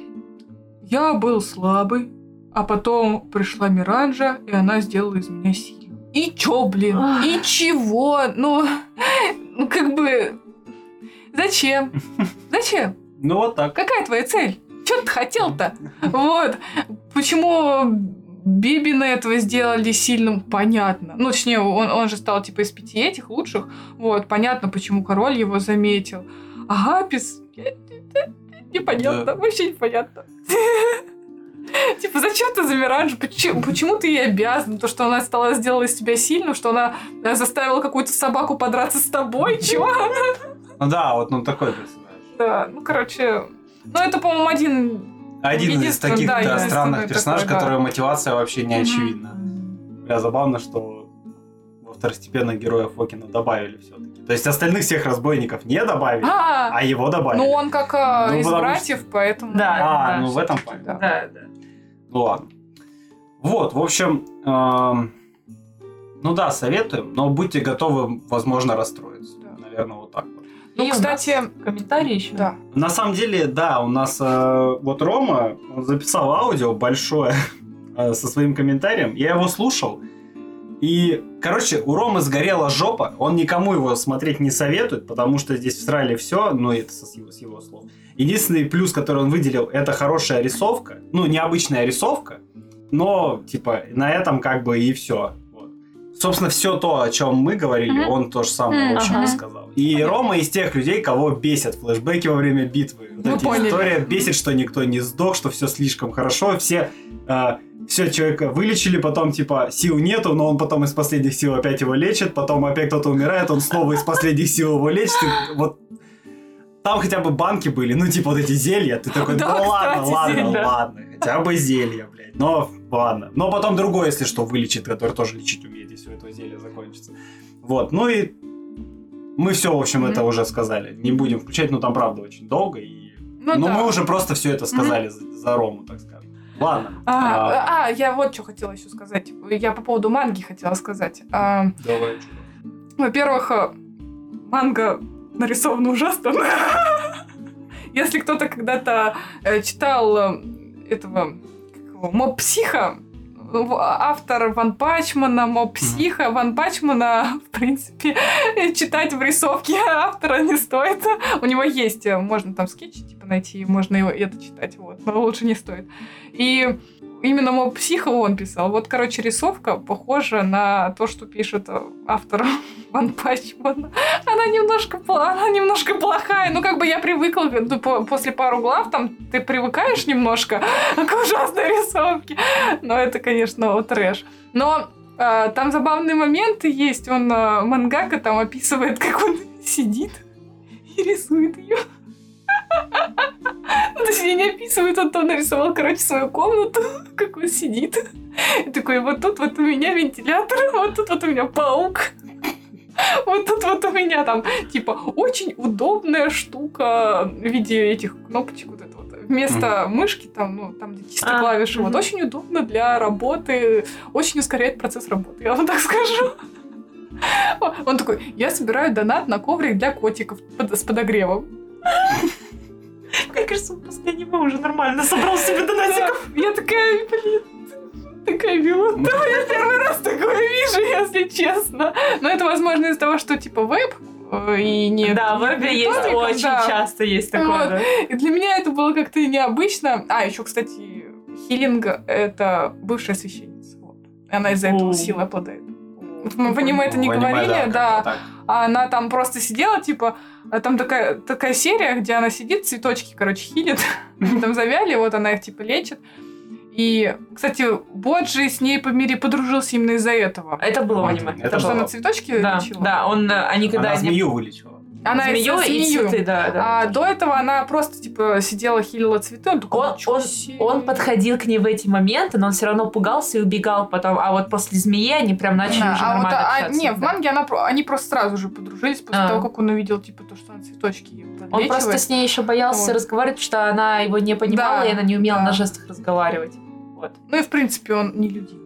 я был слабый, а потом пришла Миранжа, и она сделала из меня сильную. И чё, блин? И чего? Ну, <laughs> ну, как бы, зачем? Зачем? Ну, вот так. Какая твоя цель? Чё ты хотел-то? Вот. Почему Бибина этого сделали сильным, понятно. Ну, точнее, он, он же стал, типа, из пяти этих лучших. Вот, понятно, почему король его заметил. А Апис... Непонятно, Да. вообще непонятно. <laughs> Типа, зачем ты за Миранж? Почему, почему ты ей обязан? То, что она стала сделала из тебя сильным, что она э, заставила какую-то собаку подраться с тобой? Чего? Ну, да, вот он такой персонаж. Да, ну, короче... Ну, это, по-моему, один Один из Единственный, таких да, да, единственный странных такой, персонажей, да. которого мотивация вообще не Мгм. очевидна. Бля, забавно, что во второстепенных героев Фокина добавили все-таки. То есть остальных всех разбойников не добавили, а, А, его добавили. ну он как а, Ну, из потому братьев, поэтому... Да. А, ну в всё-таки, этом плане. да. Да, да. Ну ладно. Вот, в общем, эм, ну да, советуем, но будьте готовы, возможно, расстроиться. Да. Наверное, вот так вот. Ну, И у кстати, нас комментарий еще. <laughs> Да. На самом деле, да, у нас э, вот Рома он записал аудио большое э, со своим комментарием. Я его слушал. И, короче, у Ромы сгорела жопа. Он никому его смотреть не советует, потому что здесь всрали все. Ну, это со- с его, с его слов. Единственный плюс, который он выделил, это хорошая рисовка. Ну, необычная рисовка. Но, типа, на этом как бы и все. Собственно, все то, о чем мы говорили, Мгм. он то же самое, М, в общем, ага. сказал. И Рома из тех людей, кого бесят флешбеки во время битвы. Вот Мы эти поняли. история бесит, что никто не сдох, что все слишком хорошо, все... э, все, человека вылечили, потом, типа, сил нету, но он потом из последних сил опять его лечит, потом опять кто-то умирает, он снова из последних сил его лечит. и вот Там хотя бы банки были, ну, типа вот эти зелья. Ты такой, ну Да, ладно, кстати, ладно, зелья. ладно. Хотя бы зелья, блядь. Но ладно. Но потом другое, если что, вылечит, который тоже лечить умеет, если у этого зелья закончится. Вот, ну и мы все, в общем, Мгм. это уже сказали. Не будем включать, но там правда очень долго. И... Ну, но да. мы уже просто все это сказали за, за Рому, так скажем. Ладно. А, а, я вот что хотела еще сказать. Я по поводу манги хотела сказать. А, Давай. Во-первых, э, манга нарисована ужасно. <laughs> Если кто-то когда-то э, читал э, этого как его, Моб-психа, э, в- автор Ван Пачмана, Моб-психа, Ван Пачмана, <laughs> в принципе, э, читать в рисовке автора не стоит. У него есть, э, можно там скетчи типа найти, можно его это читать, вот, но лучше не стоит. И именно Моб-психа он писал. Вот, короче, рисовка похожа на то, что пишет э, автор Ван Пачмана. Она немножко, пла- она немножко плохая. Ну, как бы я привыкла, ну, по- после пару глав там ты привыкаешь немножко <laughs> к ужасной рисовке. Но это, конечно, вот трэш. Но э, там забавные моменты есть. Он э, мангака там описывает, <laughs> как он сидит и рисует ее. Ну, Точнее, не описывает, он там нарисовал, короче, свою комнату, <laughs> как он сидит. И такой, вот тут вот у меня вентилятор, <laughs> вот тут вот у меня паук. <laughs> Вот тут вот у меня там, типа, очень удобная штука в виде этих кнопочек вот это вот. Вместо мышки там, ну, там где чисто А, клавиши. Вот мгм. очень удобно для работы, очень ускоряет процесс работы, я вам <laughs> так скажу. Он такой, я собираю донат на коврик для котиков под- с подогревом. Мне кажется, он после аниме уже нормально собрал себе донатиков. Я такая, блин, такая милота. Я первый раз такое вижу, если честно. Но это, возможно, из-за того, что, типа, веб э, и нет. Да, в вебе есть питомников, очень да. часто есть такое. Вот. да. И для меня это было как-то необычно. А, еще, кстати, Хилинг — это бывшая священница. Вот. И Она из-за этого О. силы обладает. Вот В в аниме это не говорили, да. как-то так. А она там просто сидела, типа, а там такая, такая серия, где она сидит, цветочки, короче, хилит, <laughs> Они там завяли, вот она их, типа, лечит. И, кстати, Боджи с ней по мире подружился именно из-за этого. Это было в Вот, аниме. это Это Потому что было. она цветочки Да, лечила. да, он, э, они когда... Она они- змею вылечила. Она змею из- и змею. цветы, да, да. А до этого она просто, типа, сидела, хилила цветы. Он, такой, Он- «Ничего себе». Он подходил к ней в эти моменты, но он все равно пугался и убегал потом. А вот после змеи они прям начали Да, уже а вот, нормально а, общаться. не, в манге она, про- они просто сразу же подружились после А. того, как он увидел, типа, то, что она цветочки ей Он просто подлечивает. с ней еще боялся Вот. разговаривать, потому что она его не понимала, Да, и она не умела да. на жестах разговаривать. Вот. Ну и в принципе он не людей.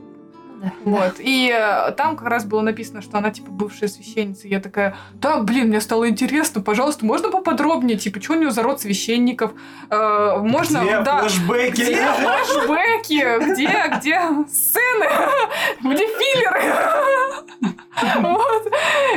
Да. Вот. И э, там как раз было написано, что она типа бывшая священница. И я такая, да, блин, мне стало интересно, пожалуйста, можно поподробнее, типа, что у нее за род священников? Э, можно, Где да. флешбеки? Где флешбеки? Где, где сцены? Где филлеры? Вот.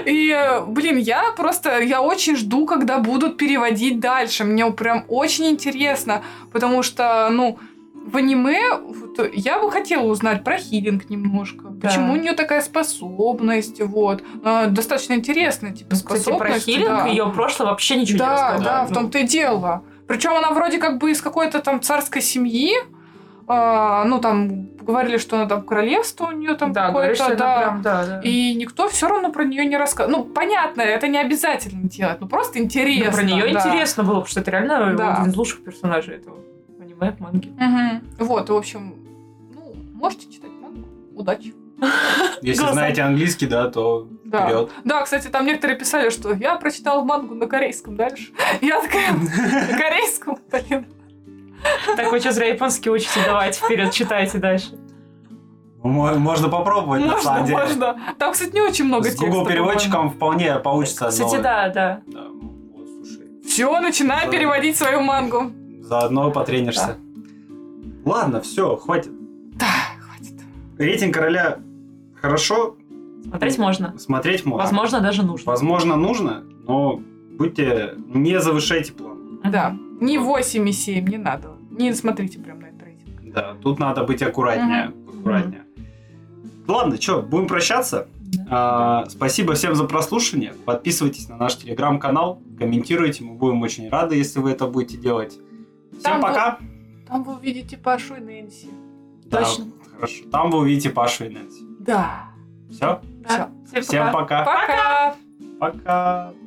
И, э, блин, я просто, я очень жду, когда будут переводить дальше. Мне прям очень интересно, потому что, ну, в аниме вот, я бы хотела узнать про хилинг немножко. Почему у нее такая способность, вот. Э, достаточно интересная, типа, Кстати, способность. про хилинг да. ее прошлое вообще ничего не Ну. Да, рассказывала. да, в том-то и дело. Причем она вроде как бы из какой-то там царской семьи. А, ну, там говорили, что она там королевство у нее там да, говоришь, какое-то, что да. она прям, да, да. Ну, И никто все равно про нее не рассказывал. Ну, понятно, это не обязательно делать, ну просто Ну, интересно. про нее да. интересно было, потому что это реально Да. один из лучших персонажей этого аниме, манги. Мгм. Вот, в общем, ну, можете читать мангу. Удачи. Если Глаза. знаете английский, да, то Да. вперед. Да, кстати, там некоторые писали, что я прочитал мангу на корейском дальше. <laughs> Я такая, на корейском, блин. Так вы что, зря японский учите? Давайте вперед, читайте дальше. Ну, Мо- Можно попробовать, на Можно, самом деле. можно. Там, кстати, не очень много С Google переводчиком вполне получится. Кстати, но- да, да. Да, ну, вот, слушай, Все, начинаем Да. переводить свою мангу. Заодно потренишься. Ладно, все, хватит. Хватит. Рейтинг короля хорошо, Смотреть можно. смотреть Ну, можно. Возможно, даже нужно. Возможно, нужно, но будьте, не завышайте план. Да. Не 8 и 7, не надо. Не смотрите прям на этот рейтинг. Да, тут надо быть аккуратнее. аккуратнее. Ладно, что, будем прощаться. А, спасибо всем за прослушивание. Подписывайтесь на наш телеграм-канал, комментируйте, мы будем очень рады, если вы это будете делать. Всем Там бу- пока. Там вы увидите Пашу и Нэнси. Да, хорошо. Там вы увидите Пашу и Нэнси. Да. Все? Всё. Всем пока. Пока. Пока.